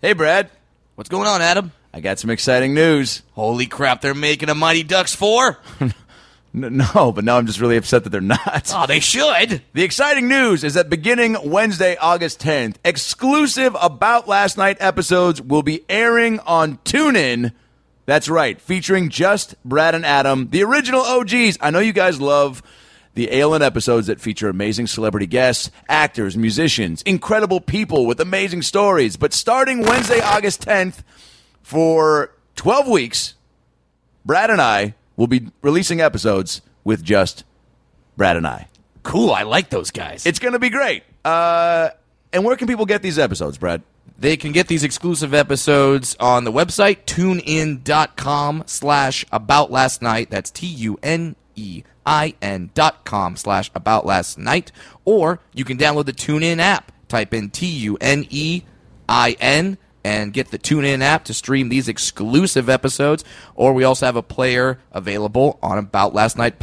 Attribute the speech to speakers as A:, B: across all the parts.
A: Hey, Brad.
B: What's going on, Adam?
A: I got some exciting news.
B: Holy crap, they're making a Mighty Ducks 4?
A: N- No, but now I'm just really upset that they're not.
B: oh, they should.
A: The exciting news is that beginning Wednesday, August 10th, exclusive About Last Night episodes will be airing on TuneIn. That's right, featuring just Brad and Adam, the original OGs. I know you guys love the Alien episodes that feature amazing celebrity guests, actors, musicians, incredible people with amazing stories. But starting Wednesday, August 10th, for 12 weeks, Brad and I will be releasing episodes with just Brad and I.
B: Cool, I like those guys.
A: It's going to be great. Uh, and where can people get these episodes, Brad?
B: They can get these exclusive episodes on the website tunein.com slash about last night. That's T U N E I N dot com slash about last night. Or you can download the TuneIn app. Type in T U N E I N and get the TuneIn app to stream these exclusive episodes. Or we also have a player available on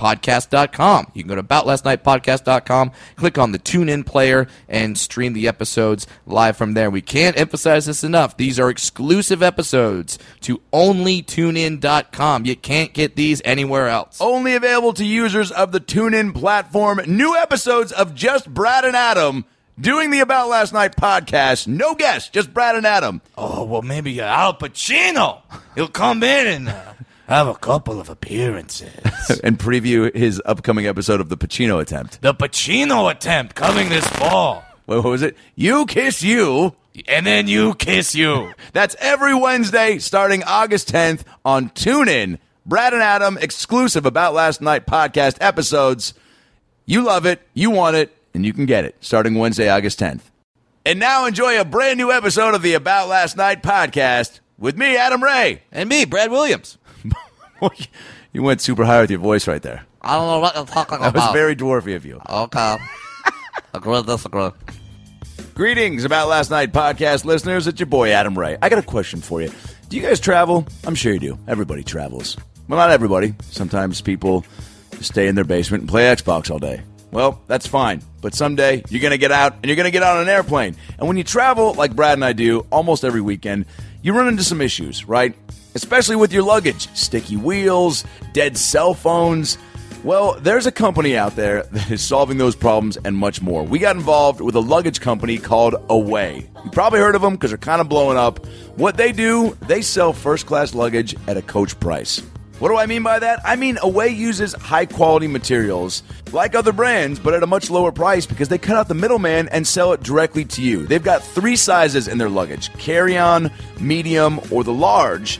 B: aboutlastnightpodcast.com. You can go to aboutlastnightpodcast.com, click on the TuneIn player, and stream the episodes live from there. We can't emphasize this enough. These are exclusive episodes to only tunein.com. You can't get these anywhere else.
A: Only available to users of the TuneIn platform. New episodes of Just Brad and Adam doing the About Last Night podcast. No guests, just Brad and Adam.
B: Oh, well, maybe Al Pacino. He'll come in and uh, have a couple of appearances.
A: And preview his upcoming episode of The Pacino Attempt.
B: the Pacino attempt coming this fall.
A: Wait, what was it? You Kiss You.
B: And then you kiss you.
A: That's every Wednesday starting August 10th on TuneIn. Brad and Adam exclusive About Last Night podcast episodes. You love it, you want it, and you can get it starting Wednesday, August 10th. And now enjoy a brand new episode of the About Last Night podcast with me, Adam Ray.
B: and me, Brad Williams.
A: you went super high with your voice right there.
B: I don't know what you're talking
A: That was very dwarfy of you.
B: okay. agree, disagree.
A: Greetings, About Last Night podcast listeners. It's your boy Adam Ray. I got a question for you. Do you guys travel? I'm sure you do. Everybody travels. Well, not everybody. Sometimes people stay in their basement and play Xbox all day. Well, that's fine. But someday you're going to get out and you're going to get on an airplane. And when you travel, like Brad and I do almost every weekend, you run into some issues, right? Especially with your luggage sticky wheels, dead cell phones. Well, there's a company out there that is solving those problems and much more. We got involved with a luggage company called Away. You probably heard of them because they're kind of blowing up. What they do, they sell first class luggage at a coach price. What do I mean by that? I mean, Away uses high quality materials like other brands, but at a much lower price because they cut out the middleman and sell it directly to you. They've got three sizes in their luggage carry on, medium, or the large.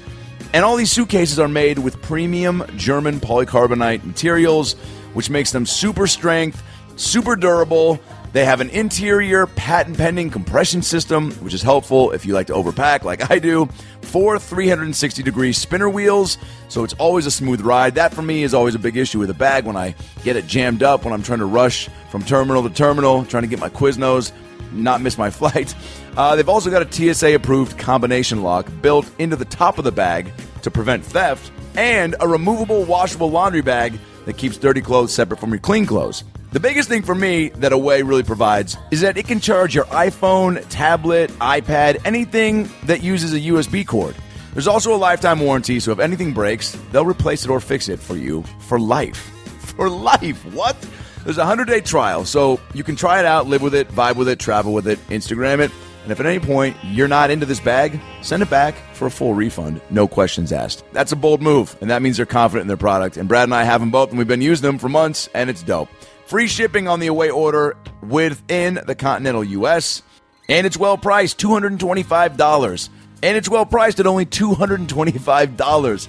A: And all these suitcases are made with premium German polycarbonate materials, which makes them super strength, super durable. They have an interior patent pending compression system, which is helpful if you like to overpack like I do. Four 360 degree spinner wheels, so it's always a smooth ride. That for me is always a big issue with a bag when I get it jammed up, when I'm trying to rush from terminal to terminal, trying to get my Quiznos not miss my flight. Uh, they've also got a TSA approved combination lock built into the top of the bag to prevent theft and a removable washable laundry bag that keeps dirty clothes separate from your clean clothes. The biggest thing for me that Away really provides is that it can charge your iPhone, tablet, iPad, anything that uses a USB cord. There's also a lifetime warranty, so if anything breaks, they'll replace it or fix it for you for life for life. What? There's a 100 day trial, so you can try it out, live with it, vibe with it, travel with it, Instagram it. And if at any point you're not into this bag, send it back for a full refund, no questions asked. That's a bold move, and that means they're confident in their product. And Brad and I have them both, and we've been using them for months, and it's dope. Free shipping on the away order within the continental U.S., and it's well priced $225. And it's well priced at only $225.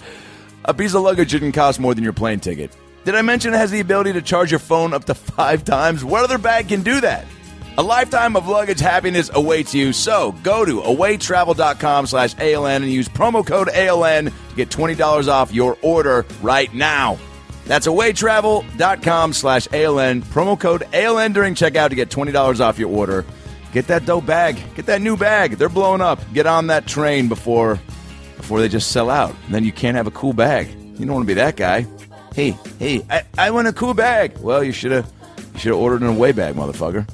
A: A piece of luggage didn't cost more than your plane ticket. Did I mention it has the ability to charge your phone up to five times? What other bag can do that? A lifetime of luggage happiness awaits you, so go to awaytravel.com slash ALN and use promo code ALN to get $20 off your order right now. That's awaytravel.com slash ALN, promo code ALN during checkout to get $20 off your order. Get that dope bag. Get that new bag. They're blowing up. Get on that train before before they just sell out. And then you can't have a cool bag. You don't want to be that guy. Hey, hey, I, I want a cool bag. Well, you should have you should have ordered an away bag, motherfucker.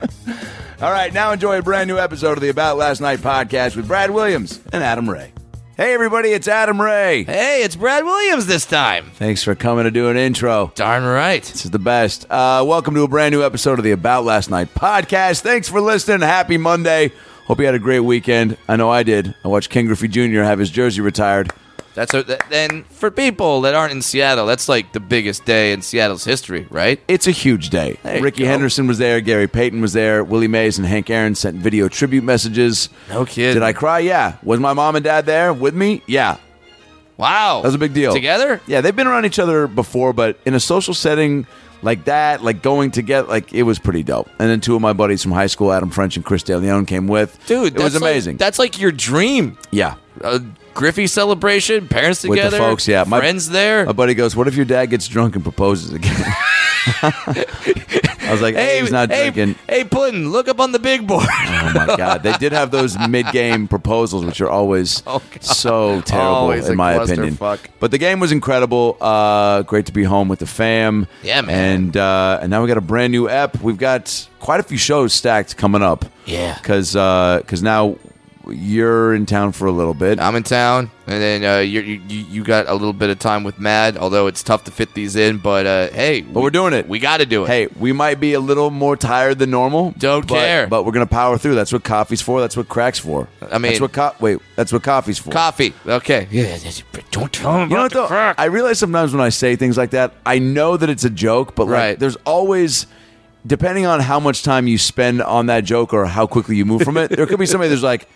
A: All right, now enjoy a brand new episode of the About Last Night podcast with Brad Williams and Adam Ray. Hey, everybody, it's Adam Ray.
B: Hey, it's Brad Williams this time.
A: Thanks for coming to do an intro.
B: Darn right.
A: This is the best. Uh, welcome to a brand new episode of the About Last Night podcast. Thanks for listening. Happy Monday. Hope you had a great weekend. I know I did. I watched Ken Griffey Jr. have his jersey retired.
B: That's a, th- and for people that aren't in Seattle, that's like the biggest day in Seattle's history, right?
A: It's a huge day.
B: There you
A: Ricky
B: go.
A: Henderson was there. Gary Payton was there. Willie Mays and Hank Aaron sent video tribute messages.
B: No kidding.
A: Did I cry? Yeah. Was my mom and dad there with me? Yeah.
B: Wow,
A: That was a big deal.
B: Together,
A: Yeah, they've been around each other before, but in a social setting like that, like going together, like it was pretty dope. And then two of my buddies from high school, Adam French and Chris De Leon, came with.
B: dude,
A: it was
B: that's like-
A: amazing.
B: that's like your dream.
A: yeah.
B: A Griffey celebration, parents
A: the
B: together,
A: folks, yeah. My-
B: friends there.
A: A buddy goes, "What if your dad gets drunk and proposes again?" I was like, "Hey, he's not
B: hey,
A: drinking."
B: Hey, Puddin, look up on the big board.
A: Oh my god, they did have those mid-game proposals, which are always
B: Oh, God.
A: so terrible,
B: Always
A: in
B: a
A: my
B: clusterfuck.
A: opinion. But the game was incredible. Uh, great to be home with the fam.
B: Yeah, man.
A: And uh, and now we got a brand new app. We've got quite a few shows stacked coming up.
B: Yeah.
A: because now you're in town for a little bit.
B: I'm in town, and then uh, you you you you got a little bit of time with Mad. Although it's tough to fit these in, but uh, hey,
A: but we're doing it.
B: We got to do it.
A: Hey, we might be a little more tired than normal.
B: Don't
A: but-
B: care.
A: But we're gonna power through. That's what coffee's for. That's what crack's for.
B: I mean-
A: that's what co- wait. That's what coffee's for.
B: coffee. Okay. Yeah. Don't tell him
A: You know what though? I realize sometimes when I say things like that, I know that it's a joke, but like
B: Right.
A: there's always depending on how much time you spend on that joke or how quickly you move from it, there could be somebody that's like,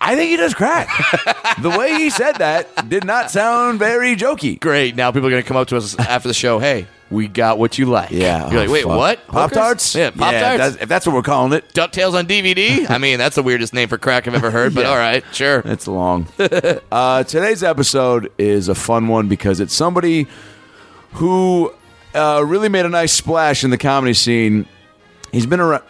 A: I think he does crack. the way he said that did not sound very jokey.
B: Great. Now people are gonna come up to us after the show. Hey, we got what you like.
A: Yeah.
B: You're like,
A: oh,
B: wait,
A: fuck.
B: what?
A: Pop Tarts?
B: Yeah. Pop
A: if
B: Tarts.
A: that's- If that's what we're calling it.
B: Ducktales on DVD. I mean, that's the weirdest name for crack I've ever heard. But
A: Yeah.
B: all right, sure.
A: It's long. uh, today's episode is a fun one because it's somebody who uh, really made a nice splash in the comedy scene. He's been around.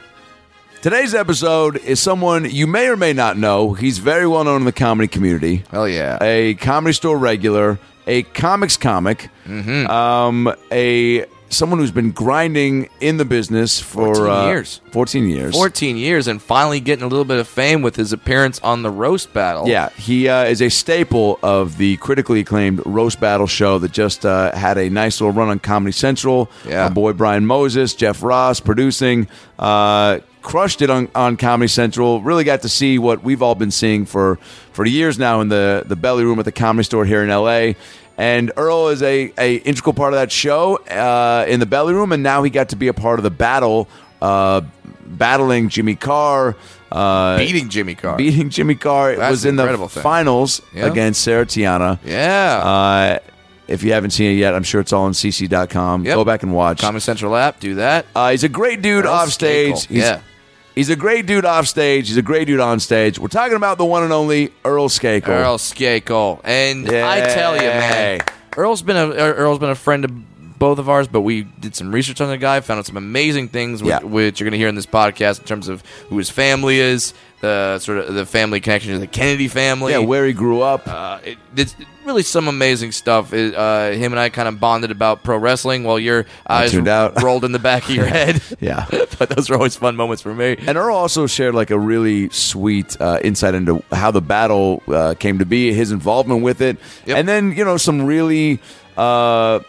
A: Today's episode is someone you may or may not know. He's very well known in the comedy community,
B: Hell yeah.
A: a comedy store regular, a comics comic, um, a someone who's been grinding in the business for
B: 14
A: uh,
B: years.
A: Fourteen years.
B: 14 years and finally getting a little bit of fame with his appearance on the roast battle.
A: Yeah, he uh, is a staple of the critically acclaimed roast battle show that just uh, had a nice little run on Comedy Central.
B: Yeah.
A: Our boy Brian Moses, Jeff Ross producing, uh, crushed it on, on Comedy Central. Really got to see what we've all been seeing for for years now in the the belly room at the Comedy Store here in L.A. And Earl is a, a integral part of that show uh, in the belly room, and now he got to be a part of the battle, uh, battling Jimmy Carr. Uh,
B: Beating Jimmy Carr.
A: beating Jimmy Carr. It
B: That's
A: was
B: an
A: in the
B: incredible thing.
A: finals
B: Yeah.
A: against Sarah Tiana.
B: yeah.
A: Uh, if you haven't seen it yet, I'm sure it's all on cc.com.
B: Yep.
A: Go back and watch.
B: Comedy Central app. Do that.
A: Uh, he's a great dude
B: Earl
A: off stage.
B: Skakel.
A: He's,
B: Yeah.
A: He's a great dude off stage. He's a great dude on stage. We're talking about the one and only Earl Skakel.
B: Earl Skakel. And I tell you,
A: Yay.
B: man, Earl's been a er, Earl's been a friend of both of ours, but we did some research on the guy, found out some amazing things, which,
A: Yeah.
B: which you're going to hear in this podcast in terms of who his family is, the sort of the family connection to the Kennedy family.
A: Yeah, where he grew up.
B: uh, it, it's really some amazing stuff. It, uh, him and I kind of bonded about pro wrestling while your eyes
A: tuned out.
B: rolled in the back of your head.
A: yeah.
B: but those are always fun moments for me.
A: And Earl also shared like a really sweet uh, insight into how the battle uh, came to be, his involvement with it,
B: Yep.
A: and then you know some really. Uh,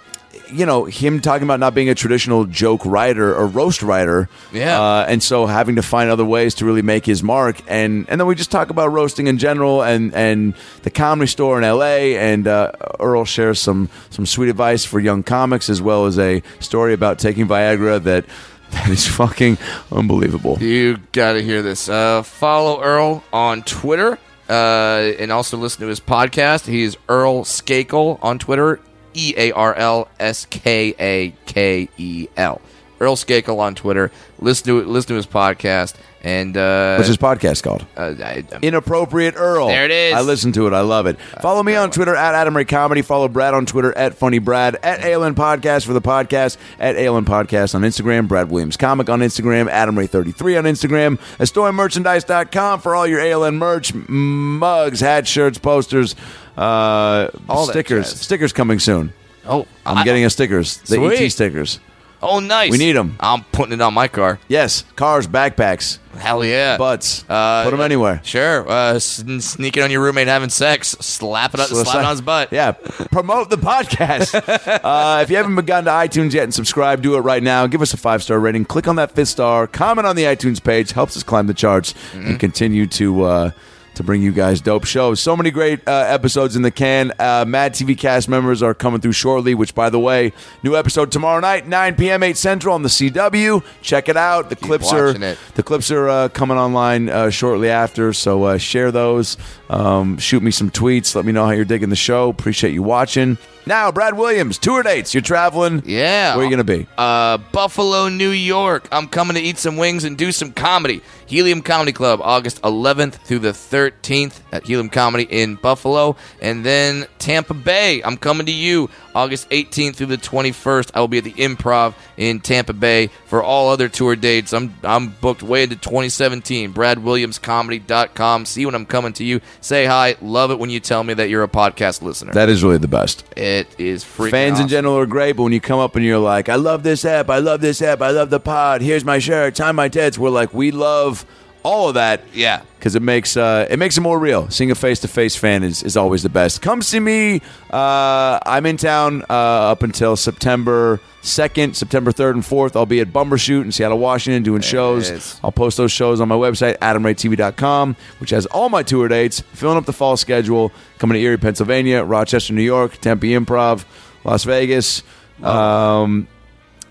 A: you know him talking about not being a traditional joke writer or roast writer,
B: Yeah.
A: uh, and so having to find other ways to really make his mark, and and then we just talk about roasting in general, and and the comedy store in L.A. and uh, Earl shares some some sweet advice for young comics as well as a story about taking Viagra that that is fucking unbelievable.
B: You gotta hear this. Uh, follow Earl on Twitter uh, and also listen to his podcast. He is Earl Skakel on Twitter. E A R L S K A K E L. Earl Skakel on Twitter. Listen to listen to his podcast and uh,
A: What's his podcast called?
B: uh, I, I-
A: Inappropriate Earl.
B: There it is.
A: I listen to it. I love it. Follow me on Twitter at Adam Ray Comedy. Follow Brad on Twitter at Funny Brad. At ALN Podcast for the podcast. At ALN Podcast on Instagram. Brad Williams Comic on Instagram. Adam Ray33 on Instagram. AstoyMerchandise.com for all your ALN merch, m- mugs, hats, shirts, posters, uh,
B: All that
A: stickers.
B: jazz.
A: Stickers coming soon.
B: oh,
A: I'm
B: I-
A: getting a stickers. The
B: Sweet.
A: ET stickers.
B: Oh, nice.
A: We need 'em.
B: I'm putting it on my car.
A: Yes, cars, backpacks,
B: Hell yeah.
A: butts.
B: Uh,
A: Put them anywhere.
B: Sure. Uh, sn- sneaking on your roommate having sex. Slap it, up,
A: So it's
B: slap it
A: like-
B: on his butt.
A: Yeah, promote the podcast. uh, if you haven't begun to iTunes yet and subscribe, do it right now. Give us a five star rating. Click on that fifth star. Comment on the iTunes page. Helps us climb the charts
B: Mm-hmm.
A: and continue to. Uh, to bring you guys dope shows. So many great uh, episodes in the can. Uh, Mad TV cast members are coming through shortly, which, by the way, new episode tomorrow night, 9 p.m., 8 central on the CW. Check it out. The clips are
B: watching it.
A: the clips are uh, coming online uh, shortly after, so uh, share those. Um, shoot me some tweets. Let me know how you're digging the show. Appreciate you watching. Now, Brad Williams, tour dates. You're traveling.
B: Yeah.
A: Where are you going to be?
B: Uh, Buffalo, New York. I'm coming to eat some wings and do some comedy. Helium Comedy Club, August 11th through the 13th at Helium Comedy in Buffalo. And then Tampa Bay. I'm coming to you August 18th through the 21st. I will be at the Improv in Tampa Bay for all other tour dates. I'm I'm booked way into 2017. BradWilliamsComedy.com. See when I'm coming to you. Say hi. Love it when you tell me that you're a podcast listener.
A: That is really the best.
B: it is freaking
A: Fans
B: awesome.
A: in general are great, but when you come up and you're like, I love this app, I love this app, I love the pod, here's my shirt, time my tits, we're like, we love all of that.
B: Yeah.
A: because it makes uh, it makes it more real. Seeing a face to face fan is, is always the best. Come see me. Uh, I'm in town uh, up until September second, September third, and fourth. I'll be at Bumbershoot in Seattle, Washington, doing shows.
B: is.
A: I'll post those shows on my website, AdamRayTV.com, which has all my tour dates. Filling up the fall schedule. Coming to Erie, Pennsylvania, Rochester, New York, Tempe Improv, Las Vegas. Um,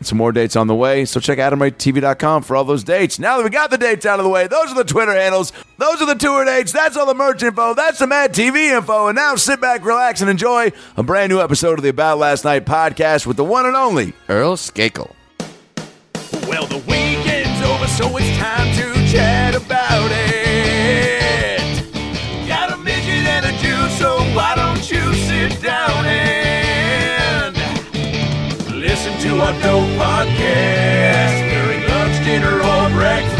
A: some more dates on the way, so check AdamRayTV.com for all those dates. Now that we got the dates out of the way, those are the Twitter handles, those are the tour dates, that's all the merch info, that's the Mad TV info, and now sit back, relax, and enjoy a brand new episode of the About Last Night podcast with the one and only.
B: Earl Skakel.
A: Well, the weekend's over, so it's time to chat about it. Got a midget and a Jew, so why don't you sit down and listen to our dope podcast during lunch, dinner, or breakfast.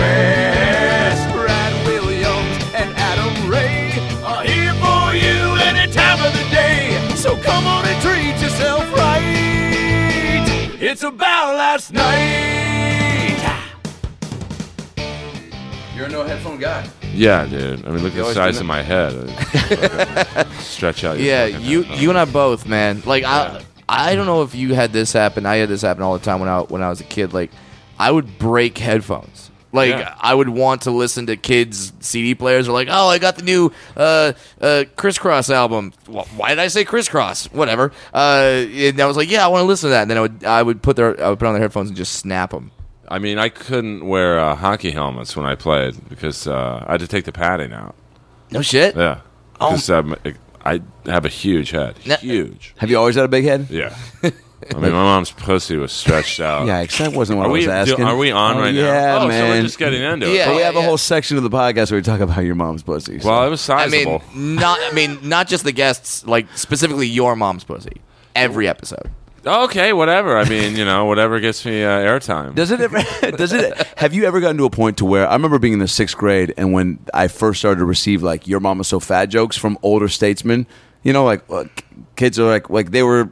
A: Brad Williams and Adam Ray are here for you any time of the day. So come on and treat yourself right. It's about last night. You're no headphone guy.
C: Yeah, dude. I mean, look at the
A: always
C: size
A: do
C: of my head. I- Stretch out. your
B: Yeah,
C: fucking
B: you
C: head.
B: you and I both, man. Like
C: uh, Yeah.
B: I I don't know if you had this happen. I had this happen all the time when I when I was a kid. Like I would break headphones. Like
C: Yeah.
B: I would want to listen to kids' CD players. Or like, oh, I got the new uh, uh, Crisscross album. Wh- Why did I say Crisscross? Whatever. Uh, and I was like, yeah, I want to listen to that. And then I would I would put their I would put on their headphones and just snap them.
C: I mean, I couldn't wear uh, hockey helmets when I played because uh, I had to take the padding out.
B: No shit.
C: Yeah.
B: Oh.
C: Because um, I have a huge head.
B: No-
C: Huge.
A: Have you always had a big head?
C: Yeah. I mean, my mom's pussy was stretched out.
A: Yikes, that wasn't what
C: Are
A: I was
C: we, do-
A: asking.
C: are we on
A: Oh,
C: right
A: yeah,
C: now? Oh, so
A: man.
C: we're just getting into
B: Yeah.
C: it.
A: we have a whole section of the podcast where we talk about your mom's pussy. so-
C: Well, it was
B: I mean,
C: sizable.
B: not I mean, not just the guests. Like specifically your mom's pussy. Every episode.
C: okay, whatever. I mean, you know, whatever gets me uh, airtime.
A: Does it ever? Does it? Have you ever gotten to a point to where I remember being in the sixth grade and when I first started to receive like "your mama's so fat" jokes from older statesmen? You know, like uh, k- kids are like like they were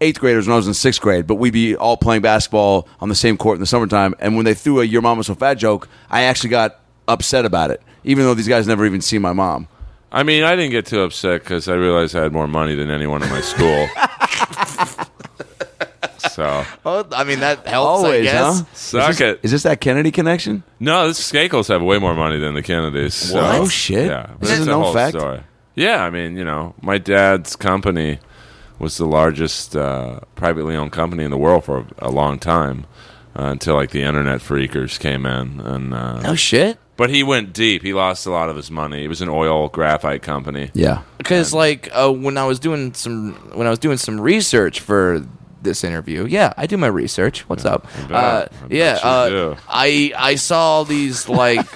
A: eighth graders when I was in sixth grade, but we'd be all playing basketball on the same court in the summertime. And when they threw a "your mama's so fat" joke, I actually got upset about it, even though these guys never even see my mom.
C: I mean, I didn't get too upset because I realized I had more money than anyone in my school. so
B: Oh, I mean that helps. I
A: Always,
B: guess.
A: huh?
C: suck it.
A: Is this that Kennedy connection?
C: no, the Skakels have way more money than the Kennedys. So,
A: What? Oh, shit.
C: Yeah, but
A: This
C: it's
A: is
C: a
A: no
C: whole
A: fact?
C: Story. Yeah, I mean, you know, my dad's company was the largest uh, privately owned company in the world for a, a long time uh, until like the internet freakers came in and. Uh,
B: No shit.
C: But he went deep. He lost a lot of his money. It was an oil graphite company.
A: Yeah.
B: Because like uh, when I was doing some when I was doing some research for this interview, yeah, I do my research. What's up?
C: bet.
B: Uh,
C: I bet
B: yeah,
C: you
B: uh,
C: do.
B: I I saw all these like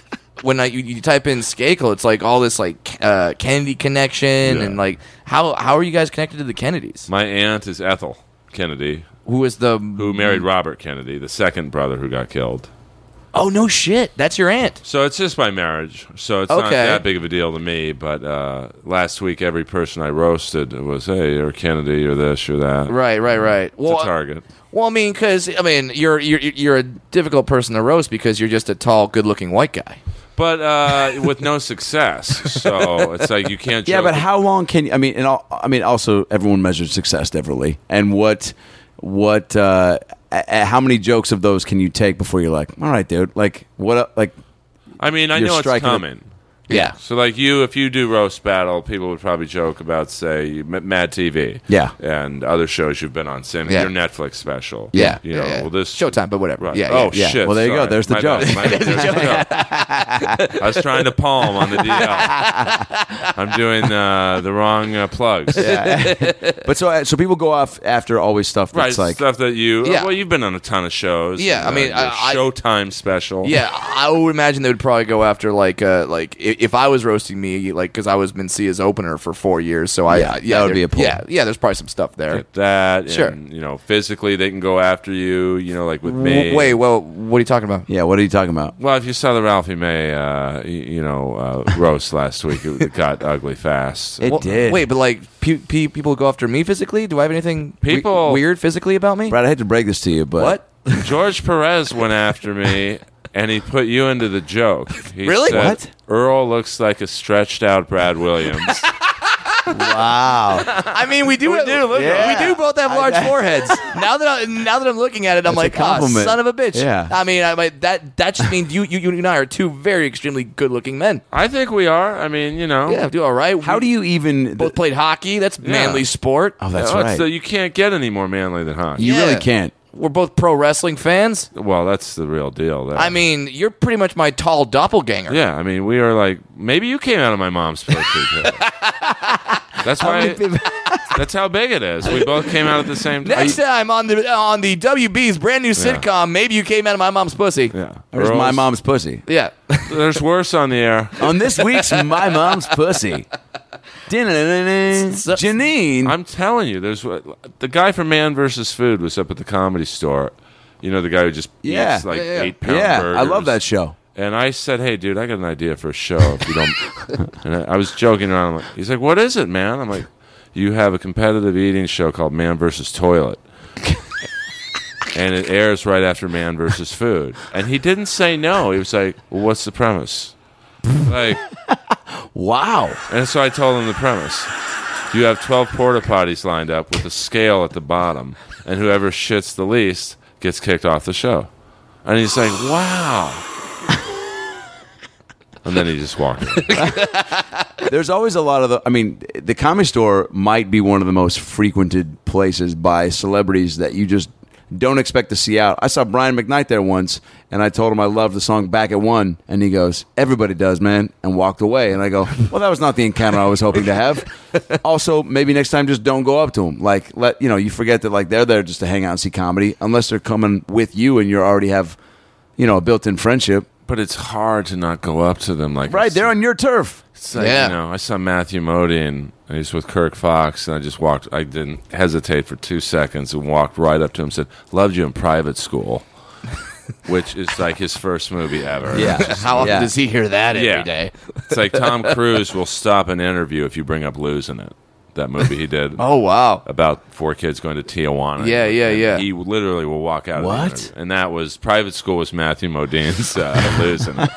B: when I you, you type in Skakel, it's like all this like K- uh, Kennedy connection
C: Yeah.
B: and like how how are you guys connected to the Kennedys?
C: My aunt is Ethel Kennedy,
B: Who is the
A: Mm-hmm.
C: who married Robert Kennedy, the second brother who got killed.
B: Oh no shit, that's your aunt.
C: So it's just my marriage. So it's not
B: Okay.
C: that big of a deal to me. But uh, last week, every person I roasted was, hey, you're Kennedy, you're this, you're that.
B: Right, right, right.
C: It's
B: Well,
C: a target.
B: well, I mean, because I mean, you're you're you're a difficult person to roast because you're just a tall, good-looking white guy.
C: But uh, with no success. So it's like you can't
A: Yeah,
C: joke
A: but how long can you? I mean, and all, I mean, also everyone measures success differently. And what, what, uh, a, a- how many jokes of those can you take before you're like, all right, dude, like what, uh, like
C: I mean, I
A: You're
C: know it's
A: striking a-
C: coming.
B: Yeah.
C: So, like you, if you do roast battle, people would probably joke about, say, M- Mad TV,
A: Yeah.
C: and other shows you've been on, Sam,
B: Yeah.
C: your Netflix special,
B: Yeah.
C: you know,
B: yeah, yeah.
C: well, this
B: Showtime, but whatever.
C: right?
B: Yeah.
C: oh
B: yeah, yeah.
C: shit!
A: Well, there you go.
C: sorry.
A: There's the
C: My
A: joke.
C: bad. My bad. There's the joke. I was trying to palm on the DL. I'm doing uh, the wrong uh, plugs.
A: eh." But so, uh, so people go off after always stuff
C: Right,
A: that's like,
C: stuff that you. uh,
B: Yeah.
C: Well, you've been on a ton of shows.
B: Yeah, I mean,
C: your
B: I- I-
C: Showtime special.
B: Yeah, I would imagine they would probably go after like uh like i- if I was roasting me like because I was Mencia's opener for four years, so I
A: Yeah,
B: I- yeah
A: that would
B: there-
A: be a pull.
B: yeah yeah there's probably some stuff there.
C: Get that.
B: Sure.
C: And, you know, physically they can go after you. You know, like with me.
B: W- Wait, well, what are you talking about?
A: yeah, what are you talking about?
C: Well, if you saw the Ralphie May, uh, y- you know, uh, roast last week, it got ugly fast.
A: It
B: Well,
A: did.
B: Wait, but like pe- pe- people go after me physically? Do I have anything we-
C: People-
B: weird physically about me?
A: Brad, I hate to break this to you, but
B: What?
C: George Perez went after me, and he put you into the joke. He
B: Really?
C: said,
A: What?
C: Earl looks like a stretched out Brad Williams.
A: Wow,
B: I mean, we do we do,
A: at it.
B: we do both have large foreheads. Now that I, now that I'm looking at it, I'm
A: That's a
B: like, ah,
A: compliment.
B: son of a bitch.
A: Yeah.
B: I mean, I might that that just means you you you and I are two very extremely good looking men.
C: I think we are. I mean, you know.
B: Yeah, do all right.
A: how
B: We-
A: do you even?
B: both played hockey. That's manly sport.
A: oh, that's
C: No, it's
A: right.
C: the- you can't get any more manly than hockey.
A: you really
B: Yeah.
A: can't.
B: We're both pro wrestling fans.
C: Well, that's the real deal. There.
B: I mean, you're pretty much my tall doppelganger.
C: yeah. I mean, we are like maybe you came out of my mom's pussy. too. that's why. that's how big it is. We both came out at the same time.
B: Next time on the on the WB's brand new sitcom, maybe you came out of my mom's pussy.
C: yeah.
A: There's my
C: Earl's-
A: mom's pussy.
B: Yeah.
C: There's worse on the air.
A: On this week's My Mom's Pussy, Din-din-din-din.
B: So-
A: Janine.
C: I'm telling you, there's the guy from Man vs. Food was up at the comedy store. You know the guy who just
A: Yeah.
C: eats like
B: Yeah, yeah.
C: eight pound
A: yeah,
C: burgers.
A: I love that show.
C: And I said, "Hey, dude, I got an idea for a show. If you don't," and I, I was joking around. I'm like, he's like, "What is it, man?" I'm like, "You have a competitive eating show called Man vs. Toilet." And it airs right after Man vs. Food. And he didn't say no. He was like, well, "What's the premise?" Like,
A: Wow.
C: and so I told him the premise. You have 12 porta potties lined up with a scale at the bottom, and whoever shits the least gets kicked off the show. And he's like, wow. and then he just walked. away.
A: There's always a lot of the. I mean, the comedy store might be one of the most frequented places by celebrities that you just don't expect to see out. I saw Brian McKnight there once, and I told him I loved the song "Back at One," and he goes, "Everybody does, man," and walked away. And I go, "Well, that was not the encounter I was hoping to have." also, maybe next time just don't go up to them. Like, let you know, you forget that like they're there just to hang out and see comedy, unless they're coming with you and you already have, you know, a built-in friendship.
C: But it's hard to not go up to them like
A: Right there on your turf.
C: It's like,
B: Yeah.
C: you know, I saw Matthew Modine, and he's with Kirk Fox, and I just walked. I didn't hesitate for two seconds and walked right up to him and said, "Loved you in private school," which is like his first movie ever.
B: How often
A: Yeah.
B: does he hear that every
C: Yeah.
B: day?
C: It's like Tom Cruise will stop an interview if you bring up losing it. That movie he did
B: Oh wow.
C: about four kids going to Tijuana.
B: Yeah, yeah,
C: And
B: yeah.
C: He literally will walk out. of the
A: What?
C: interview. and that was private school was Matthew Modine's uh, losing it.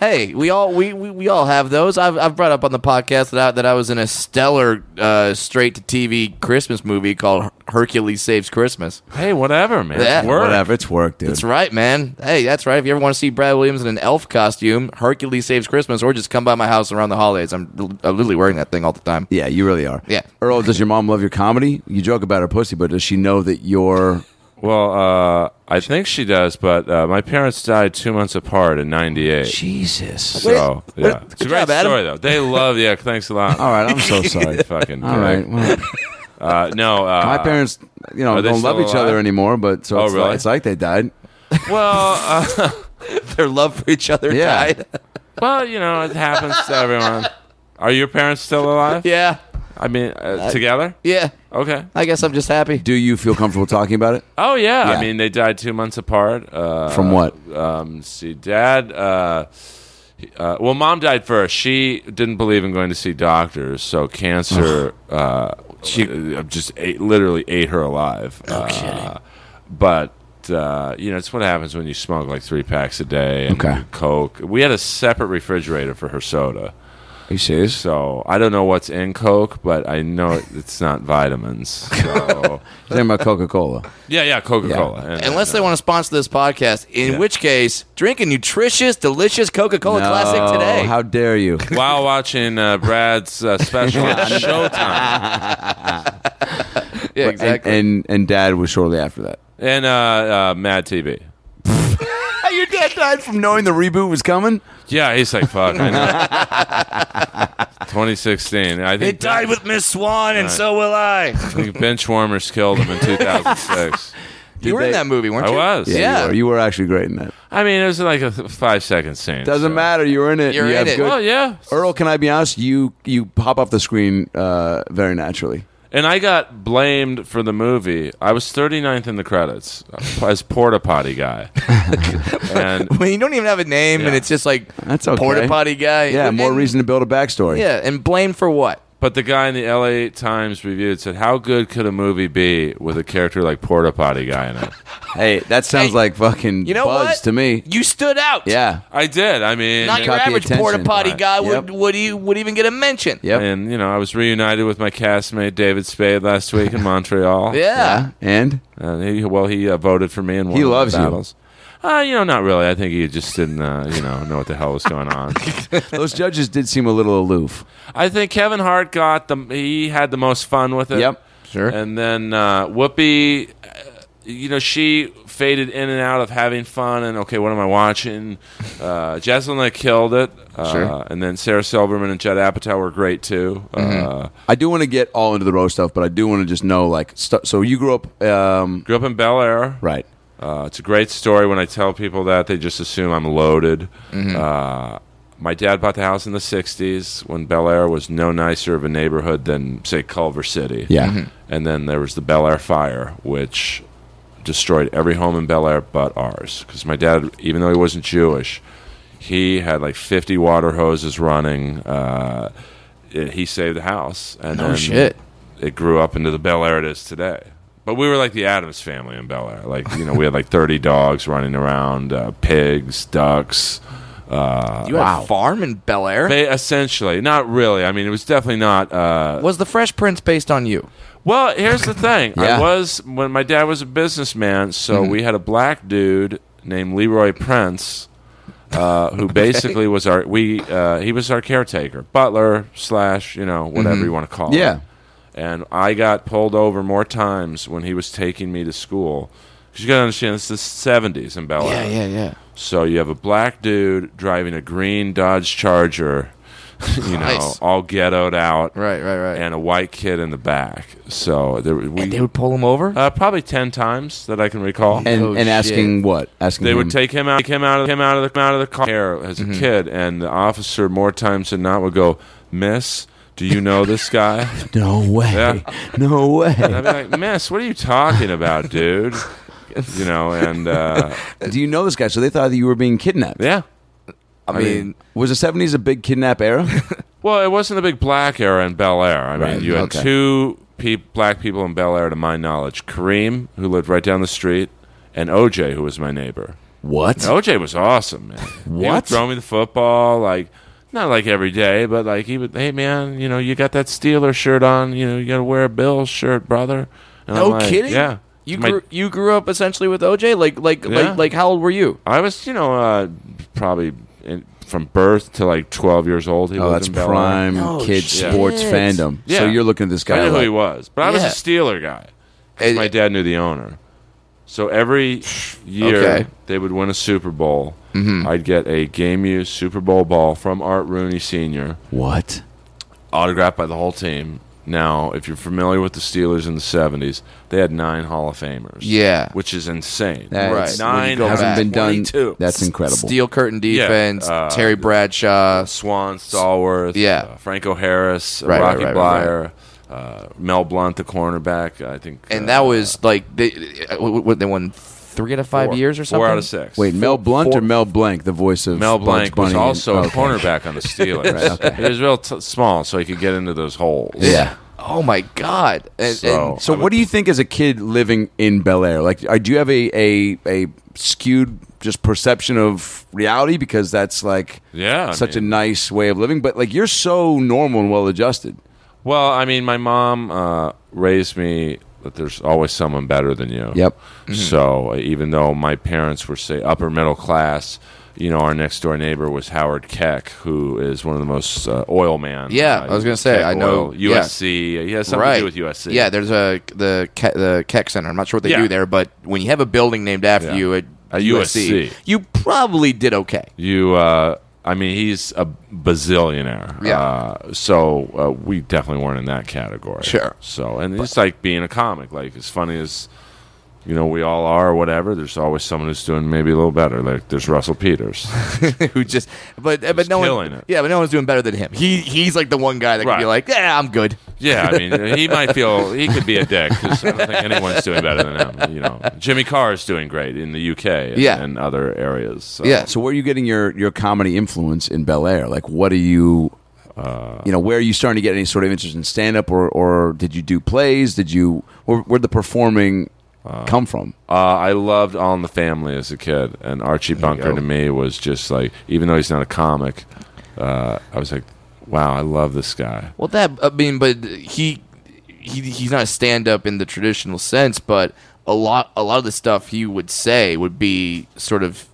B: Hey, we all we, we, we all have those. I've, I've brought up on the podcast that I, that I was in a stellar uh, straight to TV Christmas movie called Hercules Saves Christmas.
C: Hey, whatever, man.
B: Yeah.
C: It's work.
A: Whatever, it's work, dude.
B: That's right, man. Hey, that's right. If you ever want to see Brad Williams in an elf costume, Hercules Saves Christmas, or just come by my house around the holidays. I'm, I'm literally wearing that thing all the time.
A: Yeah, you really are.
B: Yeah.
A: Earl, does your mom love your comedy? You joke about her pussy, but does she know that you're
C: Well, uh, I think she does, but uh, my parents died two months apart in '98.
A: Jesus?
C: so yeah, it's a
B: good
C: great
B: job, Adam.
C: story though. They love. Yeah, thanks a lot.
A: All right, I'm so sorry.
C: Fucking.
A: All right. Well,
C: Uh, no. Uh,
A: my parents, you know,
C: are they
A: don't love
C: still
A: each other
C: alive?
A: anymore, but so
C: Oh,
A: it's,
C: really?
A: like, it's like they died.
C: Well. Uh,
B: Their love for each other
A: Yeah.
B: died.
C: Well, you know, it happens to everyone. Are your parents still alive?
B: yeah.
C: I mean, uh, together.
B: Yeah.
C: Okay.
B: I guess I'm just happy.
D: Do you feel comfortable talking about it?
C: Oh yeah.
D: Yeah.
C: I mean, they died two months apart. Uh,
D: From what?
C: Um, see, dad. Uh, he- uh, well, mom died first. She didn't believe in going to see doctors, so cancer. uh, she uh, just ate, literally ate her alive. uh, But. Uh, you know, it's what happens when you smoke like three packs a day and
D: Okay.
C: Coke. We had a separate refrigerator for her soda.
D: Are you serious?
C: So I don't know what's in Coke, but I know it- it's not vitamins. So
D: Talking about Coca Cola.
C: yeah, yeah, uh, Coca Cola.
B: Unless they want to sponsor this podcast, in which case, drink a nutritious, delicious Coca Cola Oh, Classic today.
D: How dare you?
C: while watching uh, Brad's uh, special on Showtime,
B: yeah, exactly.
D: And, and and Dad was shortly after that.
C: and uh, uh, Mad TV.
D: Your dad died from knowing the reboot was coming.
C: Yeah, he's like fuck. I know. 2016. I think
B: with Miss Swan, and so will I.
C: I think bench warmers killed him in 2006.
B: you were in
D: they-
B: that movie, weren't
C: I
B: you?
C: was.
D: Yeah,
B: Yeah.
D: You, were. You were actually great in that.
C: I mean, it was like a th- five second scene.
D: Doesn't
C: so-
D: matter. You were in it.
B: You're
D: you
B: in
D: have
B: it.
D: good-
C: Oh yeah,
D: Earl, can I be honest? You you pop off the screen uh, very naturally.
C: And I got blamed for the movie. I was 39th in the credits uh, as porta potty guy. and
B: When you don't even have a name, and
C: Yeah.
B: it's just like
D: That's okay.
B: porta potty guy.
D: Yeah, more
B: And-
D: reason to build a backstory.
B: Yeah, and blame for what?
C: but the guy in the LA Times review said, "How good could a movie be with a character like porta potty guy in it?"
D: Hey, that sounds
B: Hey,
D: like fucking
B: You know
D: buzz
B: what?
D: to me.
B: you stood out.
D: Yeah.
C: I did. I mean,
B: not your
D: Caught the
B: average
D: attention.
B: porta potty
C: Right.
B: guy
D: Yep.
B: would would, e- would even get a mention.
D: Yep.
C: and you know, I was reunited with my castmate David Spade last week in Montreal.
B: Yeah.
D: And
C: And he, well, he uh, voted for me and won
D: He
C: the
D: loves you.
C: battles. Uh, you know, not really. I think he just didn't, uh, you know, know what the hell was going on.
D: those judges did seem a little aloof.
C: I think Kevin Hart got the he had the most fun with it.
D: Yep, sure.
C: And then uh, Whoopi, uh, you know, she faded in and out of having fun and okay, what am I watching? Uh, Jaslyn Lake killed it. Uh,
D: Sure.
C: And then Sarah Silverman and Judd Apatow were great too. Uh,
D: I do want to get all into the roast stuff, but I do want to just know like st- so you grew up um,
C: grew up in Bel Air.
D: right.
C: Uh, it's a great story. When I tell people that, they just assume I'm loaded. Uh, my dad bought the house in the '60s when Bel Air was no nicer of a neighborhood than, say, Culver City.
D: Yeah. Mhm.
C: And then there was the Bel Air fire, which destroyed every home in Bel Air but ours. Because my dad, even though he wasn't Jewish, he had like 50 water hoses running. Uh, it- he saved the house, and
B: No
C: then
B: shit.
C: it grew up into the Bel Air it is today. But we were like the Adams family in Bel Air. Like you know, we had like 30 dogs running around, uh, pigs, ducks. Uh,
B: You had a farm in Bel Air.
C: they essentially not really. I mean, it was definitely not. Uh,
B: was the Fresh Prince based on you?
C: well, here's the thing.
D: Yeah.
C: I was when my dad was a businessman, so
B: Mm-hmm.
C: we had a black dude named Leroy Prince, uh, who basically was our we uh, he was our caretaker, butler slash you know whatever
B: Mm-hmm.
C: you want to call
D: Yeah.
C: it. And I got pulled over more times when he was taking me to school. 'Cause you got to understand, it's the '70s in Bel Air.
B: yeah.
C: So you have a black dude driving a green Dodge Charger, you know,
B: Nice.
C: all ghettoed out
B: Right, right, right.
C: and a white kid in the back. So there we
B: And they would pull him over.
C: uh, probably ten times that I can recall.
D: And Mm-hmm.
B: Oh,
D: and asking what? Asking
C: they
D: him,
C: would take him out, take him out of him out of the out of the car here as
D: Mm-hmm.
C: a kid, and the officer more times than not would go, "Miss, do you know this guy?"
D: No way.
C: Yeah.
D: No way.
C: And I'd be like, "Miss, what are you talking about, dude?" You know, and uh,
D: do you know this guy? So they thought that you were being kidnapped.
C: yeah.
B: I mean,
C: mean-
D: Was the seventies a big kidnap era?
C: Well, it wasn't a big black era in Bel Air. I mean,
D: Right,
C: you had
D: okay.
C: two pe- black people in Bel Air, to my knowledge: Kareem, who lived right down the street, and OJ, who was my neighbor.
D: what?
C: OJ was awesome, man. He
D: What?
C: would throw me the football, like not like every day, but like he would. Hey, man, you know you got that Steeler shirt on. You know you got to wear a Bills shirt, brother. And
B: no
C: I'm like,
B: kidding.
C: Yeah,
B: You
C: My-
B: grew, you grew up essentially with OJ. Like like
C: Yeah.
B: like like how old were you?
C: I was, you know, uh, probably in, from birth to like twelve years old. He
D: Oh,
C: lived
D: that's
C: in Bel Air.
D: prime
B: No
D: kid
B: shit.
D: sports fandom. So
C: Oh, Yeah.
D: you're looking at this
C: I
D: guy.
C: knew who
D: like,
C: he was, but I was a
B: Yeah.
C: Steeler guy. 'Cause
B: And-
C: My dad knew the owner, so every year
B: Okay.
C: they would win a Super Bowl.
D: Mm-hmm.
C: I'd get a game used Super Bowl ball from Art Rooney Senior.
D: What?
C: autographed by the whole team. Now, if you're familiar with the Steelers in the 70s, they had nine Hall of Famers.
B: Yeah.
C: which is insane.
B: That's- Right.
C: Nine
B: go
C: out of
B: back.
A: hasn't been done.
C: 22.
A: That's incredible.
B: Steel curtain defense.
C: uh,
B: Terry Bradshaw.
C: Swan, Stallworth,
B: Yeah.
C: uh, Franco Harris, uh,
B: Right, right,
C: Rocky
B: right, right,
C: Blyer, Uh, Mel Blunt, the cornerback. I think,
B: And
C: uh,
B: that was like they uh, what, what, they won three out of five
C: four-
B: years or something.
C: Four out of six.
A: Wait, Mel Blunt or Mel Blank, the voice of
C: Mel
A: Bugs
C: Blank
A: Bunny
C: was
A: and-
C: also a
A: okay.
C: cornerback on the Steelers. He was real t- small, so he could get into those holes.
A: Yeah.
B: Oh my god. And,
C: So-
A: So, what do you think as a kid living in Bel Air? Like, are- do you have a, a a skewed just perception of reality because that's like
C: Yeah, I
A: such
C: mean-
A: a nice way of living? But like, you're so normal and well adjusted.
C: Well, I mean, my mom uh, raised me that there's always someone better than you.
A: Yep.
B: Mm-hmm.
C: So uh, even though my parents were say upper middle class, you know, our next door neighbor was Howard Keck, who is one of the most uh, oil man.
B: Yeah,
C: uh,
B: I was gonna say,
C: Keck
B: I know-
C: oil,
B: yeah.
C: USC. He has something
B: right.
C: to do with USC.
B: Yeah, there's a the Ke- the Keck Center. I'm not sure what they
C: Yeah.
B: do there, but when you have a building named after
C: Yeah.
B: you at,
C: At
B: USC,
C: USC.
B: you probably did okay.
C: You, uh, I mean, he's a bazillionaire.
B: Yeah.
C: Uh, so uh, we definitely weren't in that category.
B: Sure.
C: So, and it's like being a comic. Like, as funny as, you know, we all are or whatever, there's always someone who's doing maybe a little better. Like, there's Russell Peters.
B: Who just but uh, but no one
C: killing it.
B: yeah, but no one's doing better than him. He he's like the one guy that could be
C: Right.
B: like, yeah, I'm good.
C: yeah, I mean, he might feel he could be a dick 'cause I don't think anyone's doing better than him. You know, Jimmy Carr is doing great in the UK and,
B: Yeah.
C: and other areas. So.
B: Yeah.
A: So, where are you getting your your comedy influence in Bel Air? Like, what are you? you know, where are you starting to get any sort of interest in stand up, or, or did you do plays? Did you, where, where'd the performing come from?
C: Uh, I loved All in the Family as a kid, and Archie Bunker
B: go.
C: to me was just like, even though he's not a comic, uh, I was like, wow, I love this guy.
B: Well, that I mean, but he he he's not a stand up in the traditional sense, but a lot a lot of the stuff he would say would be sort of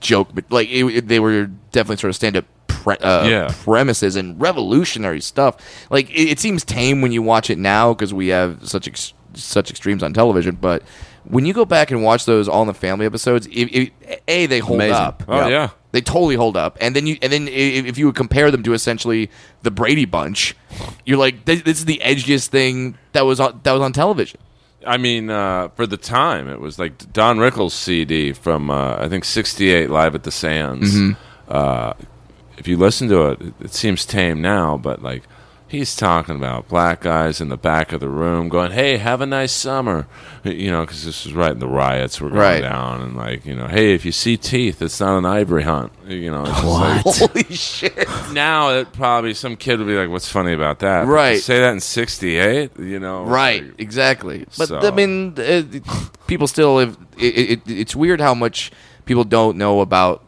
B: joke, but like it, it- they were definitely sort of stand up. Pre- uh,
C: Yeah.
B: premises and revolutionary stuff like it, it seems tame when you watch it now because we have such ex- such extremes on television but when you go back and watch those all in the family episodes it, it, a they hold
A: Amazing.
B: up
C: Oh
A: Yeah.
C: yeah,
B: they totally hold up, and then you and then i- if you would compare them to essentially the Brady Bunch, you're like, this, this is the edgiest thing that was on that was on television.
C: I mean, uh, for the time, it was like Don Rickles' CD from uh, I think '68, Live at the Sands.
B: Mm-hmm.
C: Uh, if you listen to it, it, it seems tame now, but like he's talking about black guys in the back of the room going, "Hey, have a nice summer," you know, because this was right in the riots were going
B: Right.
C: down, and like you know, hey, if you see teeth, it's not an ivory hunt, you know. It's just like-
B: Holy shit!
C: now it probably some kid would be like, "What's funny about that?" But to
B: Right.
C: say that in '68, you know,
B: Right,
C: like,
B: exactly. But
C: So-
B: I mean, uh, people still have. It, it, it's weird how much people don't know about.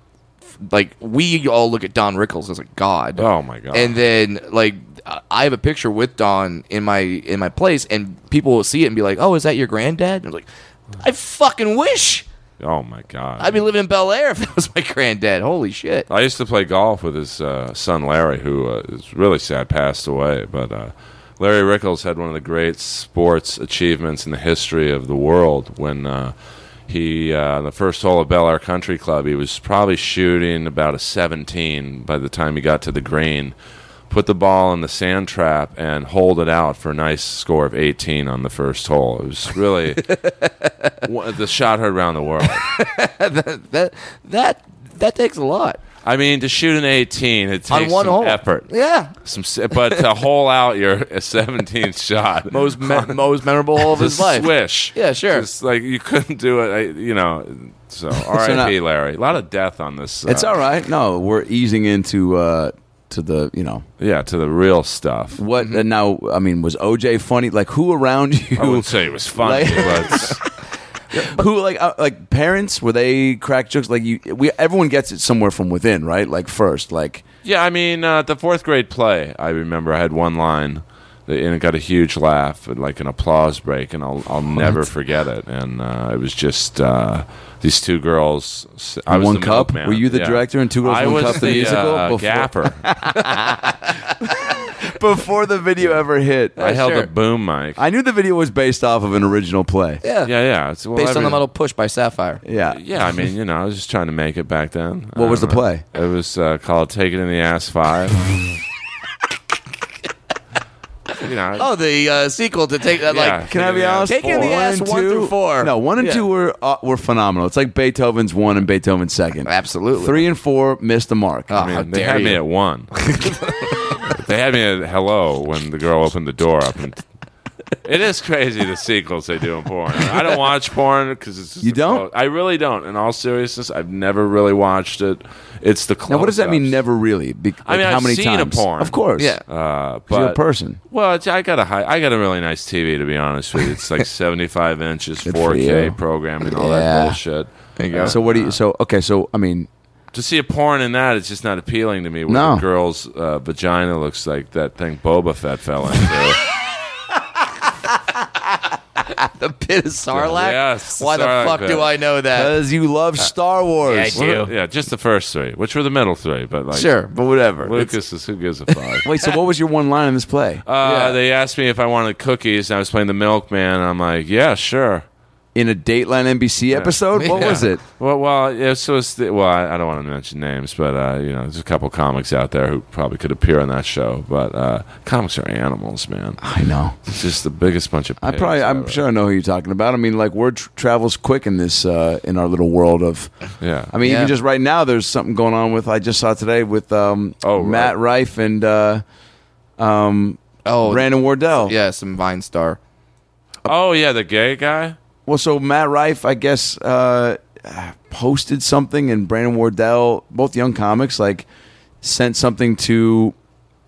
B: Like we all look at Don Rickles as a god.
C: Oh, my God.
B: And then like I- I have a picture with Don in my in my place, and people will see it and be like, "Oh, is that your granddad?" And I'm like, "I fucking wish."
C: oh my god,
B: I'd be living in Bel Air if that was my granddad. Holy shit!
C: I used to play golf with his uh, son Larry, who uh, is really sad, passed away. But uh, Larry Rickles had one of the great sports achievements in the history of the world when uh, he, uh, the first hole of Bel Air Country Club, he was probably shooting about a 17 by the time he got to the green. Put the ball in the sand trap and hold it out for a nice score of 18 on the first hole. It was really one- the shot heard around the world.
B: that that that, that takes a lot
C: I mean, to shoot an 18, it takes
B: on one
C: some
B: hole.
C: effort.
B: Yeah,
C: Some, si- but to hole out your 17th shot,
B: most me- most memorable hole of
C: the
B: his life.
C: swish.
B: Yeah, sure.
C: Just like you couldn't do it. I, you know, so
A: now-
C: R.I.P. Larry. A lot of death on this. Uh,
A: It's all right. No, we're easing into uh, to the you know
C: Yeah, to the real stuff.
A: what. And now, I mean, was OJ funny? Like who around you?
C: I would say it was funny,
A: Like-
C: but
A: who like uh, like parents? Were they crack jokes? Like you, we everyone gets it somewhere from within, right? Like first, like
C: yeah, I mean, uh, the fourth grade play. I remember I had one line, that- and it got a huge laugh and like an applause break, and I'll I'll never forget it. And uh, it was just uh, these two girls. s- I was
A: One
C: the
A: Cup?
C: milkman,
A: Were you the
C: yeah.
A: director in Two Girls,
C: I
A: One
C: was
A: Cup, the musical?
C: uh,
A: Before-
C: gaffer.
A: before the video ever hit.
C: I held
B: sure.
C: a boom mic.
A: I knew the video was based off of an original play.
B: Yeah,
C: yeah, yeah. It's, well,
B: based on the
C: every-
B: metal push by Sapphire.
A: Yeah.
C: Yeah, I mean, you know, I was just trying to make it back then.
A: What
C: I
A: was
C: don't
A: the
C: know.
A: play?
C: It uh, was uh, called "Take It in the Ass 5. you know,
B: Oh, the uh, sequel to take that.
C: Yeah.
B: Like,
A: Can I be
C: Yeah.
A: honest?
B: Taking the ass
A: and
B: one through four.
A: No, one and
B: Yeah.
A: two were uh, were phenomenal. It's like Beethoven's one and Beethoven's second.
B: Absolutely.
A: Three and four missed the mark.
B: Oh,
C: I mean,
B: how
C: they
B: dare
C: had
B: you.
C: me at one. they had me at hello when the girl opened the door up. And it is crazy the sequels they do in porn. I don't watch porn because it's just
A: You
C: the
A: don't?
C: clo- I really don't. In all seriousness, I've never really watched it. It's the
A: now, what does that mean?
C: close-ups.
A: Never really. Be-
C: I mean,
A: like, how
C: I've
A: many
C: seen a
A: times?
C: porn.
A: Of course.
B: Yeah.
C: Uh, but
A: You're a person.
C: Well, it's, I got a high, I got a really nice TV to be honest with you. It's like seventy-five inches,
A: for
C: four
A: you.
C: K programming, all
A: Yeah.
C: that bullshit. Uh,
A: So what do you? So okay. So I mean,
C: to see a porn in that, it's just not appealing to me. Where
A: No.
C: the girl's uh, vagina looks like that thing Boba Fett fell into.
B: the pit of Sarlacc.
C: Yes,
B: Why the
C: Sarlacc
B: fuck
C: pit.
B: do I know that?
A: because you love Star Wars.
B: yeah, I do.
C: Uh, yeah, just the first three, which were the middle three, but like
B: Sure, but whatever.
C: Lucas is who gives a fuck.
A: Wait. So what was your one line in this play?
C: Uh, They asked me if I wanted cookies, and I was playing the milkman. And I'm like, yeah, sure.
A: in a Dateline NBC episode? What
B: Yeah.
A: was it?
C: Well, well, yeah, so it's the, well, I, I don't want to mention names, but uh, you know, there's a couple comics out there who probably could appear on that show. But uh, comics are animals, man.
A: I know.
C: It's just the biggest bunch of.
A: I probably.
C: pigs
A: I'm
C: ever.
A: sure I know who you're talking about. I mean, like word tr- travels quick in this uh, in our little world of.
C: Yeah.
A: I mean,
B: Yeah.
A: even just right now, there's something going on with I just saw today with um,
C: Oh, right.
A: Matt Rife and uh,
B: oh,
A: Brandon Wardell.
B: yeah, some Vine star.
C: oh yeah, the gay guy.
A: Well, so Matt Rife, I guess, uh, posted something, and Brandon Wardell, both young comics, like sent something to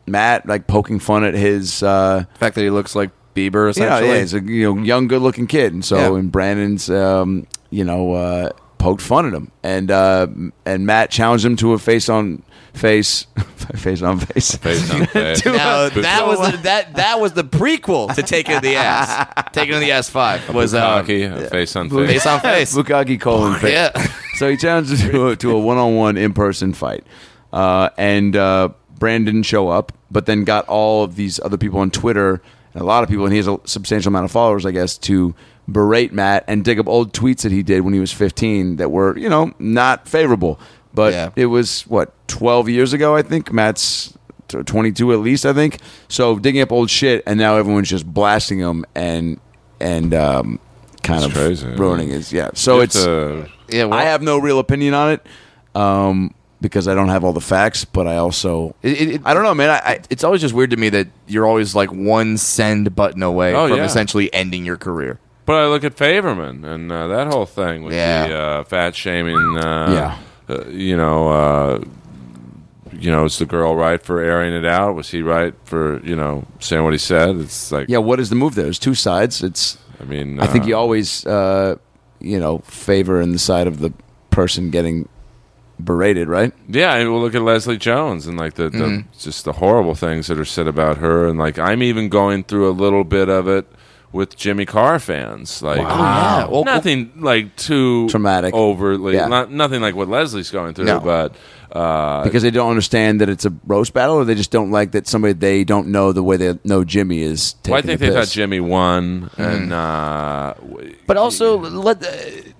A: Matt, like poking fun at his. Uh,
B: The fact that he looks like Bieber,
A: yeah,
B: essentially.
A: yeah, he's a you know young, good-looking kid, and so
B: Yeah.
A: and Brandon's um, you know uh, poked fun at him, and uh, and Matt challenged him to a face on face, face on face.
C: Face on face.
B: Now,
C: But-
B: that was the, that that was the prequel to Taking in the Ass. Taking in the Ass Five was uh,
C: Cocky, uh, face on face.
B: face on face.
A: Bukaki colon face.
B: yeah,
A: So he challenged him to a, to a one-on-one in-person fight, uh, and uh, Brand didn't show up. But then got all of these other people on Twitter and a lot of people, and he has a substantial amount of followers, I guess, to berate Matt and dig up old tweets that he did when he was 15 that were, you know, not favorable. But
B: Yeah.
A: it was what 12 years ago, I think. Matt's t- 22 at least, I think. So digging up old shit, and now everyone's just blasting him and and um, kind of
C: It's crazy.
A: ruining his yeah. So it's
C: uh,
B: yeah. Well,
A: I have no real opinion on it um, because I don't have all the facts, but I also
B: It, it, it-
A: I don't know, man. I, I
B: it's always just weird to me that you're always like one send button away
C: Oh,
B: from
C: yeah.
B: essentially ending your career.
C: But I look at Favorman and uh, that whole thing with
B: Yeah.
C: the uh, fat shaming. Uh, uh, you know, uh, you know, is the girl right for airing it out? Was he right for you know saying what he said? It's like,
A: yeah. What is the move? there? There's two sides. It's
C: I mean,
A: I think
C: uh,
A: you always uh, you know favor in the side of the person getting berated, right?
C: Yeah, I mean, we'll look at Leslie Jones and like the, the
B: Mm-hmm.
C: just the horrible things that are said about her, and like I'm even going through a little bit of it with Jimmy Carr fans. Like,
B: Wow. Oh, yeah. Well,
C: nothing like too
A: Traumatic.
C: overly,
A: Yeah.
C: not, nothing like what Leslie's going through,
B: No.
C: but uh,
A: Because they don't understand that it's a roast battle, or they just don't like that somebody they don't know the way they know Jimmy is. Taking
C: well, I think
A: the
C: they thought
A: piss.
C: Jimmy won,
B: Mm-hmm.
C: and uh, w-
B: But also, let the,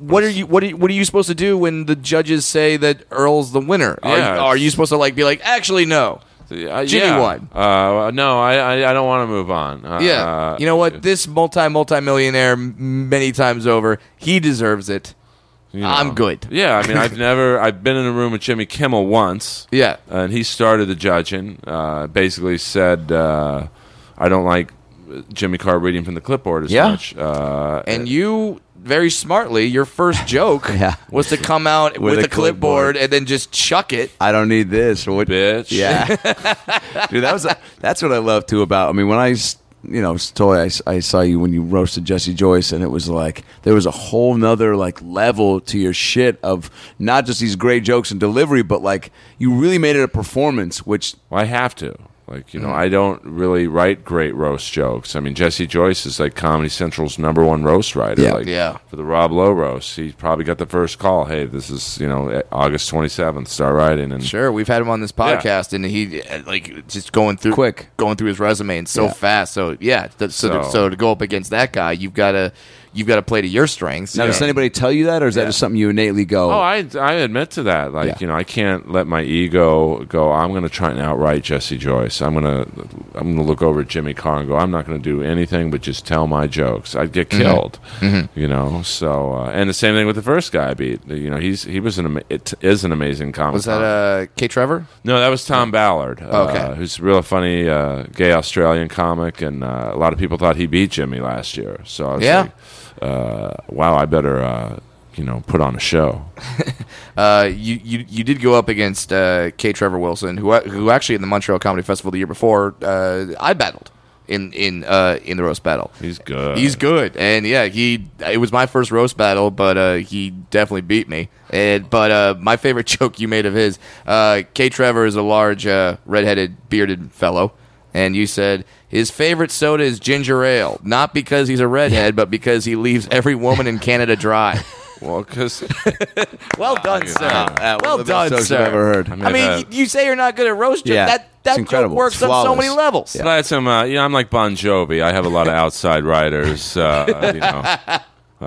B: what are you what are you, what are you supposed to do when the judges say that Earl's the winner? Are,
C: Yeah,
B: you, are
C: it's-
B: you supposed to like be like, actually, no,
C: uh,
B: Jimmy
C: yeah.
B: won.
C: Uh, no, I, I, I don't want to move on. Uh,
B: yeah, you know what? This multi multi millionaire, many times over, he deserves it.
C: you know.
B: I'm good.
C: Yeah, I mean, I've never, I've been in a room with Jimmy Kimmel once.
B: Yeah,
C: and he started the judging. Uh, basically said, uh, "I don't like Jimmy Carr reading from the clipboard as
A: Yeah.
C: much." Uh,
B: and you very smartly, your first joke
A: Yeah.
B: was to come out with,
A: With
B: a
A: a
B: clipboard, and then just chuck it.
A: I don't need this. Or what,
C: bitch,
A: Yeah, dude, that was that's what I love too about. I mean, when I s- you know Stoy, I, s- I saw you when you roasted Jesse Joyce, and it was like there was a whole nother like level to your shit of not just these great jokes and delivery, but like you really made it a performance, which
C: Well, I have to. Like you know,
A: Mm-hmm.
C: I don't really write great roast jokes. I mean, Jesse Joyce is like Comedy Central's number one roast writer.
A: Yeah.
C: like,
B: Yeah.
C: For the Rob Lowe roast, he probably got the first call. Hey, this is you know August twenty seventh. Start writing and
B: Sure, we've had him on this podcast, and he uh, like just going through
A: Quick.
B: going through his resume and so
A: Yeah.
B: fast. So yeah, th- so to,
C: So-
B: so to go up against that guy, you've got to you've got to play to your strengths.
A: Now, does anybody tell you that, or is that just something you innately go?
C: Oh, I, I admit to that. Like,
A: Yeah.
C: you know, I can't let my ego go. I'm going to try and outright Jesse Joyce. I'm going to I'm going to look over at Jimmy Carr and go. I'm not going to do anything but just tell my jokes. I'd get
B: Mm-hmm.
C: killed. You know. So uh, and the same thing with the first guy I beat. You know, he's he was an ama- it is an amazing comic.
B: Was that uh, K. Trevor?
C: No, that was Tom Ballard,
B: Okay.
C: uh, who's a real funny uh, gay Australian comic, and uh, a lot of people thought he beat Jimmy last year. So I was
B: Yeah.
C: like, uh, wow, I better, uh, you know, put on a show.
B: Uh, you, you you did go up against uh, K. Trevor Wilson, who uh, who actually in the Montreal Comedy Festival the year before uh, I battled in in uh, in the roast battle.
C: He's
A: Uh,
C: good.
B: He's good, and yeah, he. It was my first roast battle, but uh, he definitely beat me. And but uh, my favorite joke you made of his, uh, K. Trevor is a large, uh, redheaded, bearded fellow, and you said his favorite soda is ginger ale, not because he's a redhead, but because he leaves every woman in Canada dry.
C: well, because
B: Well done, sir.
A: that was
B: well
A: the
B: done,
A: best jokes
B: sir.
A: I've ever heard.
B: I
A: I
B: mean, uh,
C: mean,
B: y- you say you're not good at roast joke.
A: Yeah.
B: That
A: It's
B: that joke
A: incredible.
B: works
A: It's
B: on so
A: flawless.
B: many levels.
C: I had some, uh, you know, I'm like Bon Jovi. I have a lot of outside writers. Uh, you know,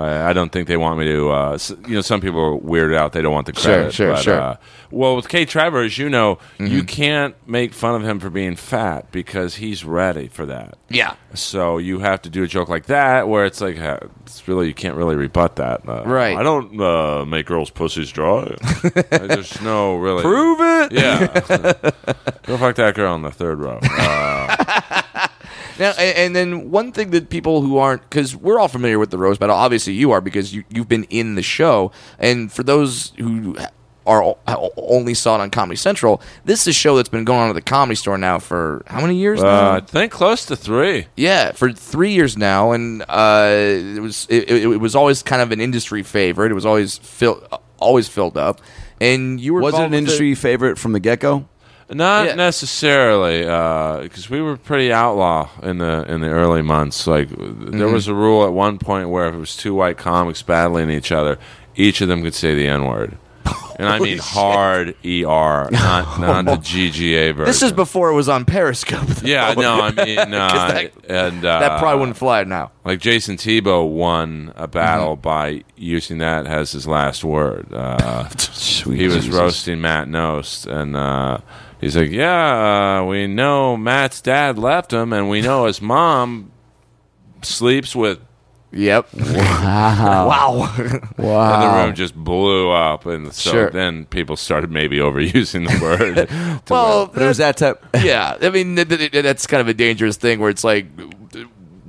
C: I, I don't think they want me to. Uh, s- you know, some people are weirded out. They don't want the
B: Sure,
C: credit.
B: sure,
C: but,
B: sure. Mm-hmm.
C: Uh, well, with Kay Trevor, as you know, you can't make fun of him for being fat because he's ready for that.
B: Yeah.
C: So you have to do a joke like that where it's like uh, it's really you can't really rebut that. Uh,
B: Right.
C: I don't uh, make girls' pussies dry. There's no really
B: Prove it.
C: Yeah. Go fuck that girl in the third row.
B: Now, and, and then one thing that people who aren't, because we're all familiar with the roast battle. Obviously, you are because you you've been in the show. And for those who are o- only saw it on Comedy Central, this is a show that's been going on at the Comedy Store now for how many years? now?
C: Uh, I think close to three.
B: Yeah, for three years now, and uh, it was it, it, it was always kind of an industry favorite. It was always filled always filled up, and you were
A: was it
B: involved
A: an
B: with
A: industry favorite from the get go?
C: Not
B: Yeah.
C: necessarily, because we were pretty outlaw in the in the early months. Like there
B: Mm-hmm.
C: was a rule at one point where if it was two white comics battling each other, each of them could say the n word, and I mean hard er, not not the GGA version.
B: This is before it was on Periscope. though.
C: yeah, no, I mean, uh, and uh,
B: that probably wouldn't fly now.
C: Like Jason Tebow won a
B: Mm-hmm.
C: battle by using that as his last word. Uh,
A: Sweet
C: he was
A: Jesus.
C: roasting Matt Nost, and uh, he's like, "Yeah, uh, we know Matt's dad left him, and we know his mom sleeps with."
B: Yep. Wow.
C: And
A: Wow.
C: the room just blew up, and so
B: Ah. Sure.
C: then people started maybe overusing the word. to
B: well,
A: But it was that type.
B: yeah. I mean, th- th- th- that's kind of a dangerous thing where it's like uh,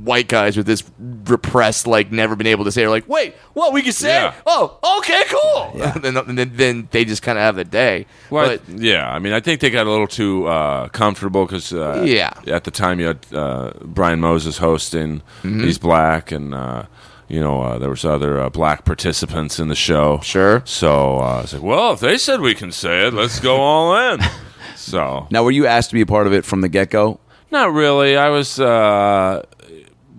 B: white guys with this repressed, like never been able to say, are like, wait, what we can say?
C: Yeah.
B: Oh, okay, cool. And then, then, then they just kind of have the day.
C: Well, I
B: but
C: th- yeah, I mean, I think they got a little too uh, comfortable because uh,
B: Yeah.
C: at the time you had uh, Brian Moses hosting.
B: Mm-hmm.
C: He's black, and uh, you know uh, there was other uh, black participants in the show.
B: Sure.
C: So uh, I was like, well, if they said we can say it, let's go all in. So
A: Now, were you asked to be a part of it from the get go?
C: not really. I was uh,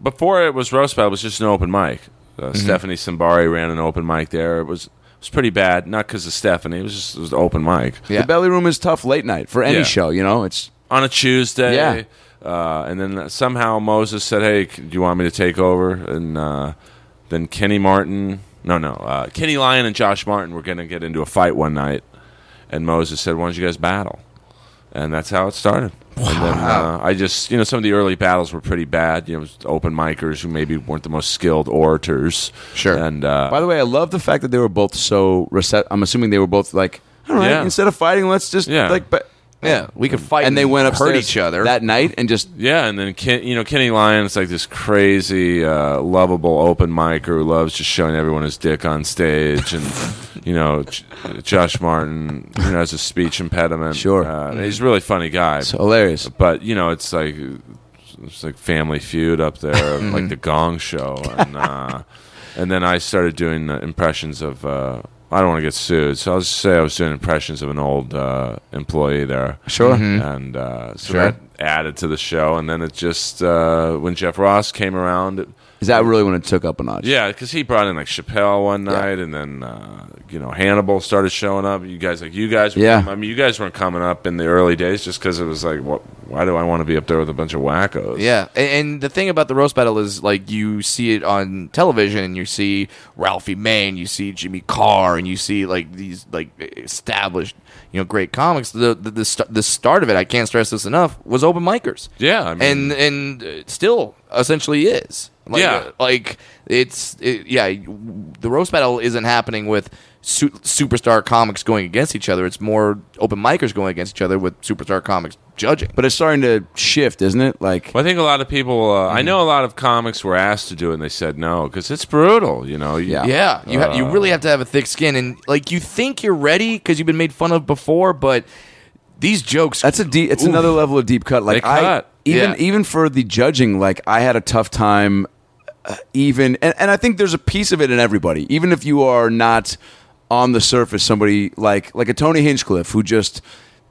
C: before it was roast battle. It was just an open mic. Uh,
B: Mm-hmm.
C: Stephanie Simbari ran an open mic there. It was it was pretty bad, not because of Stephanie. It was just it was an open mic.
B: Yeah.
A: The belly room is tough late night for any
C: Yeah.
A: show. You know, it's
C: on a Tuesday.
A: Yeah.
C: Uh, and then somehow Moses said, "Hey, c- do you want me to take over?" And uh, then Kenny Martin, no, no, uh, Kenny Lyon and Josh Martin were going to get into a fight one night, and Moses said, "Why don't you guys battle?" And that's how it started. And then uh, I just, you know, some of the early battles were pretty bad. You know, it was open micers who maybe weren't the most skilled orators.
B: Sure.
C: And uh,
A: By the way, I love the fact that they were both so. Recep- I'm assuming they were both like, all right,
C: Yeah.
A: instead of fighting, let's just
C: Yeah.
A: like. But
B: yeah, we could fight
A: and they went
B: hurt
A: upstairs
B: each other.
A: that night and just
C: Yeah, and then Ken, you know Kenny Lyons like this crazy, uh, lovable open micer who loves just showing everyone his dick on stage, and you know J- Josh Martin you know, has a speech impediment.
A: Sure.
C: uh, and he's a really funny guy,
A: it's hilarious.
C: but you know it's like it's like Family Feud up there, like the Gong Show, and uh, and then I started doing uh, impressions of. Uh, I don't want to get sued, so I'll just say I was doing impressions of an old uh, employee there
A: Sure.
C: and uh, so that added to the show. And then it just uh, when Jeff Ross came around, it
A: Is that really when it took up a notch?
C: Yeah, because he brought in like Chappelle one night, and then uh, you know Hannibal started showing up. You guys like you guys, were,
A: Yeah.
C: I mean, you guys weren't coming up in the early days just because it was like, what? Why do I want to be up there with a bunch of wackos?
B: Yeah, a- and, the thing about the roast battle is like you see it on television, you see Ralphie May, and you see Jimmy Carr, and you see like these like e, established, you know, great comics. The the the, st- the start of it, I can't stress this enough, was open micers.
C: Yeah, I mean-
B: and and it still essentially is. Like,
C: Yeah.
B: uh, like it's it, yeah, you- the roast battle isn't happening with. Su- superstar comics going against each other. It's more open micers going against each other with superstar comics judging.
A: But it's starting to shift, isn't it? Like
C: Well, I think a lot of people. Uh, I know a lot of comics were asked to do it, and they said no because it's brutal. You know. You-
A: Yeah.
B: Yeah, you ha- you
C: Uh.
B: really have to have a thick skin, and like you think you're ready because you've been made fun of before, but these jokes.
A: That's a deep. It's
B: Oof.
A: another level of deep cut. Like
C: They
A: I
C: cut.
A: even
B: Yeah.
A: even for the judging, like I had a tough time. Uh, even and, and I think there's a piece of it in everybody. Even if you are not on the surface, somebody like like a Tony Hinchcliffe who just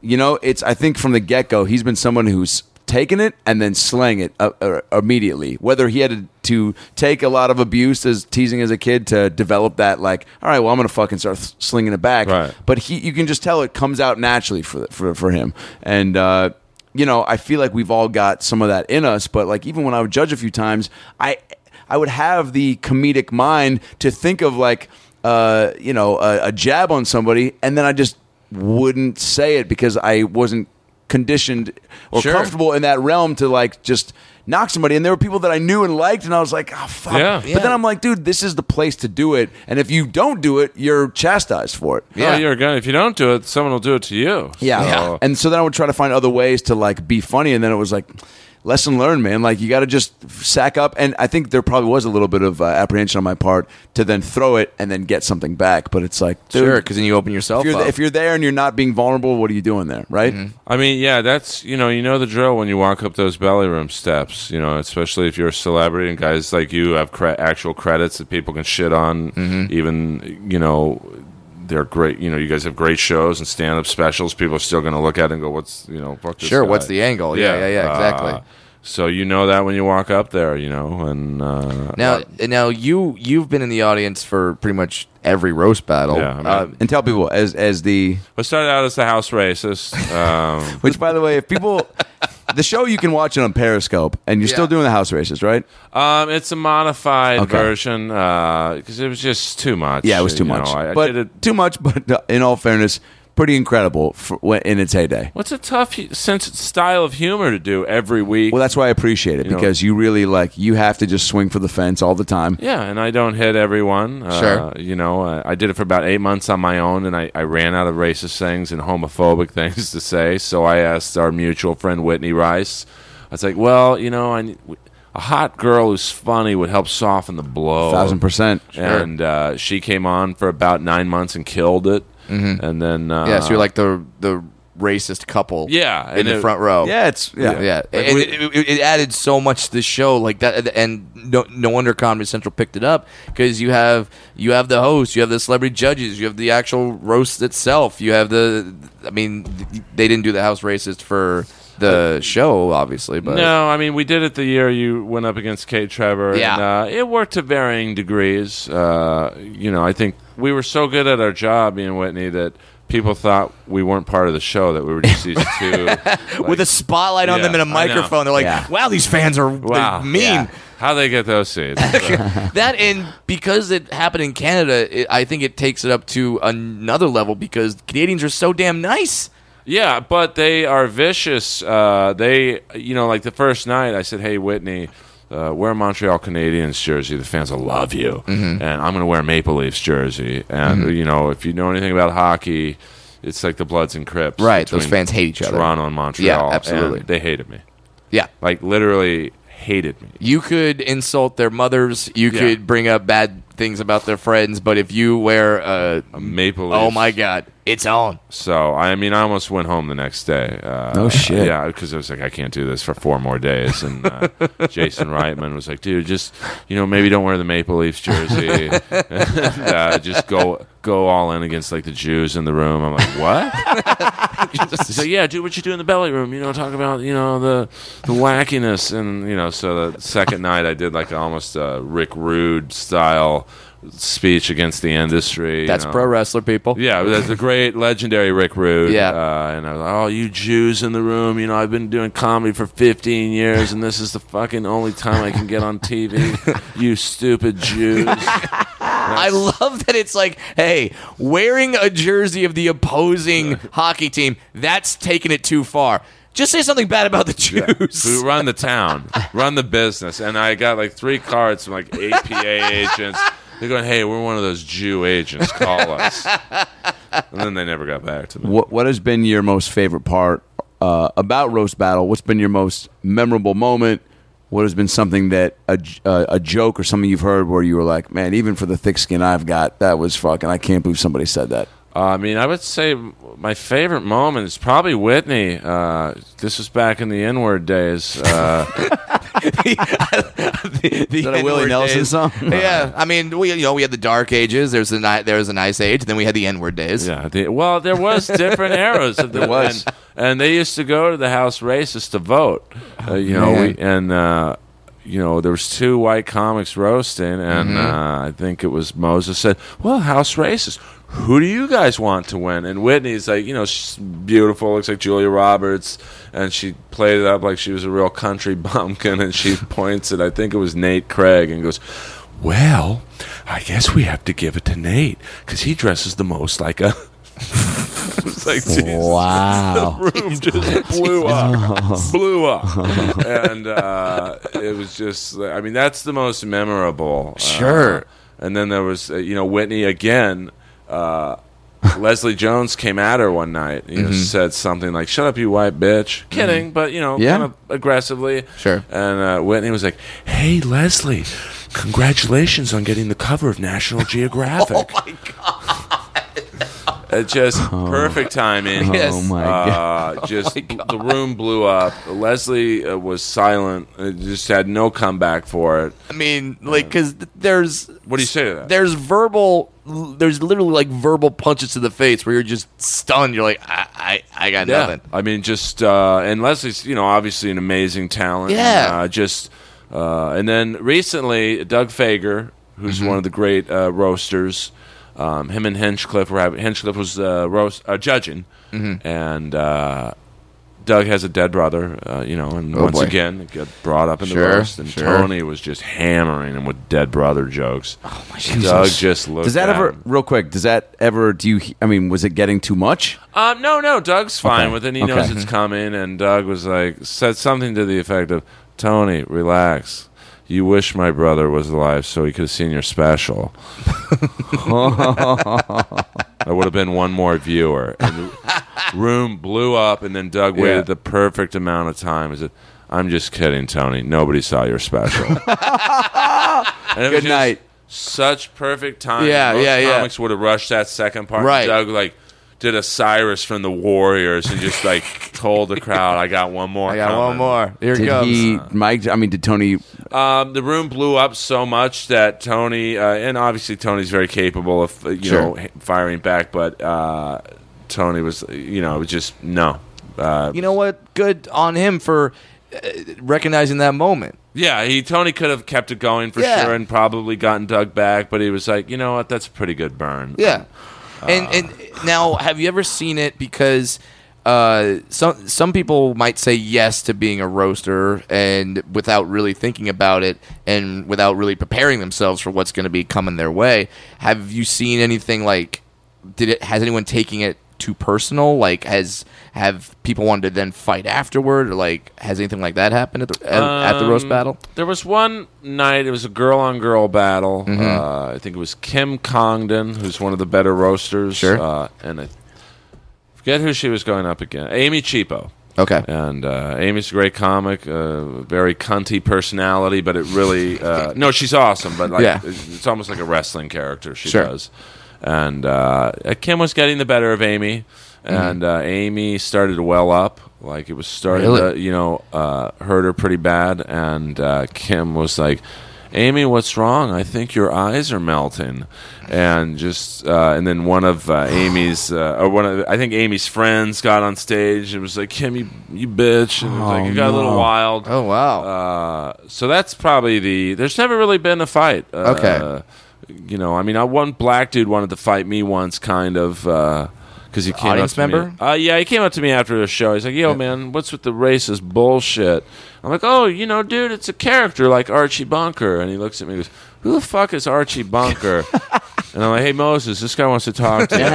A: you know it's I think from the get go he's been someone who's taken it and then slang it uh, uh, immediately. Whether he had to, to take a lot of abuse as teasing as a kid to develop that like all right, well I'm gonna fucking start slinging it back
C: Right.
A: but he you can just tell it comes out naturally for for, for him and uh you know i feel like we've all got some of that in us but like even when i would judge a few times i i would have the comedic mind to think of like uh you know a, a jab on somebody and then i just wouldn't say it because i wasn't conditioned or
B: Sure.
A: comfortable in that realm to like just knock somebody and there were people that i knew and liked and i was like oh fuck
C: Yeah.
A: but then i'm like dude this is the place to do it and if you don't do it you're chastised for it
C: No,
B: Yeah.
C: Oh, you're a gun. If you don't do it, someone will do it to you.
A: yeah.
C: So-
A: And so then I would try to find other ways to like be funny. And then it was like, lesson learned, man. Like you got to just sack up. And I think there probably was a little bit of uh, apprehension on my part to then throw it and then get something back. But it's like, dude,
B: sure, because then you open yourself
A: if, you're
B: up.
A: th- if you're there and you're not being vulnerable, what are you doing there? Right.
C: I mean, yeah, that's you know, you know the drill when you walk up those belly room steps. You know, especially if you're a celebrity and guys like you have cre- actual credits that people can shit on.
B: Mm-hmm.
C: Even you know, they're great. You know, you guys have great shows and stand up specials. People are still going to look at it and go, "What's you know, fuck this
B: sure,
C: guy."
B: what's the angle? Yeah, yeah, yeah, exactly.
C: Uh, so you know that when you walk up there, you know, and uh,
B: now, now you you've been in the audience for pretty much every roast battle.
C: Yeah, I mean-
B: Uh,
A: And tell people as as the
C: I started out as the house racist. Um,
A: which by the way, if people the show you can watch it on Periscope and you're still
B: Yeah.
A: doing the house races, right?
C: Um, it's a modified
A: Okay.
C: version because it was just too much.
A: Yeah, it was too
C: You know,
A: much.
C: I, I
A: but
C: did it.
A: too much. But uh, in all fairness, pretty incredible for, when- in its heyday.
C: What's a tough hu- sense style of humor to do every week?
A: Well, that's why I appreciate it
C: know-
A: because you really like you have to just swing for the fence all the time.
C: yeah, and I don't hit everyone. Uh,
B: Sure.
C: You know, I, I did it for about eight months on my own, and I, I ran out of racist things and homophobic things to say. So I asked our mutual friend Whitney Rice. I was like, well, you know, I, need- a hot girl who's funny would help soften the blow.
A: Thousand percent.
C: And uh, she came on for about nine months and killed it. And then uh,
B: Mm-hmm. yeah, so you're like the the racist couple.
C: Yeah,
B: in
C: and
B: the
C: it-
B: front row.
A: Yeah, it's yeah.
B: yeah.
C: Oh. Like,
B: and
C: we-
B: it, it, it added so much to the show, like that, and no, no wonder Comedy Central picked it up because you have you have the host, you have the celebrity judges, you have the actual roast itself, you have the. I mean, th- they didn't do the house racist for the show, obviously, but
C: No, I mean we did it the year you went up against Kate Trevor.
B: Yeah.
C: and, uh, it worked to varying degrees. Uh, you know, I think we were so good at our job, me and Whitney, that people thought we weren't part of the show. That we were just these two.
B: with a spotlight on
C: Yeah,
B: them and a
C: I know.
B: microphone, they're like,
A: Yeah.
B: "Wow, these fans are
C: Wow.
B: wow. mean."
A: Yeah.
C: how they get those seats.
B: that and because it happened in Canada, it, I think it takes it up to another level because Canadians are so damn nice.
C: Yeah, but they are vicious. Uh, they, you know, like the first night, I said, "Hey, Whitney, uh, wear a Montreal Canadiens jersey. The fans will love you."
B: Mm-hmm.
C: And I'm going to wear a Maple Leafs jersey. And you know, if you know anything about hockey, it's like the Bloods and Crips.
B: Right, those
C: between
B: fans hate each other.
C: Toronto and Montreal.
B: Yeah, absolutely.
C: and they hated me.
B: Yeah.
C: Like literally hated me.
B: You could insult their mothers. You
C: Yeah.
B: could bring up bad things about their friends. But if you wear a,
C: Maple Leafs.
B: oh my god, it's on.
C: So I mean, I almost went home the next day. Uh,
A: No shit.
C: Yeah, because I was like, I can't do this for four more days. And uh, Jason Reitman was like, Dude, just you know, maybe don't wear the Maple Leafs jersey. and, uh, just go go all in against like the Jews in the room. I'm like, what? He's like, yeah, do what you do in the belly room. You know, talk about you know the the wackiness and you know. So the second night, I did like almost a Rick Rude style speech against the industry. you
B: That's
C: know.
B: pro wrestler, people.
C: Yeah, that's the great, legendary Rick Rude.
B: Yeah.
C: Uh, and I was like, oh, you Jews in the room, you know, I've been doing comedy for 15 years, and this is the fucking only time I can get on TV. you stupid Jews.
B: I love that it's like, hey, wearing a jersey of the opposing hockey team, that's taking it too far. Just say something bad about the
C: We
B: Jews.
C: run the town, run the business. And I got like three cards from like APA agents. They're going, hey, we're one of those Jew agents. Call us. And then they never got back to me.
A: What What has been your most favorite part uh, about roast battle? What's been your most memorable moment? What has been something that a, j- uh, a joke or something you've heard where you were like, man, even for the thick skin I've got, that was fucking. I can't believe somebody said that.
C: Uh, I mean, I would say my favorite moment is probably Whitney. Uh, this was back in the N-word days. Uh,
B: the, the
A: Is that a Willie
B: N-word
A: Nelson
B: days.
A: song?
B: Yeah, I mean, we you know we had the Dark Ages. There's the ni- there was a nice age. Then we had the N word days.
C: yeah, the, well, there was different eras of the
A: There was.
C: and, and they used to go to the House races to vote. Uh, you know, we, and uh, you know there was two white comics roasting, and uh, I think it was Moses said, "Well, House races." Who do you guys want to win? And Whitney's like, you know, she's beautiful, looks like Julia Roberts, and she played it up like she was a real country bumpkin. And she points at, I think it was Nate Craig, and goes, "Well, I guess we have to give it to Nate because he dresses the most like a." It's like, Jesus
A: Wow.
C: room just blew up, blew up, and uh, it was just. I mean, that's the most memorable. uh,
B: Sure.
C: and then there was, uh, you know, Whitney again. Uh, Leslie Jones came at her one night. You know, said something like "Shut up, you white bitch," kidding, but you know,
A: Yeah.
C: kind of aggressively.
B: Sure.
C: And uh, Whitney was like, "Hey, Leslie." Congratulations on getting the cover of National Geographic. oh my god! It just perfect timing.
B: Yes.
A: Oh my god. Oh
C: Uh, just the room blew up. Leslie uh, was silent. Uh, just had no comeback for it.
B: I mean, like, because there's
C: What do you say to that?
B: There's verbal. There's literally like verbal punches to the face where you're just stunned. You're like, I, I, I got nothing.
C: I mean, just uh, and Leslie's, you know, obviously an amazing talent.
B: Yeah.
C: uh, just uh, and then recently, Doug Fager, who's one of the great uh, roasters, um, him and Hinchcliffe were having, Hinchcliffe was uh, roast uh, judging, and. Uh, Doug has a dead brother, uh, you know, and once
B: boy.
C: again, it got brought up in
B: Sure,
C: the roast. And
B: sure.
C: Tony was just hammering him with dead brother jokes. Oh my Doug just looked.
A: Does that
C: at
A: ever,
C: him.
A: real quick, does that ever, do you, I mean, was it getting too much?
C: Um, no, no, Doug's fine
A: Okay.
C: with it. He
A: Okay.
C: knows it's coming, and Doug was like said something to the effect of, "Tony, relax. You wish my brother was alive so he could have seen your special. I would have been one more viewer." And the room blew up, and then Doug waited
A: Yeah.
C: the perfect amount of time. He said, "I'm just kidding, Tony. Nobody saw your special." And it was
A: Good
C: just
A: night.
C: Such perfect time.
B: Yeah,
C: Most
B: yeah, yeah.
C: comics would have rushed that second part.
B: Right.
C: Doug like did a Cyrus from the Warriors and just like told the crowd, "I got one more.
B: I got one
C: coming."
B: more. Here it
A: Did
B: goes.
A: he,
C: Uh.
A: Mike, I mean, did Tony,
C: Um, the room blew up so much that Tony, uh, and obviously Tony's very capable of uh, you
B: Sure.
C: know h- firing back, but uh, Tony was you know it was just no. Uh,
B: you know what? Good on him for uh, recognizing that moment.
C: yeah, he Tony could have kept it going for
B: Yeah.
C: sure and probably gotten Doug back, but he was like, you know what, that's a pretty good burn.
B: Yeah.
C: Ah.
B: And and now, have you ever seen it? Because uh, some some people might say yes to being a roaster, and without really thinking about it, and without really preparing themselves for what's going to be coming their way. Have you seen anything like? Did it? Has anyone taking it too personal? Like, has have people wanted to then fight afterward, or like has anything like that happened at the at, at the roast
C: Um,
B: battle?
C: There was one night. It was a girl on girl battle.
B: Mm-hmm.
C: Uh, I think it was Kim Congdon, who's one of the better roasters.
B: Sure.
C: Uh, and I forget who she was going up against. Amy Cheapo.
B: Okay.
C: And uh, Amy's a great comic, uh, very cunty personality, but it really uh, no, she's awesome. But like,
B: Yeah.
C: it's almost like a wrestling character she
B: Sure.
C: does. And uh, Kim was getting the better of Amy,
B: Mm-hmm.
C: and uh, Amy started to well up. Like it was starting
B: Really?
C: to you know uh, hurt her pretty bad, and uh, Kim was like. Amy, what's wrong? I think your eyes are melting. And just, uh, and then one of uh, Amy's, uh, or one of, I think Amy's friends got on stage and was like, Kim, you, you bitch. And it was like, you got a little wild.
B: Oh wow.
C: Uh, so that's probably the. There's never really been a fight. Uh,
B: Okay.
C: You know, I mean, I one black dude wanted to fight me once, kind of, because he came
B: Audience
C: up to
B: member?
C: Me. Uh, yeah, he came up to me after the show. He's like, "Yo, man, what's with the racist bullshit?" I'm like, "Oh, you know, dude, it's a character like Archie Bunker." And he looks at me, and goes, "Who the fuck is Archie Bunker?" and I'm like, "Hey, Moses, this guy wants to talk to you." and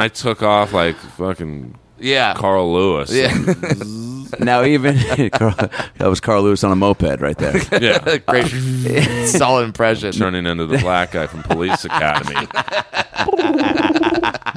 C: I took off like fucking
B: yeah.
C: Carl Lewis.
B: yeah.
A: Now even that was Carl Lewis on a moped right there.
C: yeah.
B: Great. Solid impression.
C: turning into the black guy from Police Academy.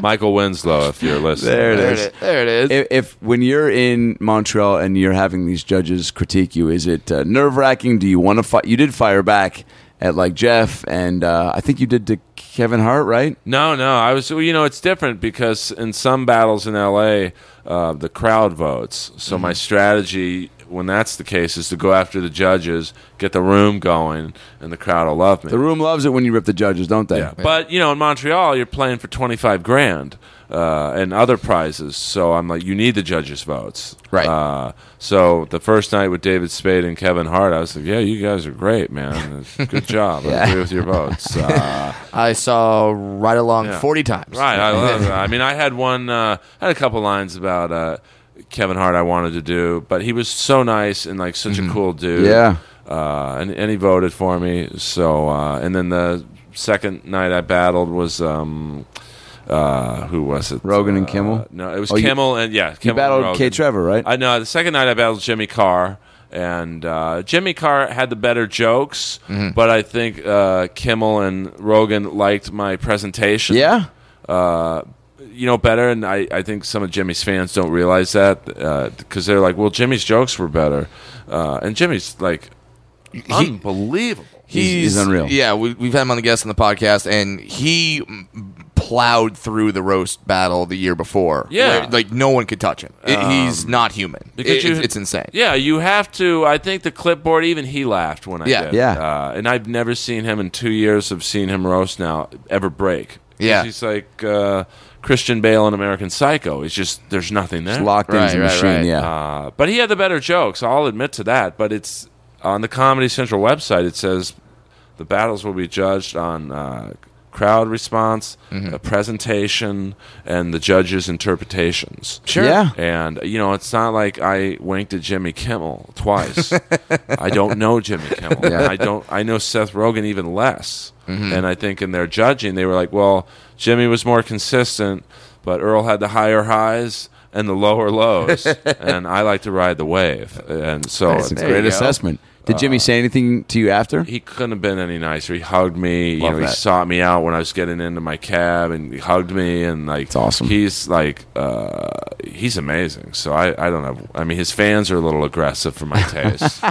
C: Michael Winslow, if you're listening.
A: There it
B: There
A: is.
B: it is. There it is.
A: If, if when you're in Montreal and you're having these judges critique you, is it uh, nerve wracking? Do you want to fight? You did fire back at like Jeff, and uh, I think you did to Kevin Hart, right?
C: No, no, I was. well, You know, it's different because in some battles in L.A., uh, the crowd votes. So
A: Mm-hmm.
C: my strategy when that's the case is to go after the judges, get the room going, and the crowd will love me.
A: The room loves it when you rip the judges, don't they?
C: Yeah. But you know, in Montreal, you're playing for twenty five grand uh, and other prizes. So I'm like, you need the judges' votes,
B: Right.
C: Uh, so the first night with David Spade and Kevin Hart, I was like, yeah, you guys are great, man. Good job. I agree with your votes. Uh,
B: I saw right along
C: Yeah.
B: 40 times.
C: Right. I love that. I mean, I had one. Uh, I had a couple lines about uh, Kevin Hart. I wanted to do, but he was so nice and like such a cool
A: Mm-hmm.
C: dude.
A: Yeah.
C: Uh, and and he voted for me. So uh, and then the second night I battled was. Um, uh, who was it?
A: Rogan and
C: Uh,
A: Kimmel?
C: No, it was
A: Oh, you-
C: Kimmel and yeah,
A: You
C: Kimmel and
A: battled
C: Rogan.
A: Kay Trevor, right?
C: I know. The second night I battled Jimmy Carr, and uh, Jimmy Carr had the better jokes,
A: Mm-hmm.
C: but I think uh, Kimmel and Rogan liked my presentation.
A: yeah.
C: Uh, you know better, and I, I think some of Jimmy's fans don't realize that because they're like, well, Jimmy's jokes were better, uh, and Jimmy's like unbelievable.
A: He's- he's unreal.
B: Yeah, we, we've had him on the guest on the podcast, and he mm, plowed through the roast battle the year before.
C: Yeah.
B: where, like no one could touch him. It- he's not human. It-
C: because you-
B: it's, it's insane.
C: Yeah, you have to. I think the clipboard. Even he laughed when I
B: Yeah.
C: did.
A: Yeah.
C: Uh, and I've never seen him in two years of seeing him roast now ever break. 'Cause
B: Yeah.
C: he's like uh, Christian Bale in American Psycho. He's just there's nothing there.
A: Locked
B: Right,
A: into the
B: right,
A: machine,
B: right.
A: yeah.
C: Uh, but he had the better jokes. I'll admit to that. But it's on the Comedy Central website. It says the battles will be judged on uh, crowd response,
A: Mm-hmm.
C: uh, presentation, and the judges' interpretations.
A: Sure. Yeah.
C: And you know, it's not like I winked at Jimmy Kimmel twice. I don't know Jimmy Kimmel.
A: Yeah. Mm-hmm.
C: I don't. I know Seth Rogen even less. And I think in their judging, they were like, "Well, Jimmy was more consistent, but Earl had the higher highs." And the lower lows, and I like to ride the wave, and so
A: That's a
C: it's-
A: great assessment. Did Jimmy say anything to you after?
C: he couldn't have been any nicer. He hugged me.
A: Love
C: you know,
A: that.
C: he sought me out when I was getting into my cab, and he hugged me. And like, it's
A: awesome.
C: He's like, uh, he's amazing. So I, I don't know. I mean, his fans are a little aggressive for my taste.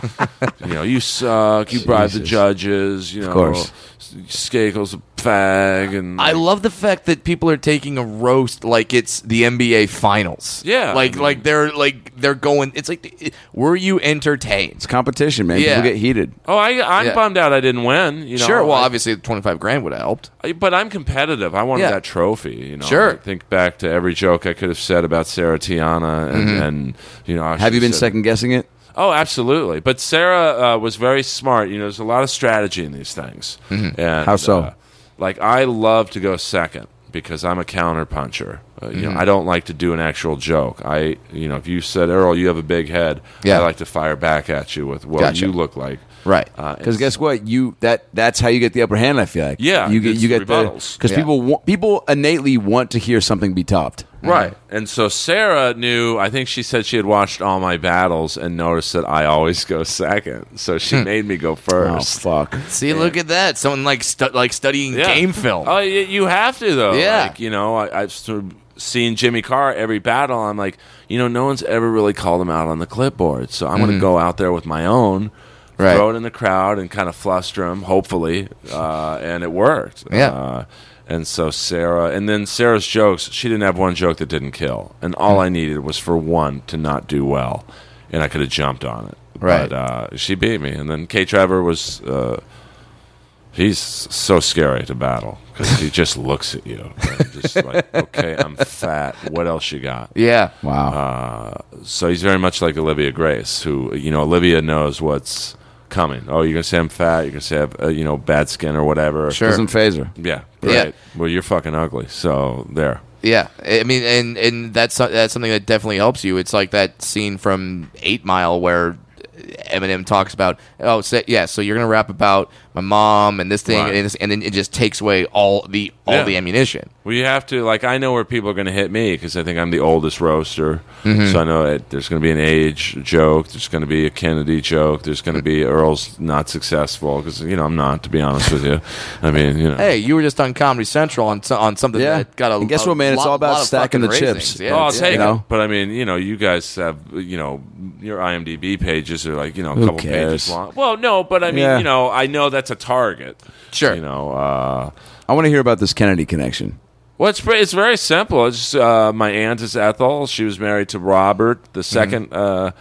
C: you know, you suck. You bribe the
A: Jesus.
C: judges. You know,
A: course.
C: Skakel's a fag, and
B: I love the fact that people are taking a roast like it's the NBA finals.
C: Yeah.
B: like like they're like they're going. It's like, it- were you entertained?
A: It's competition, man.
B: Yeah.
A: People get heated.
C: oh, I, I'm
B: Yeah.
C: bummed out I didn't win. You know,
B: sure. Well,
C: I-
B: obviously, twenty five grand would have helped.
C: I- but I'm competitive. I wanted
B: Yeah.
C: that trophy. You know,
B: Sure.
C: I think back to every joke I could have said about Sarah Tiana, and, and you know, I
A: Mm-hmm. Have you
C: should've
A: been
C: said-
A: second guessing it?
C: Oh, absolutely. But Sarah uh, was very smart. You know, there's a lot of strategy in these things. And,
A: How so?
C: uh, like, I love to go second because I'm a counter puncher. Uh, you know, I don't like to do an actual joke. I, you know, if you said, Earl, you have a big head,
B: Yeah.
C: I like to fire back at you with what
B: Gotcha.
C: you look like.
B: Right.
C: Uh,
A: Because guess what, you that that's how you get the upper hand. I feel like
C: Yeah,
A: you get
C: it's
A: you get
C: rebuttals.
A: the because
B: Yeah.
A: people want, people innately want to hear something be topped.
C: Right. And so Sarah knew, I think she said she had watched all my battles and noticed that I always go second. So she made me go first.
A: fuck!
B: See, look at that. Someone like stu- like studying game film.
C: Oh, y- you have to though.
B: Yeah.
C: Like, you know, I, I've sort of seen Jimmy Carr every battle. I'm like, you know, no one's ever really called him out on the clipboard, so I'm going to go out there with my own.
B: Mm-hmm. Right.
C: Throw it in the crowd and kind of fluster him, hopefully, uh, and it worked.
B: Yeah.
C: Uh, and so Sarah, and then Sarah's jokes. She didn't have one joke that
B: Mm.
C: didn't kill, and all I needed was for one to not do well, and I could have jumped on it.
B: Right.
C: But uh, she beat me, and then Kay Trevor was. Uh, he's so scary to battle because he just looks at you, and just like, okay, I'm fat. What else you got?
B: Yeah.
A: Wow.
C: Uh, So he's very much like Olivia Grace, who you know Olivia knows what's coming. Oh, you're gonna say I'm fat. You're gonna say I have uh, you know bad skin or whatever.
B: Sure.
A: Doesn't phase her.
C: Yeah. Right.
B: Yeah.
C: Well, you're fucking ugly. So there.
B: Yeah, I mean, and and that's so- that's something that definitely helps you. It's like that scene from Eight Mile where Eminem talks about, oh, so, yeah, so you're gonna rap about my mom and this thing,
C: Right.
B: and, this, and then it just takes away all the all
C: Yeah.
B: the ammunition.
C: Well, you have to like. I know where people are going to hit me because I think I'm the oldest roaster.
A: Mm-hmm.
C: So I know it, there's going to be an age joke. There's going to be a Kennedy joke. There's going to be Earl's not successful because you know I'm not. To be honest with you, I mean you know.
B: Hey, you were just on Comedy Central on so- on something
A: Yeah.
B: that got a.
A: And guess
B: a
A: what, man? It's
B: lot-
A: all about
B: lot of
A: stacking
B: fucking
A: the
B: raisins.
A: chips.
B: Yeah,
C: oh, I'll
B: it's-
C: take
A: you
C: it.
A: know?
C: But I mean, you know, you guys have, you know, your IMDb pages are like, you know, a couple
A: cares?
C: pages long. Well, no, but I mean,
A: Yeah.
C: you know, I know that's a target.
B: Sure.
C: You know, uh,
A: I want to hear about this Kennedy connection.
C: well, it's, pre- it's very simple. It's just, uh, my aunt is Ethel. She was married to Robert, the 2nd uh,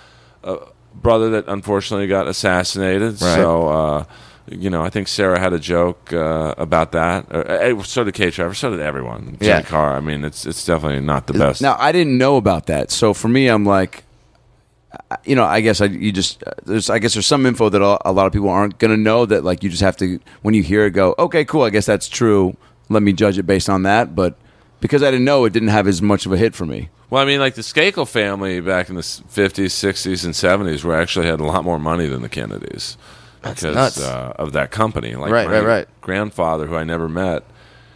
C: uh, brother that unfortunately got assassinated. So, uh, you know, I think Sarah had a joke uh, about that. Uh, so did Kay Trevor. So did everyone. Jimmy
B: Yeah.
C: Carr. I mean, it's it's definitely not the best.
A: Now I didn't know about that, so for me, I'm like, I- you know, I guess I you just uh, there's I guess there's some info that a a lot of people aren't gonna know that like you just have to when you hear it go, okay, cool, I guess that's true. Let me judge it based on that, but because I didn't know, it didn't have as much of a hit for me.
C: Well, I mean, like the Skakel family back in the s- 50s, 60s, and 70s were actually had a lot more money than the Kennedys because
B: nuts.
C: Uh, of that company. Like
B: Right,
C: my
B: right, right.
C: grandfather, who I never met,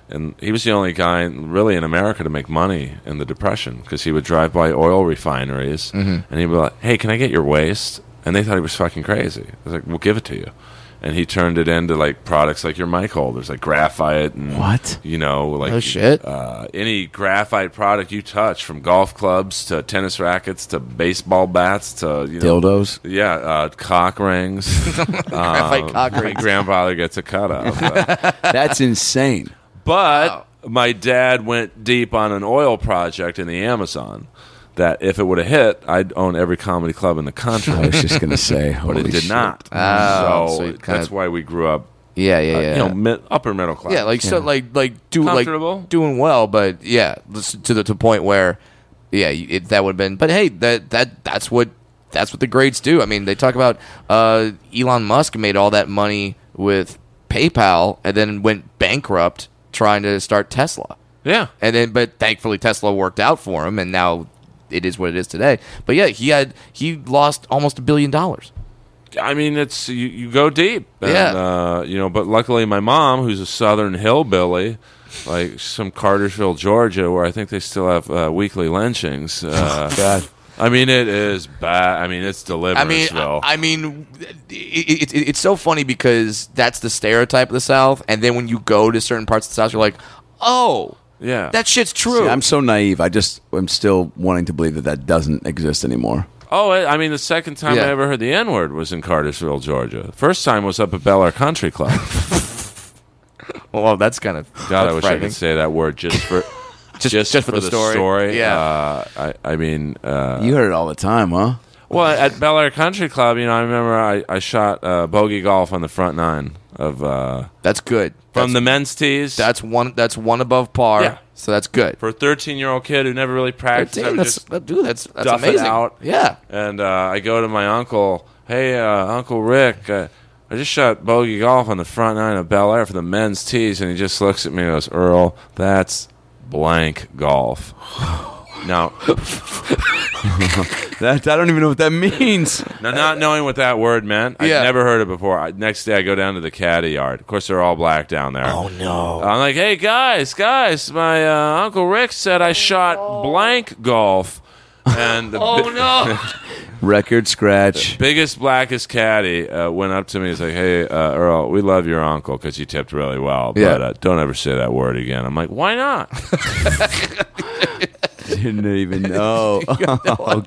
C: and he was the only guy in, really in America to make money in the Depression because he would drive by oil refineries
B: Mm-hmm.
C: and he'd be like, hey, can I get your waste? And they thought he was fucking crazy. I was like, we'll give it to you. And he turned it into like products like your mic holders, like graphite and
A: What?
C: you know, like
B: Oh, shit.
C: uh, any graphite product you touch, from golf clubs to tennis rackets to baseball bats to you know,
A: Dildos.
C: yeah, uh, cock rings. Um,
B: Graphite cock
C: my
B: rings.
C: grandfather gets a cut out. But,
A: That's insane.
C: but my dad went deep on an oil project in the Amazon. That if it would have hit, I'd own every comedy club in the
A: I
C: country.
A: was just gonna say,
C: but it did not.
B: Oh, so
C: so
B: you kinda-
C: that's why we grew up,
B: yeah, yeah,
C: uh,
B: yeah.
C: you know, mid, upper middle class.
B: yeah, like so, like like do like
C: Comfortable.
B: doing well, but yeah, this- to the to the point where, yeah, it, that would have been. But hey, that that that's what that's what the grades do. I mean, they talk about uh, Elon Musk made all that money with PayPal and then went bankrupt trying to start Tesla,
C: yeah.
B: and then but thankfully Tesla worked out for him, and now it is what it is today. But yeah, he had he lost almost a billion dollars.
C: I mean, it's you, you go deep. And,
B: Yeah.
C: Uh, you know, but luckily my mom, who's a southern hillbilly, like some Cartersville, Georgia, where I think they still have uh, weekly lynchings. Uh, I mean, it is bad. I mean, it's
B: I mean,
C: Deliveraceville.
B: I, I mean, it, it, it, it's so funny because that's the stereotype of the South, and then when you go to certain parts of the South, you're like, oh,
C: Yeah.
B: that shit's true.
A: See, I'm so naive. I just I'm still wanting to believe that that doesn't exist anymore.
C: oh, I, I mean, the second time
B: Yeah.
C: I ever heard the N word was in Cartersville, Georgia. First time was up at Bel Air Country Club.
B: well, that's kind of
C: God,
B: that's
C: I wish I
B: frightening.
C: could say that word just for
B: just, just for, the, story. Yeah,
C: Uh, I, I mean, uh,
A: You heard it all the time, huh?
C: Well, at Bel Air Country Club, you know, I remember I, I shot uh, bogey golf on the front nine of uh,
B: that's good.
C: from
B: that's,
C: the men's tees.
B: that's one that's one above par.
C: Yeah.
B: So that's good.
C: for a 13 year old kid who never really practiced. I
B: 13,
C: was
B: that's
C: just-
B: that- dude, that's that's
C: duff it
B: amazing.
C: out.
B: Yeah,
C: and uh, I go to my uncle. Hey, uh, Uncle Rick, uh, I just shot bogey golf on the front nine of Bel Air for the men's tees, and he just looks at me and goes, "Earl, that's blank golf." now,
A: That I don't even know what that means.
C: Now, not knowing what that word meant,
B: Yeah.
C: I'd never heard it before. I, next day, I go down to the caddy yard. Of course, they're all black down there. Oh no! I'm like, hey guys, guys, my uh, uncle Rick said I shot blank golf, and the bi-
B: no,
A: Record scratch.
C: biggest blackest caddy uh, went up to me. He's like, hey uh, Earl, we love your uncle because you tipped really well,
A: Yeah.
C: but uh, don't ever say that word again. I'm like, why not?
A: Didn't even know. oh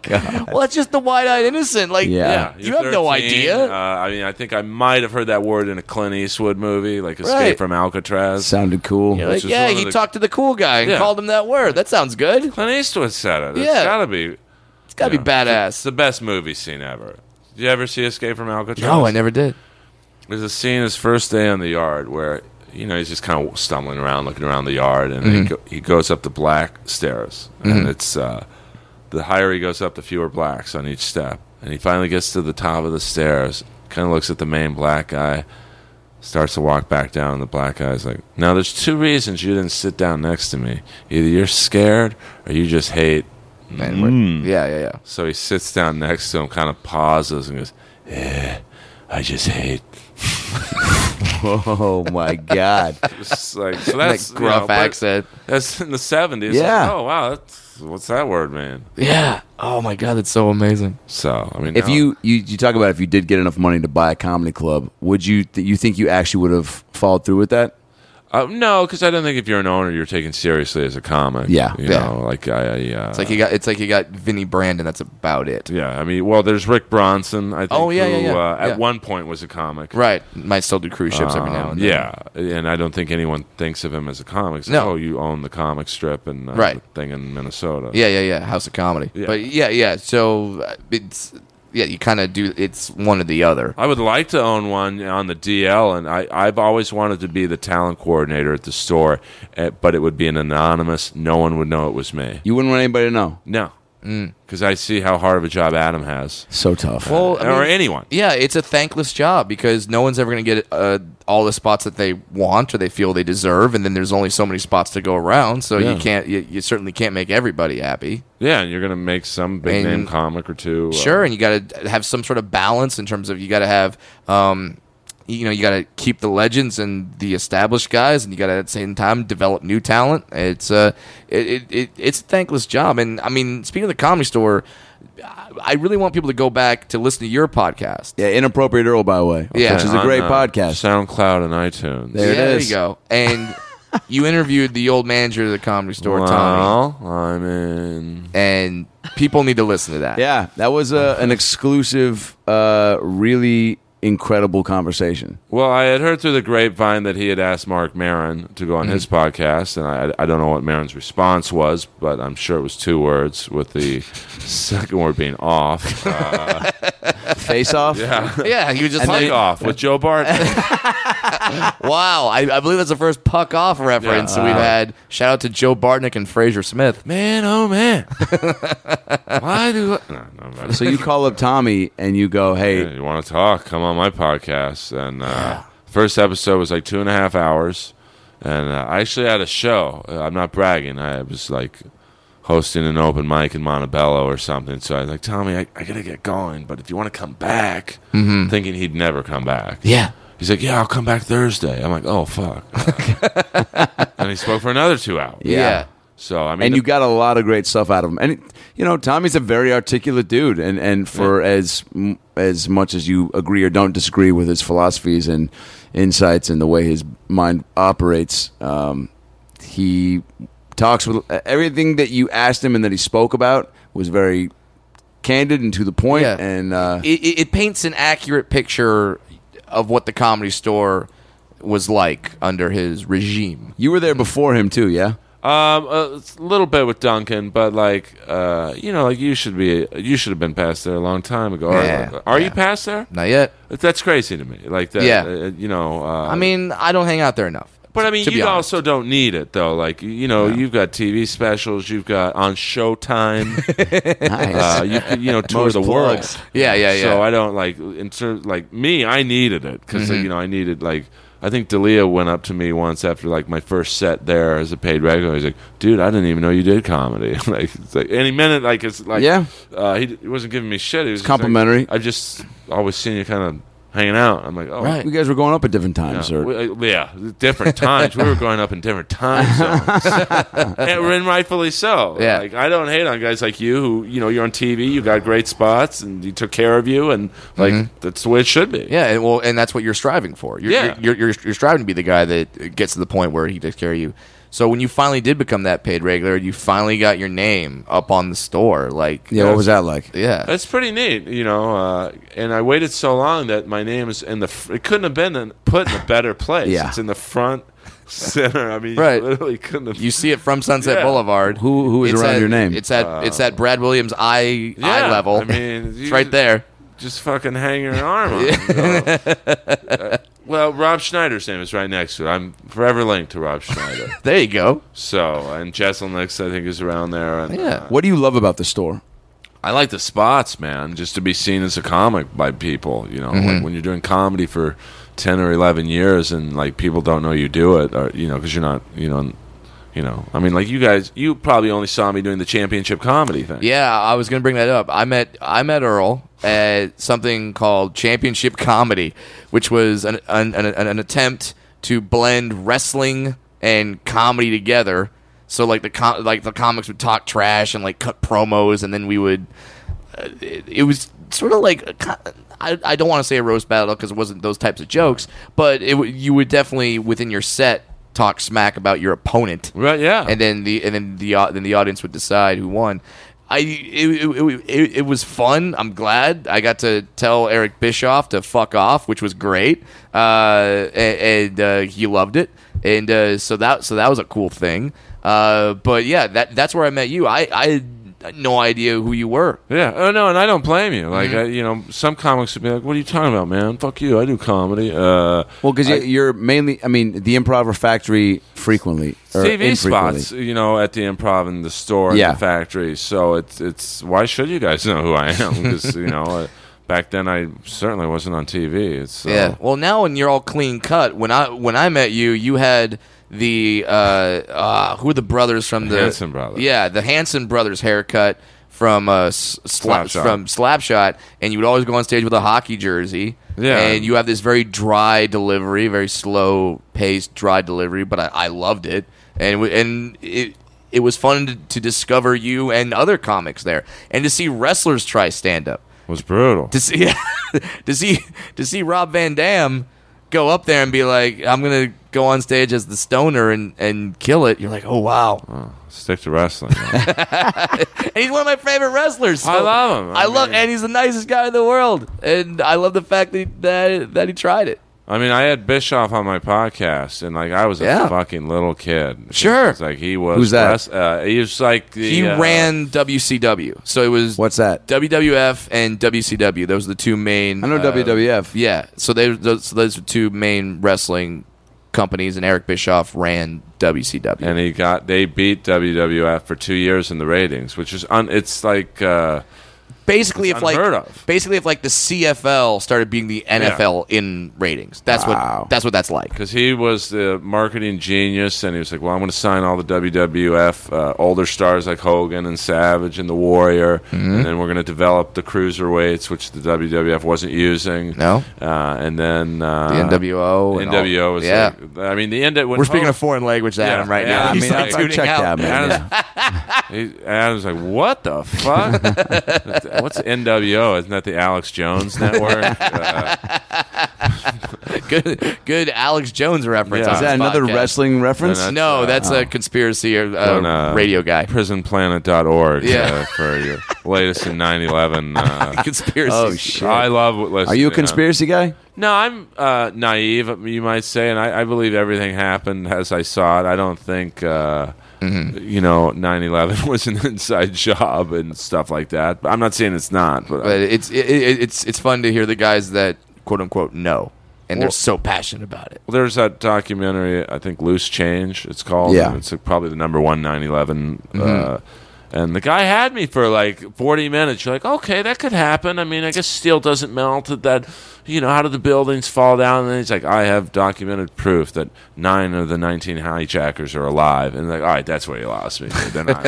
A: god.
B: well, that's just the wide-eyed innocent. Like,
A: Yeah.
B: you
C: you're
B: have no
C: 13.
B: idea.
C: Uh, I mean, I think I might have heard that word in a Clint Eastwood movie, like Escape
B: Right.
C: from Alcatraz.
A: Sounded cool.
B: Like,
C: which is
B: yeah,
C: one of
B: he
C: the-
B: talked to the cool guy and
C: Yeah.
B: called him that word. That sounds good.
C: Clint Eastwood said it. It's
B: Yeah.
C: gotta be.
B: It's gotta
C: Yeah.
B: be
C: It's
B: badass.
C: the best movie scene ever. Did you ever see Escape from Alcatraz?
B: No, I never did.
C: There's a scene his first day on the yard where you know he's just kind of stumbling around, looking around the yard, and
B: Mm-hmm.
C: he, go, he goes up the black stairs, and it's uh, the higher he goes up, the fewer blacks on each step, and he finally gets to the top of the stairs, kind of looks at the main black guy, starts to walk back down, and the black guy's like, "Now there's two reasons you didn't sit down next to me. Either you're scared, or you just hate."
B: Man, we're-
A: Hmm.
B: Yeah, yeah, yeah.
C: So he sits down next to him, kind of pauses, and goes, "Eh, I just hate."
A: Oh my god!
C: It's like so that's
B: that gruff
C: you know, but
B: accent.
C: That's in the seventies.
A: Yeah.
C: oh wow, that's, what's that word mean?
B: Yeah. Oh my god, that's so amazing.
C: So I mean,
A: If
C: now-
A: you, you you talk about if you did get enough money to buy a comedy club, would you th- you think you actually would have followed through with that?
C: uh, no, because I don't think if you're an owner, you're taken seriously as a comic.
A: Yeah.
C: you
B: Yeah.
C: know, like I, I uh,
B: It's like you got. It's like you got Vinnie Brandon. That's about it.
C: yeah. I mean, well, there's Rick Bronson. I think,
B: Oh, yeah,
C: who,
B: yeah, yeah.
C: Uh, at
B: Yeah.
C: one point was a comic.
B: Right. Might still do cruise ships every now
C: Um,
B: and then.
C: yeah, and I don't think anyone thinks of him as a comic. It's like,
B: No.
C: oh, you own the comic strip and uh,
B: Right.
C: the thing in Minnesota.
B: Yeah, yeah, yeah. House of Comedy.
C: Yeah.
B: But yeah, yeah. So uh, it's yeah. You kind of do. It's one or the other.
C: I would like to own one on the DL, and I, I've always wanted to be the talent coordinator at the store, eh, but it would be an anonymous. No one would know it was me.
A: You wouldn't want anybody to know.
C: No, because I see how hard of a job Adam has,
A: So tough.
B: Well, I
C: Uh, or
B: mean,
C: anyone.
B: yeah, it's a thankless job because no one's ever going to get uh, all the spots that they want or they feel they deserve, and then there's only so many spots to go around. So
C: Yeah.
B: you can't. You, you certainly can't make everybody happy.
C: Yeah, and you're gonna make some
B: And-
C: big name comic or two. uh,
B: Sure, and you got to have some sort of balance in terms of you got to have, um, you know, you got to keep the legends and the established guys, and you got to at the same time develop new talent. It's uh, it, it, it it's a thankless job, and I mean, speaking of the comedy store, I I really want people to go back to listen to your podcast.
A: yeah, inappropriate Earl, by the way.
B: Yeah.
A: which is a
C: on,
A: great
C: uh,
A: podcast.
C: SoundCloud and iTunes.
A: There it
B: yeah,
A: is.
B: There you go. And you interviewed the old manager of the comedy store, Tommy,
C: well, I mean,
B: and people need to listen to that.
A: Yeah, that was a, an exclusive, uh, really incredible conversation.
C: well, I had heard through the grapevine that he had asked Mark Maron to go on his podcast, and I, I don't know what Maron's response was, but I'm sure it was two words, with the second word being off. Uh,
A: Face off.
C: yeah.
B: Yeah, you just
C: Fuck
B: like, "Oh,
C: off with Joe Barton.
B: wow. I, I believe that's the first puck off reference
C: Yeah. uh,
B: that we've had. Shout out to Joe Bartnick and Fraser Smith.
C: man, oh man. Why do I. No, no, I'm not-
A: So you call up Tommy and you go,
C: Yeah,
A: "Hey,
C: you want to talk? Come on my podcast. And uh, first episode was like two and a half hours, and uh, I actually had a show. Uh, I'm not bragging. I was like hosting an open mic in Montebello or something. So I was like, Tommy, I, I gotta get going. But if you want to come back,
A: Mm-hmm.
C: thinking he'd never come back.
B: Yeah.
C: He's like, yeah, I'll come back Thursday. I'm like, oh fuck. Uh, and he spoke for another two hours.
A: Yeah.
C: So I mean,
A: and
C: the-
A: you got a lot of great stuff out of him. And you know, Tommy's a very articulate dude, and and for as m- as much as you agree or don't disagree with his philosophies and insights and the way his mind operates, um, he talks with uh, everything that you asked him and that he spoke about was very candid and to the point,
B: Yeah.
A: and uh,
B: It, it, it paints an accurate picture of what the comedy store was like under his regime.
A: you were there before him too, yeah.
C: Um, a little bit with Duncan, but like, uh, you know, like you should be, you should have been past there a long time ago. Are-
B: Yeah.
C: are you past there?
B: Not yet.
C: That's crazy to me. Like that,
B: Yeah.
C: uh, you know. Uh,
B: I mean, I don't hang out there enough.
C: but I mean,
B: to be
C: you
B: honest.
C: also don't need it though. Like, you know, you've got TV specials, you've got on Showtime,
A: Nice.
C: uh, you can, you know, tour
A: Most
C: the
A: plugs.
C: world.
B: Yeah, yeah, yeah.
C: So I don't like in terms like me. I needed it because
B: Mm-hmm.
C: you know I needed like I think Dalia went up to me once after like my first set there as a paid regular. He's like, "Dude, I didn't even know you did comedy." like, it's like any minute, like it's like
A: Yeah.
C: uh, he, d- he wasn't giving me shit. He was just
A: complimentary.
C: Like, I've just always seen you kind of hanging out. I'm like, oh.
B: Right.
A: you guys were going up at different
C: Yeah,
A: times, or
C: we- uh, yeah, different times. we were growing up in different time zones, and, and rightfully so.
B: Yeah.
C: like I don't hate on guys like you who you know you're on TV, you got great spots, and you took care of you, and like that's the way it should be.
B: Mm-hmm. Yeah, and well, and that's what you're striving for. You're,
C: Yeah.
B: you're, you're, you're striving to be the guy that gets to the point where he takes care of you. So when you finally did become that paid regular, you finally got your name up on the store. Like,
A: yeah, what was that like?
B: Yeah,
C: That's pretty neat, you know. Uh, and I waited so long that my name is in the. Fr- it couldn't have been in, put in a better place.
A: Yeah.
C: It's in the front center. I mean,
B: Right.
C: you literally couldn't have.
B: you see it from Sunset
C: Yeah.
B: Boulevard.
A: Who- who is
B: It's
A: around
B: at-
A: your name?
B: It's at it's at Brad Williams eye
C: Yeah,
B: eye level.
C: I mean,
B: it's
C: you-
B: right there.
C: just fucking hang your arm on. you know? Uh, well, Rob Schneider's name is right next to it. I'm forever linked to Rob Schneider.
B: There you go.
C: so, and Jesselnick's, I think, is around there. And,
B: Yeah.
C: uh,
A: What do you love about the store?
C: I like the spots, man, just to be seen as a comic by people. You know,
B: Mm-hmm.
C: like when you're doing comedy for ten or eleven years, and like people don't know you do it, or you know, because you're not, you know, you know. I mean, like you guys, you probably only saw me doing the championship comedy thing.
B: Yeah, I was going to bring that up. I met I met Earl at something called Championship Comedy, which was an an, an, an attempt to blend wrestling and comedy together. So like the com- like the comics would talk trash and like cut promos, and then we would. Uh, it, it was sort of like a co- I, I don't want to say a roast battle because it wasn't those types of jokes, but it, w- you would definitely within your set talk smack about your opponent
C: Right? Yeah.
B: and then the and then the au- then the audience would decide who won. I it, it, it, it, it was fun. I'm glad I got to tell Eric Bischoff to fuck off, which was great, uh, and, and uh, he loved it. And uh, so that so that was a cool thing. Uh, but yeah, that that's where I met you. I I had no idea who you were.
C: Yeah. Oh no, and I don't blame you. Like I, you know, some comics would be like, "What are you talking about, man? Fuck you! I do comedy." Uh,
A: Well, because you're mainly, I mean, the Improver Factory frequently. Or
C: TV
A: infrequently.
C: spots, you know, at the improv and the store and
A: Yeah.
C: the factory. So it's it's why should you guys know who I am? Because you know, uh, back then I certainly wasn't on TV. It's uh, so.
B: Yeah. Well, now when you're all clean cut, when I when I met you, you had the uh, uh who are the brothers from the
C: Hanson brothers.
B: Yeah, the Hanson brothers haircut from uh s- slap,
C: Slapshot.
B: from Slapshot, and you would always go on stage with a hockey jersey.
C: Yeah.
B: And you have this very dry delivery, very slow paced dry delivery, but I, I loved it, and w- and it. It was fun to, to discover you and other comics there, and to see wrestlers try stand up
C: was brutal.
B: to see to see to see Rob Van Dam go up there and be like, "I'm gonna go on stage as the Stoner and and kill it." You're like, "Oh wow!"
C: Stick to wrestling. man.
B: And he's one of my favorite wrestlers. so-
C: I love him.
B: I, love,
C: mean-
B: and he's the nicest guy in the world. And I love the fact that he, that, that he tried it.
C: I mean, I had Bischoff on my podcast, and like I was a
B: Yeah.
C: fucking little kid.
B: Sure.
C: It's like he was.
A: Who's that?
C: wrest- uh, he was like the,
B: He
C: uh,
B: ran WCW, so it was
A: What's that?
B: WWF and WCW. Those are the two main.
A: I know
B: uh,
A: WWF.
B: Yeah, so they those, so those are two main wrestling companies, and Eric Bischoff ran WCW.
C: and he got they beat WWF for two years in the ratings, which is un, it's like uh,
B: basically
C: It's
B: if like
C: unheard of.
B: basically if like the CFL started beating the NFL in ratings. That's
A: Wow.
B: what that's what that's like.
C: because he was the marketing genius, and he was like, "Well, I'm going to sign all the WWF uh, older stars like Hogan and Savage and the Warrior,
B: Mm-hmm.
C: and then we're going to develop the cruiserweights, which the WWF wasn't using.
B: No.
C: uh, and then uh,
B: The NWO and all-
C: NWO was
B: yeah.
C: like- I mean, the end.
B: Uh-huh. We're speaking a foreign language to
C: Yeah,
B: Adam right
C: yeah,
B: now.
C: I
B: He's
C: mean,
B: like
C: I- I
B: tuning
A: checked
B: out.
A: out, man.
C: Adam's, he, Adam's like, what the fuck? What's NWO? Isn't that the Alex Jones network? Uh,
B: good, good Alex Jones reference.
C: Yeah.
B: on
C: Is
A: Is that
B: this
A: another
B: podcast.
A: wrestling reference?
C: No,
B: No, that's a conspiracy or uh,
C: on, uh,
B: radio guy.
C: Prisonplanet.org
B: Yeah.
C: uh, for your latest in 9 11. Uh,
B: conspiracy.
A: Oh, shit.
C: I love what listening.
A: Are you a
C: uh,
A: conspiracy guy?
C: No, I'm uh, naive, you might say, and I, I believe everything happened as I saw it. I don't think, uh,
A: Mm-hmm.
C: you know, 9 11 was an inside job and stuff like that. But I'm not saying it's not, but,
B: But it's it, it, it's it's fun to hear the guys that quote unquote know, and they're
C: Well-
B: so passionate about it.
C: Well, there's that documentary, I think Loose Change, it's called.
A: Yeah.
C: It's uh, probably the number one 9 11. Uh, and the guy had me for like 40 minutes. You're like, okay, that could happen. I mean, I guess steel doesn't melt. That- That, you know, how do the buildings fall down? And then he's like, I have documented proof that nine of the 19 hijackers are alive. And like, all right, that's where you lost me. dude. They're not.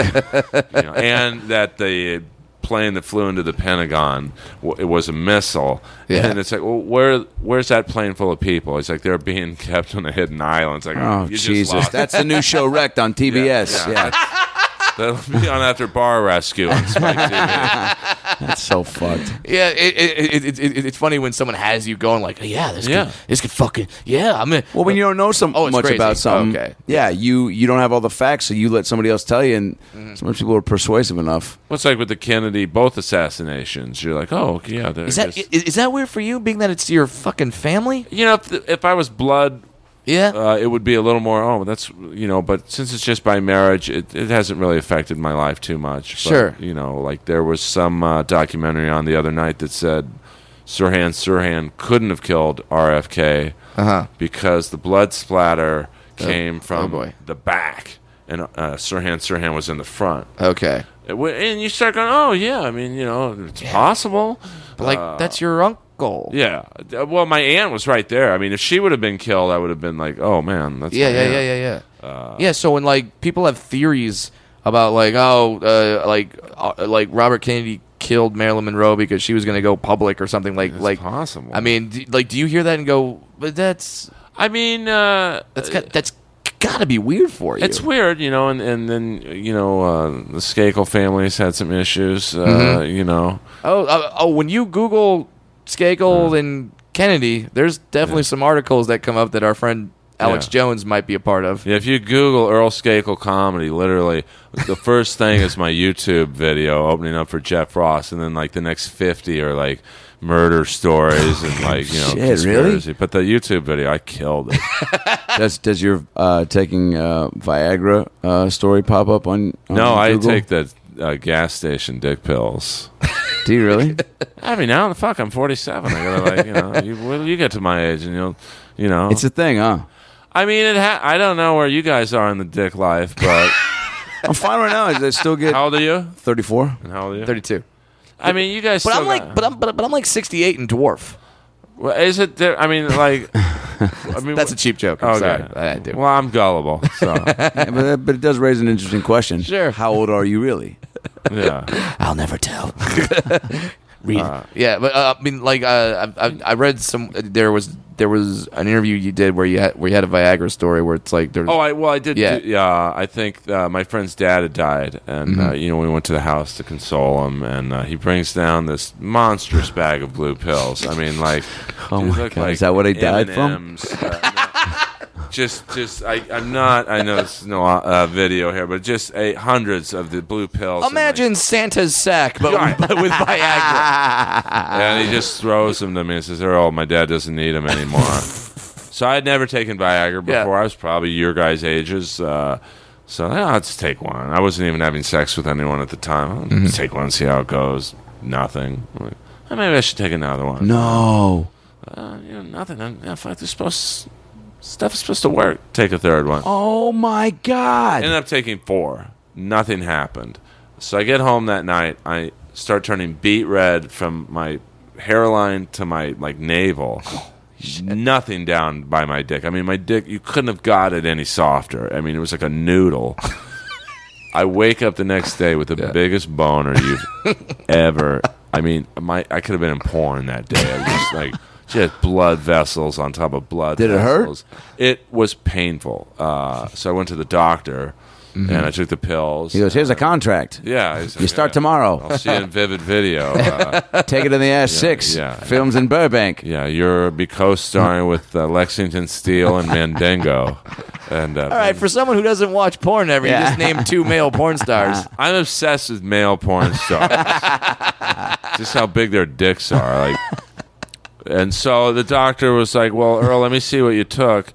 C: you know, and that the plane that flew into the Pentagon w- it was a missile.
B: Yeah.
C: And it's like, well, where where's that plane full of people? It's like they're being kept on a hidden island. It's like,
A: Oh,
C: you Just
A: Jesus.
C: lost.
A: That's the new show, Wrecked, on TBS. Yeah.
C: That'll be on after bar rescue on Spike TV.
A: That's so fucked.
B: Yeah, it, it, it, it, it, it's funny when someone has you going like, yeah, this
C: Yeah.
B: could this could fucking yeah. I'm gonna
A: Well, when you don't know some
B: Oh, it's
A: much
B: crazy.
A: about something,
B: Okay.
A: yeah, you you don't have all the facts, so you let somebody else tell you, and sometimes people are persuasive enough.
C: What's like with the Kennedy both assassinations? You're like, oh, okay, yeah.
B: Is that is, is that weird for you, being that it's your fucking family?
C: you know, if, the, if I was blood
B: Yeah.
C: uh, it would be a little more. Oh, that's you know. But since it's just by marriage, it, it hasn't really affected my life too much. But,
B: Sure.
C: you know, like there was some uh, documentary on the other night that said Sirhan Sirhan couldn't have killed RFK because the blood splatter came from
B: Uh, oh, boy.
C: the back, and uh, Sirhan Sirhan was in the front.
B: Okay.
C: It wa- And you start going, oh yeah, I mean, you know, it's possible.
B: But like that's your uncle.
C: Yeah. Uh, Well, my aunt was right there. I mean, if she would have been killed, I would have been like, oh man, that's
B: Yeah,
C: my
B: yeah,
C: aunt.
B: yeah, yeah, yeah. yeah. So when like people have theories about like oh uh, like uh, like Robert Kennedy killed Marilyn Monroe because she was going to go public or something like like
C: possible.
B: I mean, d like do you hear that and go, but that's
C: I mean, uh,
B: that's got that's got to be weird for you.
C: It's weird, you know, and, and then you know uh, the Skakel family's had some issues, uh, you know.
B: oh uh, oh when you Google Skakel and Kennedy, there's definitely some articles that come up that our friend Alex
C: Yeah.
B: Jones might be a part of.
C: Yeah, if you Google Earl Skakel comedy, literally the first thing is my YouTube video opening up for Jeff Ross, and then like the next fifty are like murder stories and like you know
A: Shit, really?
C: conspiracy. But the YouTube video, I killed it.
A: Does does your uh, taking uh, Viagra uh, story pop up on? on
C: No, I
A: Google?
C: take the uh, gas station dick pills.
A: Do you really?
C: Every now and fuck, I'm 47. I gotta like you know, you, well, you get to my age and you'll. You know,
A: it's a thing, huh?
C: I mean, it. Ha- I don't know where you guys are in the dick life, but
A: I'm fine right now. I still get
C: how old are you?
A: 34.
C: And how old are you?
B: Thirty-two.
C: I mean, you guys.
B: But
C: still
B: I'm like,
C: got-
B: but I'm, but, but I'm like 68 and dwarf.
C: Well, is it? There, I mean, like, I mean,
B: That's a
C: what-
B: cheap joke. I'm sorry. I do.
C: Well, I'm gullible, so
A: Yeah, but, that- but it does raise an interesting question.
B: Sure.
A: How old are you really?
C: yeah.
B: I'll never tell. Read. yeah, but uh, I mean, like, uh, I, I, I read some. uh, There was there was an interview you did where you had where you had a Viagra story where it's like there's
C: Oh, I well, I did.
B: Yeah.
C: Yeah, yeah I think uh, my friend's dad had died, and
A: Mm-hmm.
C: uh, you know, we went to the house to console him, and uh, he brings down this monstrous bag of blue pills. I mean, like,
A: Oh
C: dude
A: my
C: looked
A: God, is that what he died from?
C: M&Ms, uh, no. just, just, I, I'm not. I know it's no uh, video here, but just uh, hundreds of the blue pills. and, like,
B: imagine Santa's sack, but,
C: Right.
B: but with Viagra.
C: And
A: Um,
C: he just throws them to me and says, "Oh, my dad doesn't need them anymore." so I had never taken Viagra before.
B: Yeah.
C: I was probably your guys' ages. Uh, so "Yeah, I'll just take one. I wasn't even having sex with anyone at the time. I'll
A: Mm-hmm.
C: just take one, see how it goes. Nothing. I'm like, "Oh, maybe I should take another one.
A: No.
C: Uh, you know, nothing. I'm, yeah, fuck, this supposed stuff is supposed to work. Take a third one.
A: Oh my God.
C: Ended up taking four. Nothing happened. So I get home that night. I start turning beet red from my hairline to my like navel.
A: Oh,
C: Nothing down by my dick. I mean, my dick. You couldn't have got it any softer. I mean, it was like a noodle. I wake up the next day with the biggest boner you've ever. I mean, my I could have been in porn that day. I was just like just blood vessels on top of blood.
A: Did it hurt?
C: vessels. It was painful. Uh, so I went to the doctor and I took the pills.
A: Mm-hmm. He goes, here's a contract.
C: yeah, he's like,
A: You start
C: "Yeah,
A: tomorrow.
C: I'll see you in vivid video. Uh,
A: Take it in the ass six.
C: yeah.
A: Films in Burbank.
C: yeah, you're be co-starring with uh, Lexington Steele and Mandango. And uh,
B: All right, for someone who doesn't watch porn ever, you
A: Yeah.
B: just named two male porn stars.
C: I'm obsessed with male porn stars. Just how big their dicks are. Like, and so the doctor was like, "Well, Earl, let me see what you took."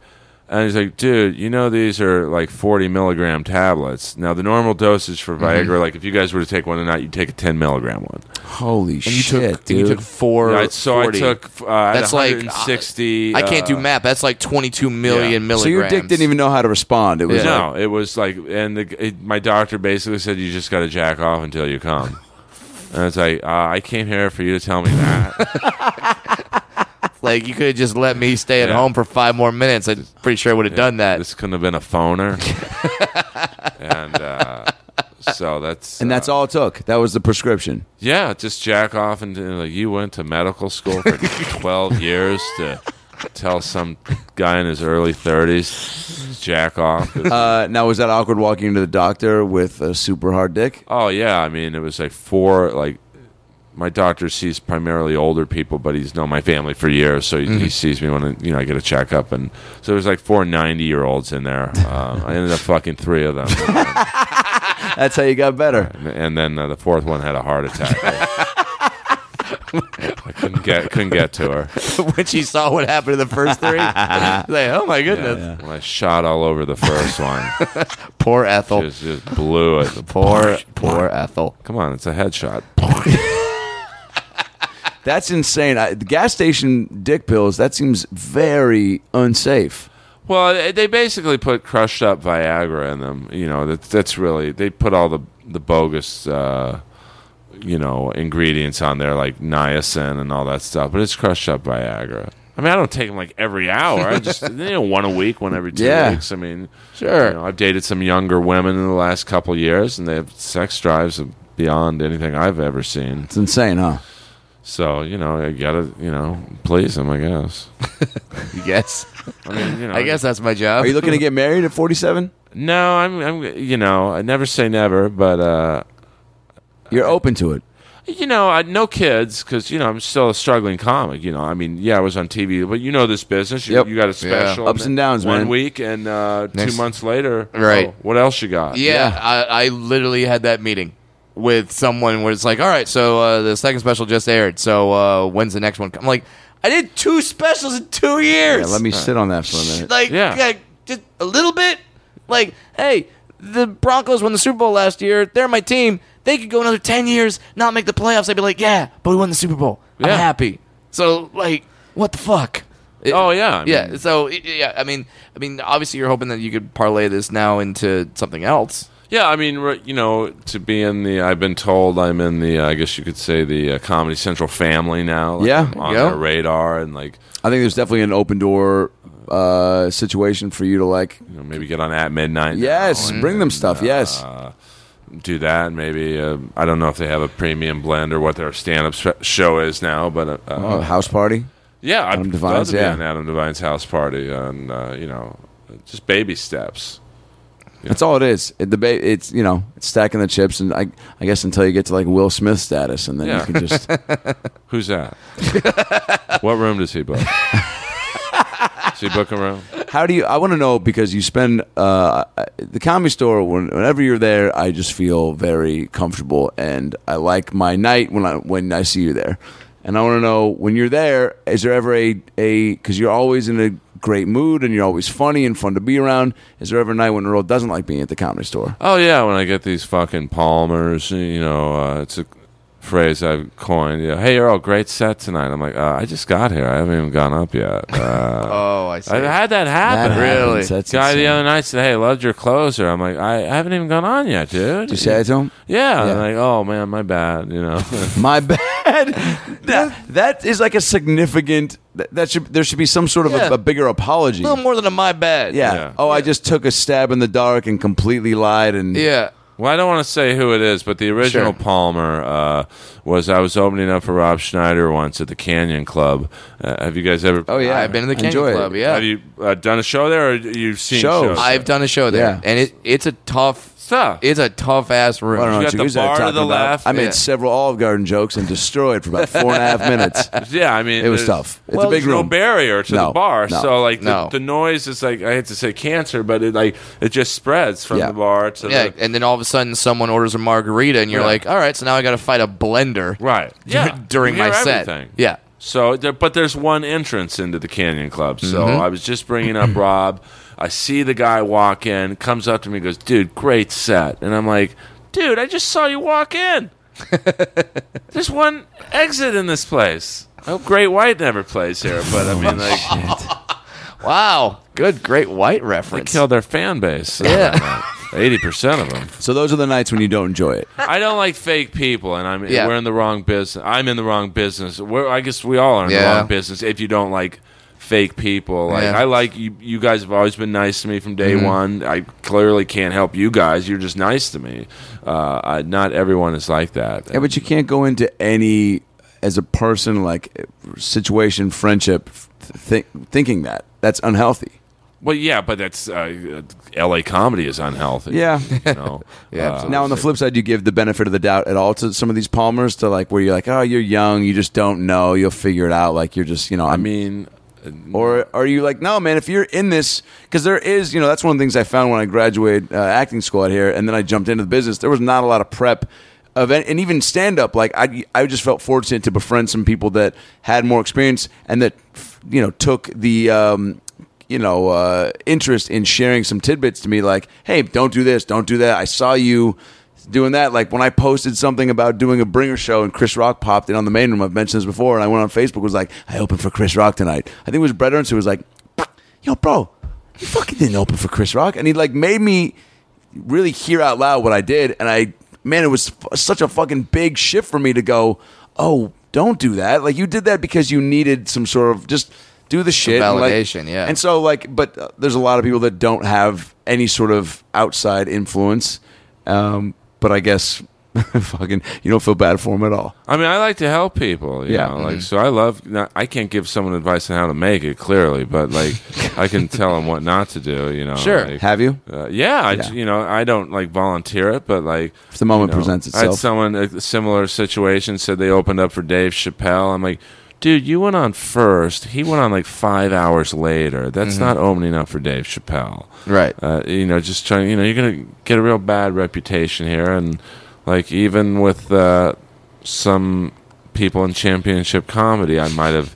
C: And he's like, "Dude, you know these are like 40 milligram tablets. Now the normal dosage for
B: Mm-hmm.
C: Viagra, like if you guys were to take one tonight, you'd take a 10 milligram one.
A: Holy
B: And you
A: shit,
B: took
A: dude.
B: and you took four.
C: Right, so
B: 40.
C: I took. Uh, I had
B: That's like
C: 160.
B: I can't do
C: uh,
B: math. That's like 22 million
C: yeah.
B: milligrams.
A: so your dick didn't even know how to respond. It was
B: Yeah.
A: like,
C: No, it was like, and the, it, my doctor basically said, "You just got to jack off until you come." and it's like, uh, I came here for you to tell me that.
B: like you could have just let me stay at
C: Yeah.
B: home for five more minutes. I'm pretty sure I would have done that.
C: this couldn't have been a phoner. and uh, so that's
A: and that's
C: uh,
A: all it took. That was the prescription.
C: Yeah, just jack off, and, and, like you went to medical school for twelve years to tell some guy in his early thirties jack off.
A: Uh, now, was that awkward walking into the doctor with a super hard dick?
C: Oh yeah, I mean it was like four like my doctor sees primarily older people, but he's known my family for years, so he,
A: Mm-hmm.
C: he sees me when you know I get a checkup, and so there's like four 90 year olds in there. Uh, I ended up fucking three of them,
A: That's how you got better.
C: and, and then uh, the fourth one had a heart attack. I, couldn't get couldn't get to her.
B: when she saw what happened to the first three. like, oh my goodness.
C: When I shot all over the first one,
B: Poor Ethel.
C: just just blew it.
B: Poor, poor Ethel.
C: Come on, it's a headshot.
A: That's insane. I, the gas station dick pills. That seems very unsafe.
C: Well, eh, they basically put crushed up Viagra in them. You know, that, that's really they put all the the bogus, uh, you know, ingredients on there like niacin and all that stuff. But it's crushed up Viagra. I mean, I don't take them like every hour. I just you know one a week, one every two
A: Yeah.
C: weeks. I mean,
B: Sure.
C: You know, I've dated some younger women in the last couple years, and they have sex drives beyond anything I've ever seen.
A: It's insane, huh?
C: So you know, I gotta you know please them, I guess.
B: Yes.
C: I mean, you know,
B: I guess that's my job.
A: Are you looking to get married at forty-seven?
C: No, I'm, I'm, you know, I never say never, but, uh,
A: You're open to it.
C: you know, I, no kids because, you know, I'm still a struggling comic. You know, I mean, yeah, I was on TV, but you know this business. You,
A: Yep.
C: you got a special.
A: Ups and downs,
C: One
A: man.
C: week and uh,
B: Next-
C: two months later.
B: Right.
C: oh, what else you got?
B: Yeah, I, I literally had that meeting with someone where it's like, all right, so uh, the second special just aired. So uh, when's the next one? I'm like, I did two specials in two years.
A: Yeah, let me sit on that for a minute.
B: Like,
C: Yeah.
B: like, just a little bit. Like, hey, the Broncos won the Super Bowl last year. They're my team. They could go another 10 years, not make the playoffs. I'd be like, yeah, but we won the Super Bowl.
C: Yeah.
B: I'm happy. So, like, what the fuck? It-
C: Oh, yeah. I
B: yeah.
C: mean,
B: So y- yeah, I mean, I mean, obviously you're hoping that you could parlay this now into something else.
C: Yeah, I mean, re- you know, to be in the, I've been told I'm in the, I guess you could say the uh, Comedy Central family now. Like,
A: Yeah.
C: I'm on
B: Yeah.
C: their radar and like,
A: I think there's definitely an open door uh, situation for you to like.
C: you know, maybe get on at midnight. now
A: Yes,
C: and-
A: bring them stuff. Yes,
C: Uh, do that. Maybe uh, I don't know if they have a premium blend or what their stand-up sp- show is now, but uh,
A: oh,
C: uh,
A: house party.
C: yeah, I'd
A: Adam
C: love
A: Devine's,
C: to be
A: yeah.
C: on Adam Devine's house party, and uh, you know, just baby steps.
A: That's all it is. It, the ba- it's you know it's stacking the chips, and I I guess until you get to like Will Smith status, and then
C: Yeah.
A: you can just
C: Who's that? what room does he book? Does he book a room?
A: How do you? I want to know because you spend uh, the comedy store. When, whenever you're there, I just feel very comfortable, and I like my night when I when I see you there. And I want to know when you're there, is there ever a a because you're always in a great mood and you're always funny and fun to be around. Is there ever a night when Earl doesn't like being at the comedy store?
C: Oh yeah, when I get these fucking Palmers, you know, uh, it's a phrase I've coined. You know, hey Earl, great set tonight. I'm like, uh, I just got here. I haven't even gone up yet. Uh,
B: Oh, I see.
C: I've had that happen.
A: That
B: Really?
A: happens. That's
C: guy
A: insane.
C: the other night said, "Hey, loved your closer." I'm like, I, I haven't even gone on yet, dude.
A: You say it to him.
C: yeah.
A: Yeah.
C: Like, oh man, my bad. You know.
A: My bad. That, that is like a significant. That, that should there should be some sort of
B: Yeah.
A: a, a bigger apology.
B: a little more than a my bad.
A: Yeah.
C: Yeah.
A: Oh, I just took a stab in the dark and completely lied. And
B: yeah.
C: well, I don't want to say who it is, but the original
B: Sure.
C: Palmer uh, was I was opening up for Rob Schneider once at the Canyon Club. Uh, have you guys ever?
A: Oh yeah.
B: I've been in the Canyon
A: Enjoy it.
B: Club. Yeah,
C: Have you uh, done a show there, or you've seen
A: Shows.
C: shows?
B: I've done a show
A: Yeah.
B: there, and it it's a tough,
C: Stuff.
B: it's a tough ass room.
A: I don't know what
C: You got the
A: guys are
C: bar to
A: talking
C: the
A: about.
C: left.
A: I made
B: Yeah.
A: several Olive Garden jokes and destroyed for about four and a half minutes.
C: yeah, I mean,
A: It was
C: there's-
A: tough. It's
C: well,
A: a big
C: there's
A: room.
C: No barrier to
A: No,
C: the bar,
A: no,
C: so like the,
B: no.
C: the noise is like I hate to say cancer, but it like it just spreads from
A: Yeah.
C: the bar to
B: Yeah,
C: the
B: and then all of a sudden someone orders a margarita, and you're
C: Yeah.
B: like, all right, so now I got to fight a blender
C: right. Yeah,
B: during
C: You
B: my
C: hear
B: set.
C: everything.
B: Yeah,
C: So, there, but there's one entrance into the Canyon Club. So
B: Mm-hmm.
C: I was just bringing up Rob. I see the guy walk in, comes up to me, goes, "Dude, great set," and I'm like, "Dude, I just saw you walk in. there's one exit in this place. Oh, Great White never plays here, but I mean, like,
B: wow, good, great white
C: they
B: reference.
C: kill their fan base.
B: Yeah.
C: Eighty percent of them.
A: So those are the nights when you don't enjoy it.
C: I don't like fake people, and I'm
B: Yeah.
C: we're in the wrong business. I'm in the wrong business. We're, I guess we all are in
B: Yeah.
C: the wrong business if you don't like fake people. Like
B: Yeah.
C: I like you. You guys have always been nice to me from day one. I clearly can't help you guys. You're just nice to me. Uh, I, not everyone is like that.
A: Yeah, but you can't go into any as a person like situation, friendship, th- thinking that that's unhealthy.
C: well, yeah, but that's uh, L.A. comedy is unhealthy.
A: Yeah.
C: you know?
B: Yeah,
C: Uh,
A: Now, on the flip side, you give the benefit of the doubt at all to some of these Palmers to like where you're like, oh, you're young, you just don't know, you'll figure it out. Like you're just, you know,
C: I
A: I'm
C: mean,
A: Mm-hmm. Or are you like, no, man, if you're in this, because there is, you know, that's one of the things I found when I graduated uh, acting school out here and then I jumped into the business. There was not a lot of prep of any, and even stand up. Like, I, I just felt fortunate to befriend some people that had more experience and that, you know, took the, um, you know, uh, interest in sharing some tidbits to me like, hey, don't do this, don't do that. I saw you doing that. Like when I posted something about doing a bringer show and Chris Rock popped in on the main room. I've mentioned this before, and I went on Facebook was like, I opened for Chris Rock tonight. I think it was Brett Ernst who was like, Yo, bro, you fucking didn't open for Chris Rock, and he like made me really hear out loud what I did, and I man, it was f- such a fucking big shift for me to go, oh, don't do that. Like you did that because you needed some sort of just do the shit and, like-
B: validation, yeah.
A: And so like, but uh, there's a lot of people that don't have any sort of outside influence, um, but I guess fucking you don't feel bad for them at all.
C: I mean, I like to help people. yeah.
A: Yeah. Mm-hmm.
C: Like, so I love. Not, I can't give someone advice on how to make it clearly, but like, I can tell them what not to do. You know.
B: Sure.
C: like,
A: Have you?
C: uh, yeah, I
A: Yeah.
C: j you know, I don't like volunteer it, but like
A: If the moment
C: you know,
A: presents
C: I had
A: itself.
C: someone a similar situation said they opened up for Dave Chappelle. I'm like, dude, you went on first. He went on like five hours later. That's
A: Mm-hmm.
C: not opening up for Dave Chappelle,
B: Right.
C: Uh, you know, just trying. You know, you're gonna get a real bad reputation here, and like even with uh, some people in championship comedy, I might have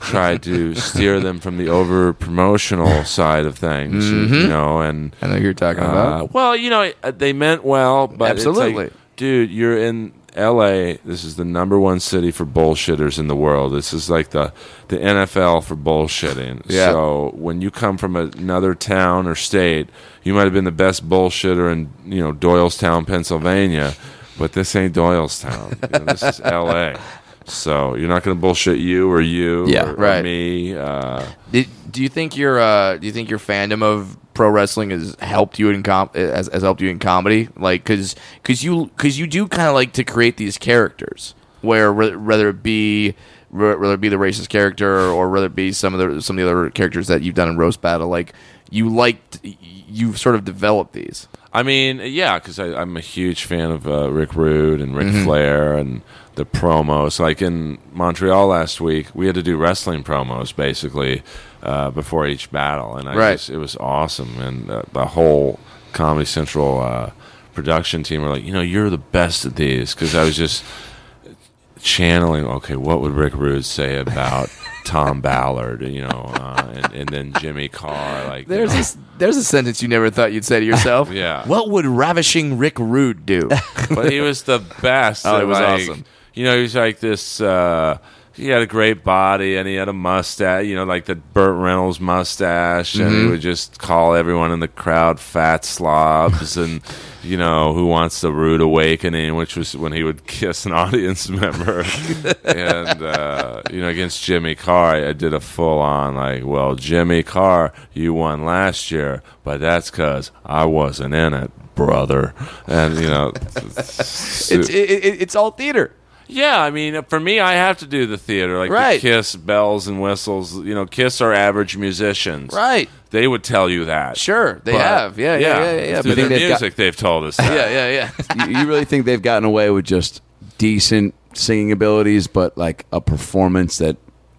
C: tried to steer them from the over promotional side of things. You know, and
B: I know who you're talking
C: uh,
B: about.
C: well, you know, uh, they meant well, but it's like,
B: Absolutely.
C: dude, you're in L.A. This is the number one city for bullshitters in the world. This is like the the NFL for bullshitting.
B: Yeah.
C: So when you come from another town or state, you might have been the best bullshitter in you know Doylestown, Pennsylvania, but this ain't Doylestown. You know, this is L.A. So you're not going to bullshit you or you
A: Yeah,
C: or, or
B: right.
C: me. Uh,
B: Did, do you think your uh, do you think your fandom of pro wrestling has helped you in com- has, has helped you in comedy? Like, cause, cause you cause you do kind of like to create these characters where whe- whether it be whe- whether it be the racist character or whether it be some of the some of the other characters that you've done in roast battle, like you liked you've sort of developed these.
C: I mean, yeah, because I'm a huge fan of uh, Rick Rude and Ric
B: Mm-hmm.
C: Flair and the promos. Like in Montreal last week, we had to do wrestling promos basically uh, before each battle, and I
B: Right.
C: just, it was awesome. And uh, the whole Comedy Central uh, production team were like, you know, you're the best at these because I was just channeling. Okay, what would Rick Rude say about? Tom Ballard, you know, uh, and, and then Jimmy Carr. Like you
B: There's
C: know.
B: a, there's a sentence you never thought you'd say to yourself.
C: Yeah.
B: What would ravishing Rick Rude do?
C: but he was the best.
B: Oh,
C: at,
B: he was
C: like-
B: awesome.
C: You know, he was like this. Uh, he had a great body, and he had a mustache. You know, like the Burt Reynolds mustache, and he would just call everyone in the crowd fat slobs, and you know, who wants the rude awakening, which was when he would kiss an audience member, and uh, you know, against Jimmy Carr, I did a full on like, well, Jimmy Carr, you won last year, but that's because I wasn't in it. Brother, and you know,
B: it's, it, it, it's all theater.
C: yeah, I mean, uh, for me, I have to do the theater, like
B: Right.
C: the Kiss bells and whistles. You know, Kiss are average musicians,
B: Right.
C: They would tell you that.
B: Sure, they
C: But-
B: have. Yeah, yeah, yeah, yeah. yeah.
C: Through
B: But
C: their
A: they've
B: they-
A: got-
C: music, they've told us. That.
B: yeah, yeah, yeah.
A: you, you really think they've gotten away with just decent singing abilities, but like a performance that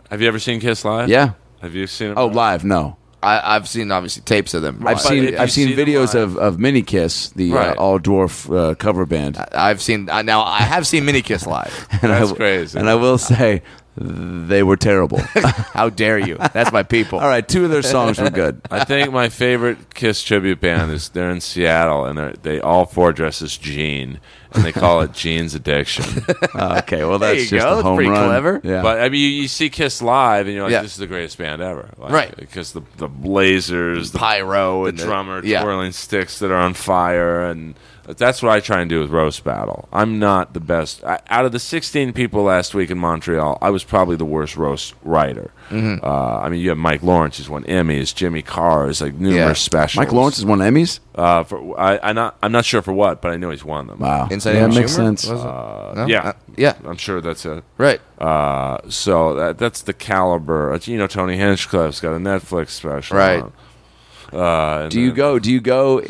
C: Have you ever seen Kiss live?
A: yeah.
C: Have you seen? 'em
A: Oh,
C: live?
A: live? No,
B: I, I've seen obviously tapes of them.
A: I've
B: I've,
A: seen
C: if you
A: I've seen
C: see them
A: videos of
C: live-
A: of Mini Kiss, the
C: Right.
A: uh, all dwarf uh, cover band.
B: I've seen I, now. I have seen Minikiss live.
A: And I
C: that's
A: w-
C: crazy.
A: And I will say, they were terrible.
B: How dare you? That's my people.
A: all right, two of their songs were good.
C: I think my favorite Kiss tribute band is they're in Seattle, and they're, they all four dress as Gene, and they call it Gene's Addiction.
A: Uh, Okay, well
B: There
A: that's
B: you
A: just
B: go.
A: a
B: That's
A: home
B: pretty
A: run.
B: clever.
A: Yeah.
C: But I mean, you, you see Kiss live, and you're like,
B: Yeah.
C: "This is the greatest band ever!" Like,
B: Right.
C: Because the the lasers, the
B: Pyro
C: the
B: and
C: drummer
B: yeah.
C: twirling sticks that are on fire and that's what I try and do with roast battle. I'm not the best. I, out of the 16 people last week in Montreal, I was probably the worst roast writer. Uh, I mean, you have Mike Lawrence, who's won Emmys, Jimmy Carr is like numerous
B: Yeah.
C: specials.
A: Mike Lawrence has won Emmys.
C: Uh, for, I, I'm not. I'm not sure for what, but I know he's won them.
A: Wow,
B: Inside
A: yeah,
B: Out
A: makes
B: Humor?
A: sense.
B: Was it? No?
C: yeah.
B: Uh, yeah.
C: I'm sure that's it.
B: Right.
C: Uh, so that, that's the caliber. You know, Tony Hinchcliffe's got a Netflix special.
B: Right.
C: out. Uh, and
A: Do you
C: then-
A: go? Do you go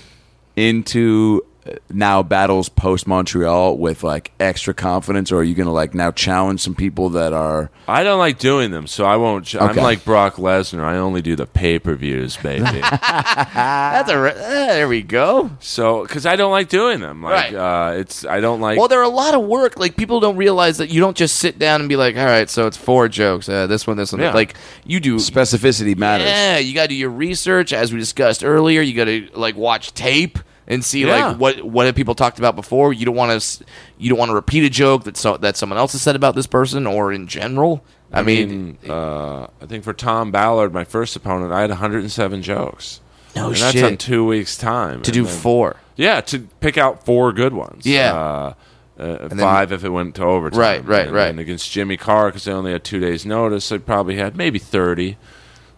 A: into uh, now battles post Montreal with like extra confidence, or are you gonna like now challenge some people that are?
C: I don't like doing them, so I won't. I'm
A: Okay.
C: like Brock Lesnar. I only do the pay per views, baby.
B: That's a. Re- eh, there we go.
C: so, because I don't like doing them.
B: Right.
C: Like, uh, it's I don't like.
B: Well, they're a lot of work. Like people don't realize that you don't just sit down and be like, all right, so it's four jokes. Uh, this one, this one.
C: Yeah.
B: Like you do.
A: Specificity matters.
B: Yeah, you got to do your research, as we discussed earlier. You got to like watch tape and see
C: Yeah.
B: like what what have people talked about before. You don't want to you don't want to repeat a joke that so, that someone else has said about this person or in general. I,
C: I
B: mean,
C: mean, uh, I think for Tom Ballard, my first opponent, I had 107 jokes.
B: No
C: and That's
B: shit.
C: on two weeks' time
B: to do
C: four.
B: four.
C: Yeah, to pick out four good ones.
B: Yeah.
C: Uh, uh,
B: then-
C: five if it went to overtime.
B: Right, right,
C: and,
B: right.
C: And against Jimmy Carr, because they only had two days' notice, they probably had maybe 30.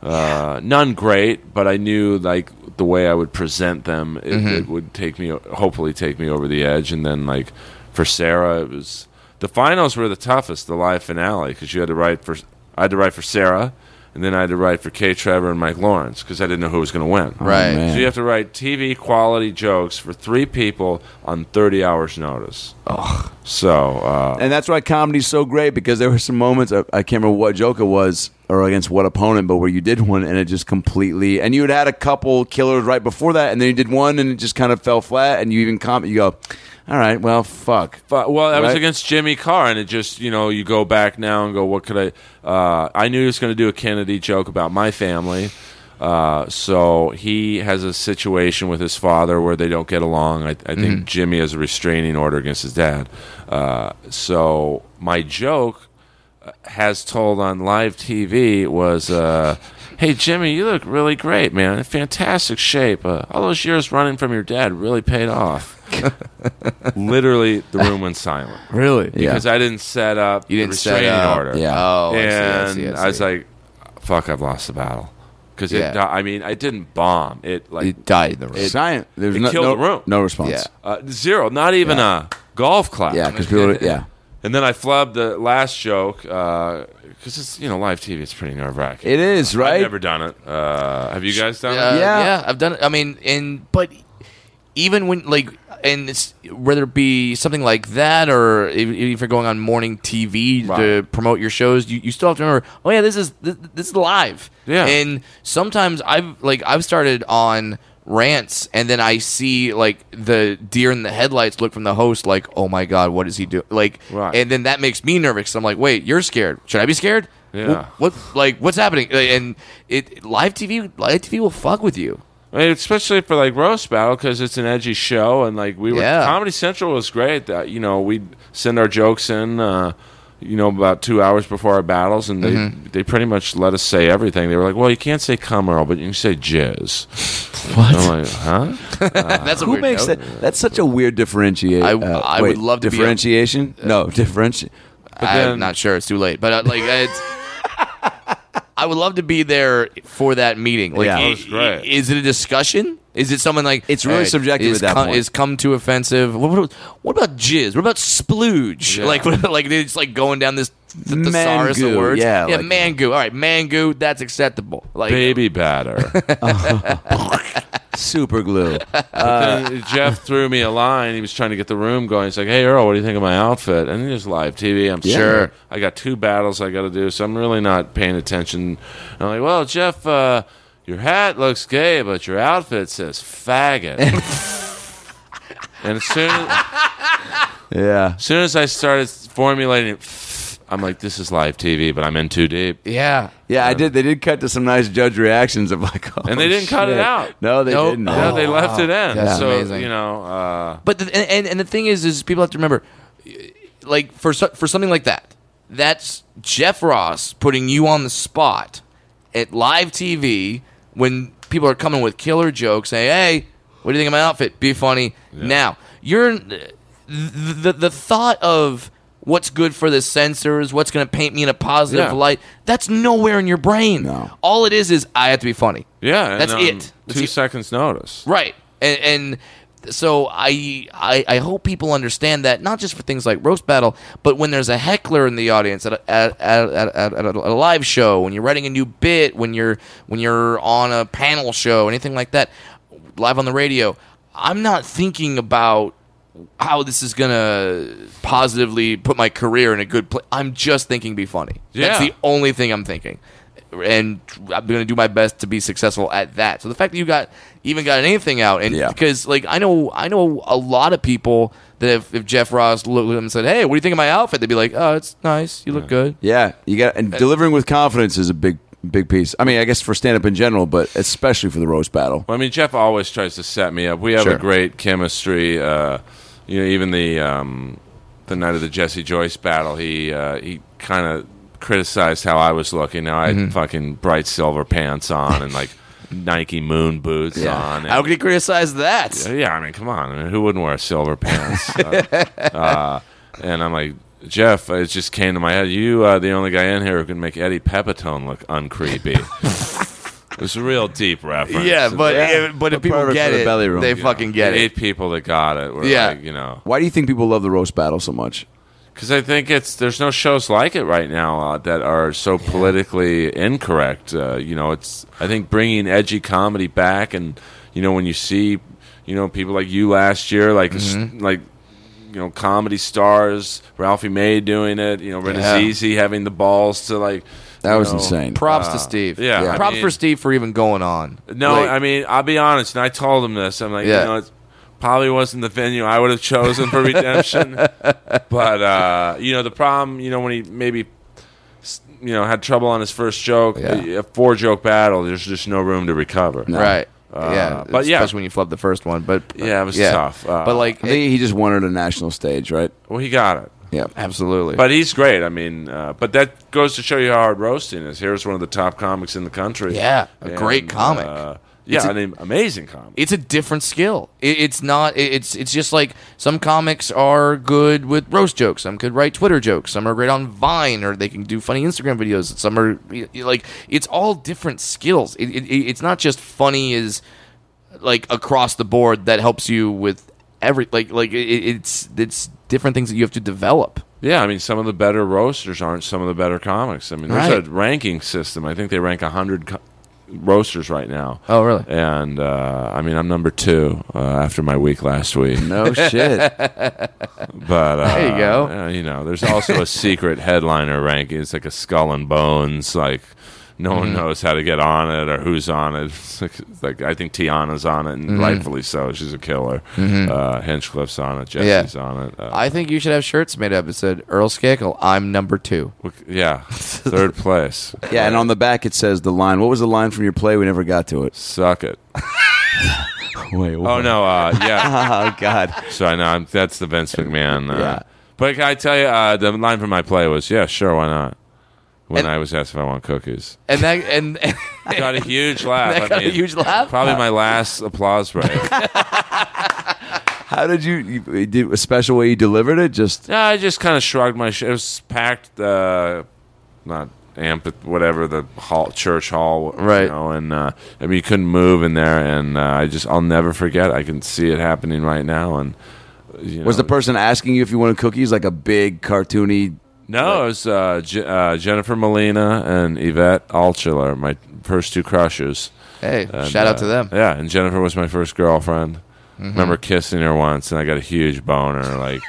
C: Uh, none great, but I knew like the way I would present them, it, it would take me, hopefully, take me over the edge. And then like for Sarah, it was the finals were the toughest, the live finale, because you had to write for I had to write for Sarah, and then I had to write for Kay Trevor and Mike Lawrence because I didn't know who was going to win.
B: Right.
A: man.
C: So you have to write TV quality jokes for three people on 30 hours' notice. Oh. So, uh,
A: and that's why comedy's so great because there were some moments I, I can't remember what joke it was or against what opponent, but where you did one and it just completely and you had had a couple killers right before that, and then you did one and it just kind of fell flat, and you even comment you go, all right, well, fuck,
C: but, well, that was
A: Right.
C: against Jimmy Carr, and it just, you know, you go back now and go, what could I. Uh, I knew he was going to do a Kennedy joke about my family. Uh, so he has a situation with his father where they don't get along. I, I think Jimmy has a restraining order against his dad. Uh, so my joke uh, has told on live TV was, uh, "Hey Jimmy, you look really great, man. In fantastic shape. Uh, all those years running from your dad really paid off." Literally, the room went silent
B: Really?
A: yeah,
C: because I didn't set up.
B: You
C: the
B: didn't set
C: restraining
B: up.
C: order.
A: Yeah.
B: Oh, I see,
C: and
B: I see, I see.
C: was like, "Fuck, I've lost the battle." Because
B: Yeah.
C: it, I mean, I didn't bomb. It like
B: it died in the rain.
A: science. There's
C: it
A: no,
C: killed
A: no,
C: the room.
A: no response.
B: Yeah.
C: uh, zero, not even a golf clap.
A: Yeah, because people, yeah,
C: And then I flubbed the last joke because it's you know live TV. It's pretty nerve wracking.
A: it is right.
C: I've never done it. Uh, have you guys done
B: Uh,
C: it?
A: Yeah.
B: yeah, I've done it. I mean, and but even when like, and it's whether it be something like that or if, if you're going on morning TV to
C: Right.
B: promote your shows, you, you still have to remember. Oh yeah, this is this, this is live.
C: Yeah.
B: and sometimes I've like I've started on rants and then I see like the deer in the headlights look from the host like oh my god what is he doing like
C: Right.
B: and then that makes me nervous 'cause I'm like wait you're scared should I be scared
C: Yeah.
B: what, what like what's happening Like, and it live tv live tv will fuck with you
C: I mean, especially for like roast battle because it's an edgy show and like we were
B: Yeah.
C: Comedy Central was great. That you know we'd send our jokes in, uh, you know, about two hours before our battles, and they they pretty much let us say everything. They were like, "Well, you can't say cum Earl, but you can say jizz." what? I'm like, huh? Uh-huh.
B: that's a
A: Who
B: weird
A: makes
B: note.
A: that? That's such a weird differentiate.
B: I-
A: uh,
B: I
A: wait,
B: would love to be a-
A: differentiation. no differentiate.
B: i'm
C: then-
B: not sure it's too late but uh, like it's i would love to be there for that meeting like
A: Yeah.
B: i-
A: That
C: was great.
B: i- is it a discussion is it someone like
A: It's really
B: "Hey,
A: subjective
B: is
A: at that
B: cum-
A: point."
B: is come too offensive what, what, what about jizz what about splooge
C: Yeah.
B: like what, like it's like going down this th-
A: Man
B: thesaurus of
A: goo,
B: words
A: yeah,
B: yeah
A: like-
B: man goo all right man goo that's acceptable like
C: Baby batter.
A: Super glue. Uh,
C: But then Jeff threw me a line. He was trying to get the room going. He's like, "Hey Earl, what do you think of my outfit?" And there's live TV. I'm sure I got two battles I got to do, so I'm really not paying attention. And I'm like, "Well, Jeff, uh, your hat looks gay, but your outfit says faggot." and as soon as,
A: yeah.
C: soon as I started formulating, it, I'm like, "This is live TV, but I'm in too deep."
B: yeah
A: Yeah, I did. They did cut to some nice judge reactions of like, oh,
C: And they didn't cut it
A: shit.
C: out.
A: No, they
B: Nope.
A: didn't.
C: Yeah, they left it in.
B: That's
C: so
B: Oh, amazing.
C: you know, uh,
B: But the, and, and and the thing is, is people have to remember, like for so- for something like that, that's Jeff Ross putting you on the spot at live TV when people are coming with killer jokes. Say, hey, what do you think of my outfit? Be funny. Now you're the, the the thought of what's good for the censors, what's going to paint me in a positive
C: Yeah.
B: light. That's nowhere in your brain.
A: No.
B: All it is is I have to be funny.
C: yeah, and,
B: that's
C: um,
B: it. That's
C: Two
B: it.
C: seconds notice.
B: Right. And, and so I, I I hope people understand that not just for things like roast battle, but when there's a heckler in the audience at a, at, at, at, at, at a live show, when you're writing a new bit, when you're when you're on a panel show, anything like that, live on the radio, I'm not thinking about how this is gonna positively put my career in a good place. I'm just thinking be funny. That's
C: Yeah.
B: the only thing I'm thinking. And I'm going to do my best to be successful at that. So the fact that you got even got anything out, and
A: Yeah.
B: because like I know I know a lot of people that if, if Jeff Ross looked at them and said, "Hey, what do you think of my outfit?" They'd be like, "Oh, it's nice. You look good."
A: Yeah, you got and delivering with confidence is a big Big piece. I mean, I guess for stand up in general, but especially for the roast battle.
C: Well, I mean, Jeff always tries to set me up. We have
A: Sure.
C: a great chemistry. Uh, you know, even the um, the night of the Jesse Joyce battle, he uh, he kind of criticized how I was looking. Now I
A: Mm-hmm.
C: had fucking bright silver pants on and like Nike moon boots on. uh,
B: How could he criticize that?
C: yeah, I mean, come on, I mean, who wouldn't wear silver pants? uh, uh, and I'm like. Jeff, uh, it just came to my head. You are the only guy in here who can make Eddie Pepitone look uncreepy. it was a real deep reference.
B: Yeah, but
A: Yeah.
B: but if
A: But
B: people
A: perfect
B: get
A: for the
B: it,
A: belly room,
B: they
A: you
B: fucking get
C: the
B: it.
C: Eight people that got it. Were
B: Yeah.
C: like, you know,
A: Why do you think people love the roast battle so much?
C: because I think it's there's no shows like it right now uh, that are so politically incorrect. Uh, you know, it's I think bringing edgy comedy back, and you know when you see you know people like you last year, like s-
B: Mm-hmm.
C: like. You know, comedy stars, Ralphie May doing it. You know, Renazizi having the balls to like.
A: That
C: you
A: was
C: know,
A: insane.
B: Props to Steve.
C: uh, yeah, I
B: Props
C: mean-
B: for Steve for even going on.
C: No,
B: Like,
C: I mean, I'll be honest, and I told him this. I'm like,
B: Yeah.
C: you know, it probably wasn't the venue I would have chosen for redemption. but uh, you know, the problem, you know, when he maybe s- you know had trouble on his first joke,
B: Yeah.
C: a, four joke battle, there's just no room to recover.
B: right.
C: Uh,
B: yeah,
C: but yeah.
B: especially when you flub the first one. But
C: Yeah, it was tough. Uh,
B: but like,
A: I think he just wanted a national stage, right?
C: Well, he got it.
A: Yeah.
B: absolutely.
C: But he's great. I mean, uh, but that goes to show you how hard roasting is. Here's one of the top comics in the country.
B: Yeah, a great comic.
C: uh, yeah, I mean, amazing comic.
B: it's a different skill. It, it's not. It, it's it's just like some comics are good with roast jokes. Some could write Twitter jokes. Some are great on Vine, or they can do funny Instagram videos. Some are y- y- like it's all different skills. It, it, it- it's not just funny is like across the board that helps you with every like like it, it's it's different things that you have to develop.
C: Yeah, I mean, some of the better roasters aren't some of the better comics. I mean, there's
B: Right.
C: a ranking system. I think they rank 100 co- roasters right now.
B: Oh, really?
C: And, uh, I mean, I'm number two uh, after my week last week.
A: No shit.
C: But, uh,
B: There you go.
C: uh, you know, there's also a secret headliner ranking. It's like a skull and bones. Like, no
B: Mm-hmm.
C: one knows how to get on it or who's on it. It's like, it's like, I think Tiana's on it, and
B: Mm-hmm.
C: rightfully so. She's a killer. Uh, Hinchcliffe's on it. Jesse's on it. Uh,
B: I think you should have shirts made up. It said Earl Skakel. I'm number two.
C: w- yeah, third place.
A: Yeah, and on the back it says the line. What was the line from your play? We never got to it.
C: Suck it.
A: Wait, what?
C: Oh no, uh, yeah.
A: Oh, God.
C: so I know I'm, that's the Vince McMahon. Uh,
A: Yeah.
C: But can I tell you, uh, the line from my play was, "Yeah, sure, why not." When
B: And-
C: I was asked if I want cookies,
B: And that and
C: got a huge laugh.
B: that
C: I
B: got a
C: mean,
B: huge laugh. Oh.
C: Probably my last applause break.
A: How did you, you you did a special way you delivered it? Just
C: yeah, I just kind of shrugged my. Sh- it was packed, uh, not amp, whatever the hall, church hall,
B: Right.
C: You know, and uh, I mean, you couldn't move in there, and uh, I just, I'll never forget. I can see it happening right now, and you
A: was
C: know,
A: the person asking you if you wanted cookies like a big cartoony?
C: No, it was uh, J- uh, Jennifer Molina and Yvette Altshuler, my first two crushes.
B: Hey,
C: And,
B: shout out
C: uh,
B: to them. Mm-hmm.
C: Yeah, and Jennifer was my first girlfriend. Remember kissing her once, and I got a huge boner. Like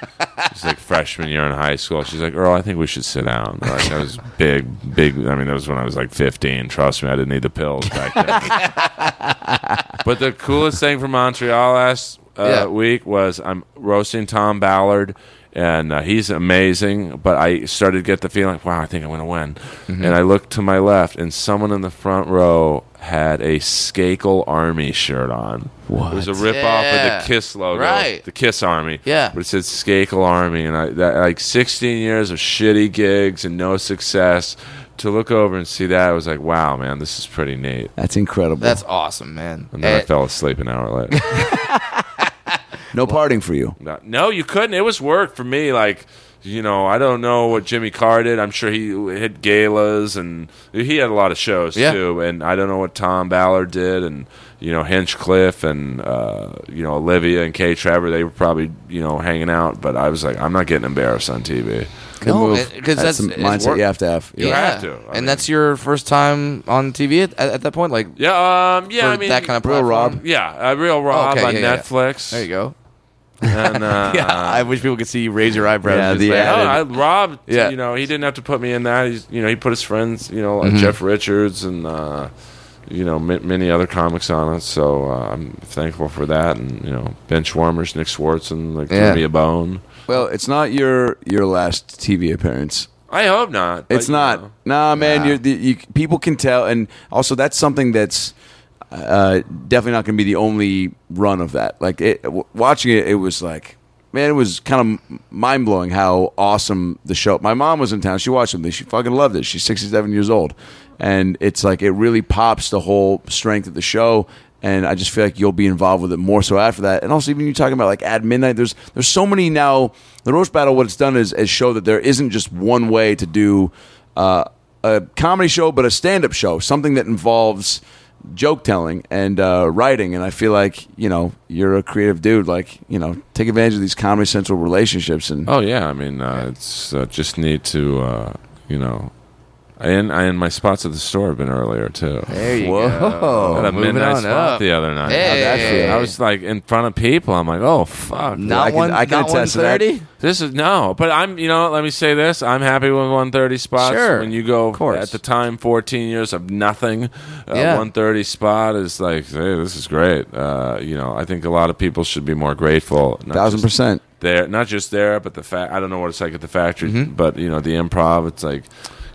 C: it's like freshman year in high school. She's like, "Earl, I think we should sit down." Like that was big, big. I mean, that was when I was like 15. Trust me, I didn't need the pills back then. but the coolest thing from Montreal last uh,
B: Yeah.
C: week was I'm roasting Tom Ballard. And uh, he's amazing, but I started to get the feeling, wow, I think I'm going to win.
B: Mm-hmm.
C: And I looked to my left, and someone in the front row had a Skakel Army shirt on. What? It was a ripoff
B: Yeah.
C: of the Kiss logo,
B: Right.
C: the Kiss Army.
B: Yeah.
C: But it said Skakel Army, and I that, like 16 years of shitty gigs and no success. To look over and see that, I was like, wow, man, this is pretty neat.
A: That's incredible.
B: That's awesome, man. Eh,
C: And then I
B: And-
C: fell asleep an hour later.
A: no parting for you.
C: No- No, you couldn't. It was work for me. Like, you know, I don't know what Jimmy Carr did. I'm sure he hit galas and he had a lot of shows
B: Yeah.
C: too. And I don't know what Tom Ballard did and you know Hinchcliffe and uh, you know Olivia and Kay Trevor. They were probably you know hanging out. But I was like, I'm not getting embarrassed on TV.
A: Good
B: No,
A: move.
B: it- 'cause that's-
A: the
B: it's
A: mindset
B: work.
A: you have to have.
C: You
B: yeah.
C: have to. I
B: and
C: mean-
B: that's your first time on TV at, at, at that point, like
C: Yeah, um, yeah.
B: for
C: I mean,
B: that kind of
A: Real
B: platform?
A: Rob.
C: yeah, uh, real Rob
B: Okay,
C: on
B: yeah, yeah, yeah.
C: Netflix.
B: There you go.
C: And, uh,
B: Yeah, I wish people could see you raise your eyebrows.
A: Yeah,
B: just "Oh,
A: the
B: there.
A: added-
C: No, I, Rob,
B: Yeah.
C: you know, he didn't have to put me in that. He's, you know, he put his friends, you know, like
B: Mm-hmm.
C: Jeff Richards and, uh, you know, m- many other comics on it. So uh, I'm thankful for that. And, you know, bench warmers, Nick Swartzen, like,
B: Yeah.
C: threw me a bone.
A: Well, it's not your your last TV appearance.
C: I hope not. but,
A: It's
C: you
A: not.
C: know.
A: Nah, man. You're, the, you people can tell, and also that's something that's uh, definitely not going to be the only run of that. Like it, w- watching it, it was like, man, it was kind of mind blowing how awesome the show. My mom was in town. She watched something. She fucking loved it. She's sixty seven years old, and it's like it really pops the whole strength of the show. And I just feel like you'll be involved with it more so after that. And also, even you talking about like at midnight, there's there's so many now. The roast battle, what it's done is, is show that there isn't just one way to do uh, a comedy show, but a stand up show, something that involves joke telling and uh, writing. And I feel like, you know, you're a creative dude. Like, you know, take advantage of these Comedy Central relationships. And
C: Oh yeah, I mean, uh, it's uh, just need to, uh, you know, and and my spots at the store have been earlier too.
B: There you
A: Whoa.
B: go.
C: At a
B: Moving
C: midnight
B: on
C: spot
B: up.
C: the other night.
B: Hey.
A: How'd that feel?
C: I was like in front of people. I'm like, oh fuck,
A: Yeah, I
B: Not
A: can-
B: one.
A: I can
B: not
A: attest to that.
B: 130?
C: This is no, but I'm. You know, let me say this. I'm happy with 130 spots.
B: Sure.
C: When you go
B: Of course.
C: at the time, 14 years of nothing, uh,
B: Yeah.
C: 130 spot is like, hey, this is great. Uh, you know, I think a lot of people should be more grateful. Not
A: thousand
C: just
A: percent.
C: there, not just there, but the fact. I don't know what it's like at the factory,
B: Mm-hmm.
C: but you know, the improv. It's like.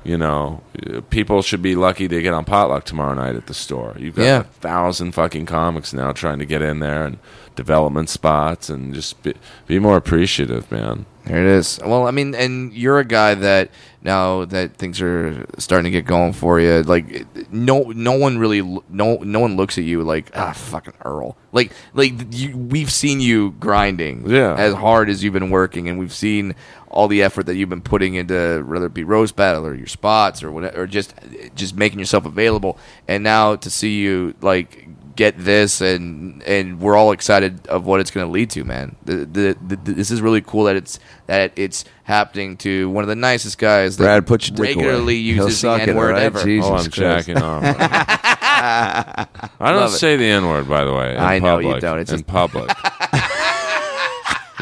C: You know, uh, people should be lucky they get on potluck tomorrow night at the store. You've got
B: Yeah.
C: a thousand fucking comics now trying to get in there and development spots and just be, be more appreciative, man.
B: There it is. Well, I mean, and you're a guy that now that things are starting to get going for you, like no, no one really, l- no, no one looks at you like ah, fucking Earl. Like, like you, we've seen you grinding,
C: Yeah.
B: as hard as you've been working, and we've seen all the effort that you've been putting into whether it be roast battle or your spots or whatever, or just, just making yourself available. And now to see you like get this and and we're all excited of what it's going to lead to man the, the, the, this is really cool that it's that it's happening to one of the nicest guys that
A: Brad, put your dick away.
B: regularly
A: He'll
B: uses
A: suck
B: the
A: it,
B: n word
A: all right?
B: ever
A: Jeez.
C: oh,
A: Jesus
C: I'm
A: Christ.
C: jacking off. I don't
B: Love it.
C: say the N word, by the way. in
B: I know you
C: public,
B: don't. It's
C: in
B: just-
C: public.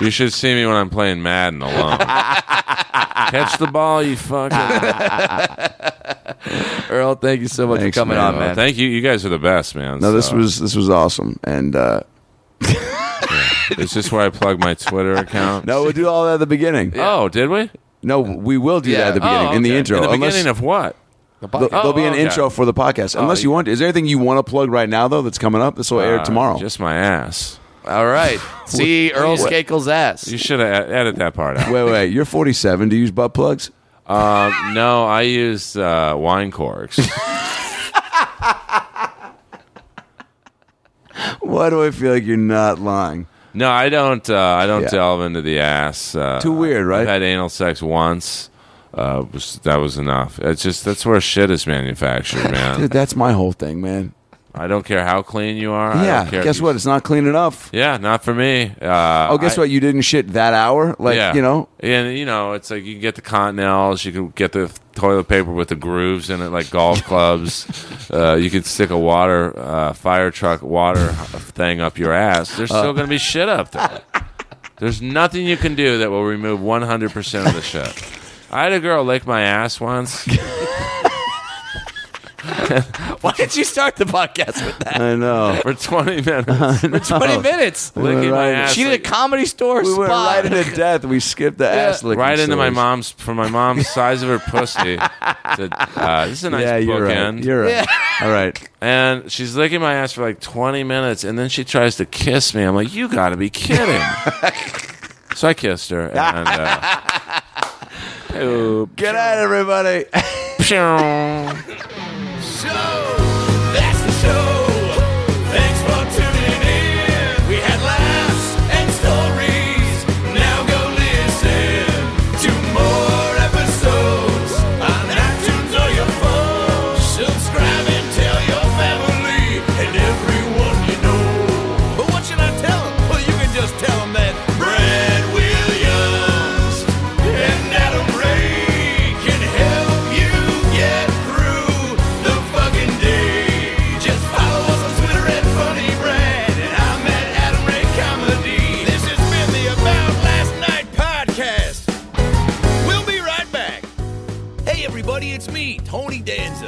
C: you should see me when I'm playing Madden alone. Catch the ball, you fucking.
B: earl thank you so much
A: Thanks,
B: for coming
A: man.
B: on man
C: Oh, Thank you. You guys are the best, man.
A: No, this
C: So,
A: was this was awesome. And uh,
C: Is this where I plug my Twitter account?
A: no, we'll do all that at the beginning.
C: Oh, did we?
A: No, we will do that at the
C: Oh,
A: beginning in the
C: okay.
A: intro.
C: In the
A: unless
C: beginning of what?
A: there'll,
C: Oh,
A: there'll be an
C: okay. Oh,
A: intro for the podcast. Unless you want, is there anything you want to plug right now though that's coming up? This will air
C: Uh,
A: tomorrow.
C: Just my ass.
B: all right see earl skakel's ass
C: You should have edit that part out.
A: wait, wait. You're 47. Do you use butt plugs?
C: Uh, no, I use uh, wine corks.
A: Why do I feel like you're not lying?
C: No, I don't. Uh, I don't
A: Yeah.
C: delve into the ass. Uh,
A: Too weird, right?
C: I've had anal sex once. Uh, was, that was enough. It's just that's where shit is manufactured, man.
A: Dude, that's my whole thing, man.
C: I don't care how clean you are. I don't
A: Yeah,
C: care
A: guess
C: if you-
A: what? It's not clean enough.
C: Yeah, not for me. Uh,
A: Oh, guess
C: I-
A: what? You didn't shit that hour. Like,
C: yeah.
A: you know,
C: and you know, it's like you can get the Continentals, you can get the toilet paper with the grooves in it, like golf clubs. uh, you could stick a water uh, fire truck water thing up your ass. There's still gonna be shit up there. There's nothing you can do that will remove 100 percent of the shit. I had a girl lick my ass once.
B: why did you start the podcast with that
A: I know.
C: for 20 minutes.
B: for 20 minutes
C: licking my
A: right.
C: ass.
B: she did a
C: like,
B: comedy store
A: We
B: spot
A: went right into death. We skipped the ass licking.
C: right into my
A: stories.
C: mom's, from my mom's size of her pussy. to, uh, this is a nice
A: Yeah, you're
C: bookend.
A: right. You're right. All right.
C: and she's licking my ass for like 20 minutes, and then she tries to kiss me. I'm like, you gotta be kidding. so I kissed her. And, uh, ooh,
A: Good night, everybody.
C: pshaw.
E: That's the show. Thanks for tuning in. We had laughs and stories. Now go listen to more episodes on iTunes or your phone. Subscribe and tell your family and everyone you know. But what should I tell them? Well, you can just tell them that Brad Williams and Adam Ray can help you get through the fucking day. Just follow us on Twitter at Funny Brad, and I'm at Adam Ray Comedy. This has been the About Last Night podcast. We'll be right back. Hey, everybody, it's me, Tony Danza.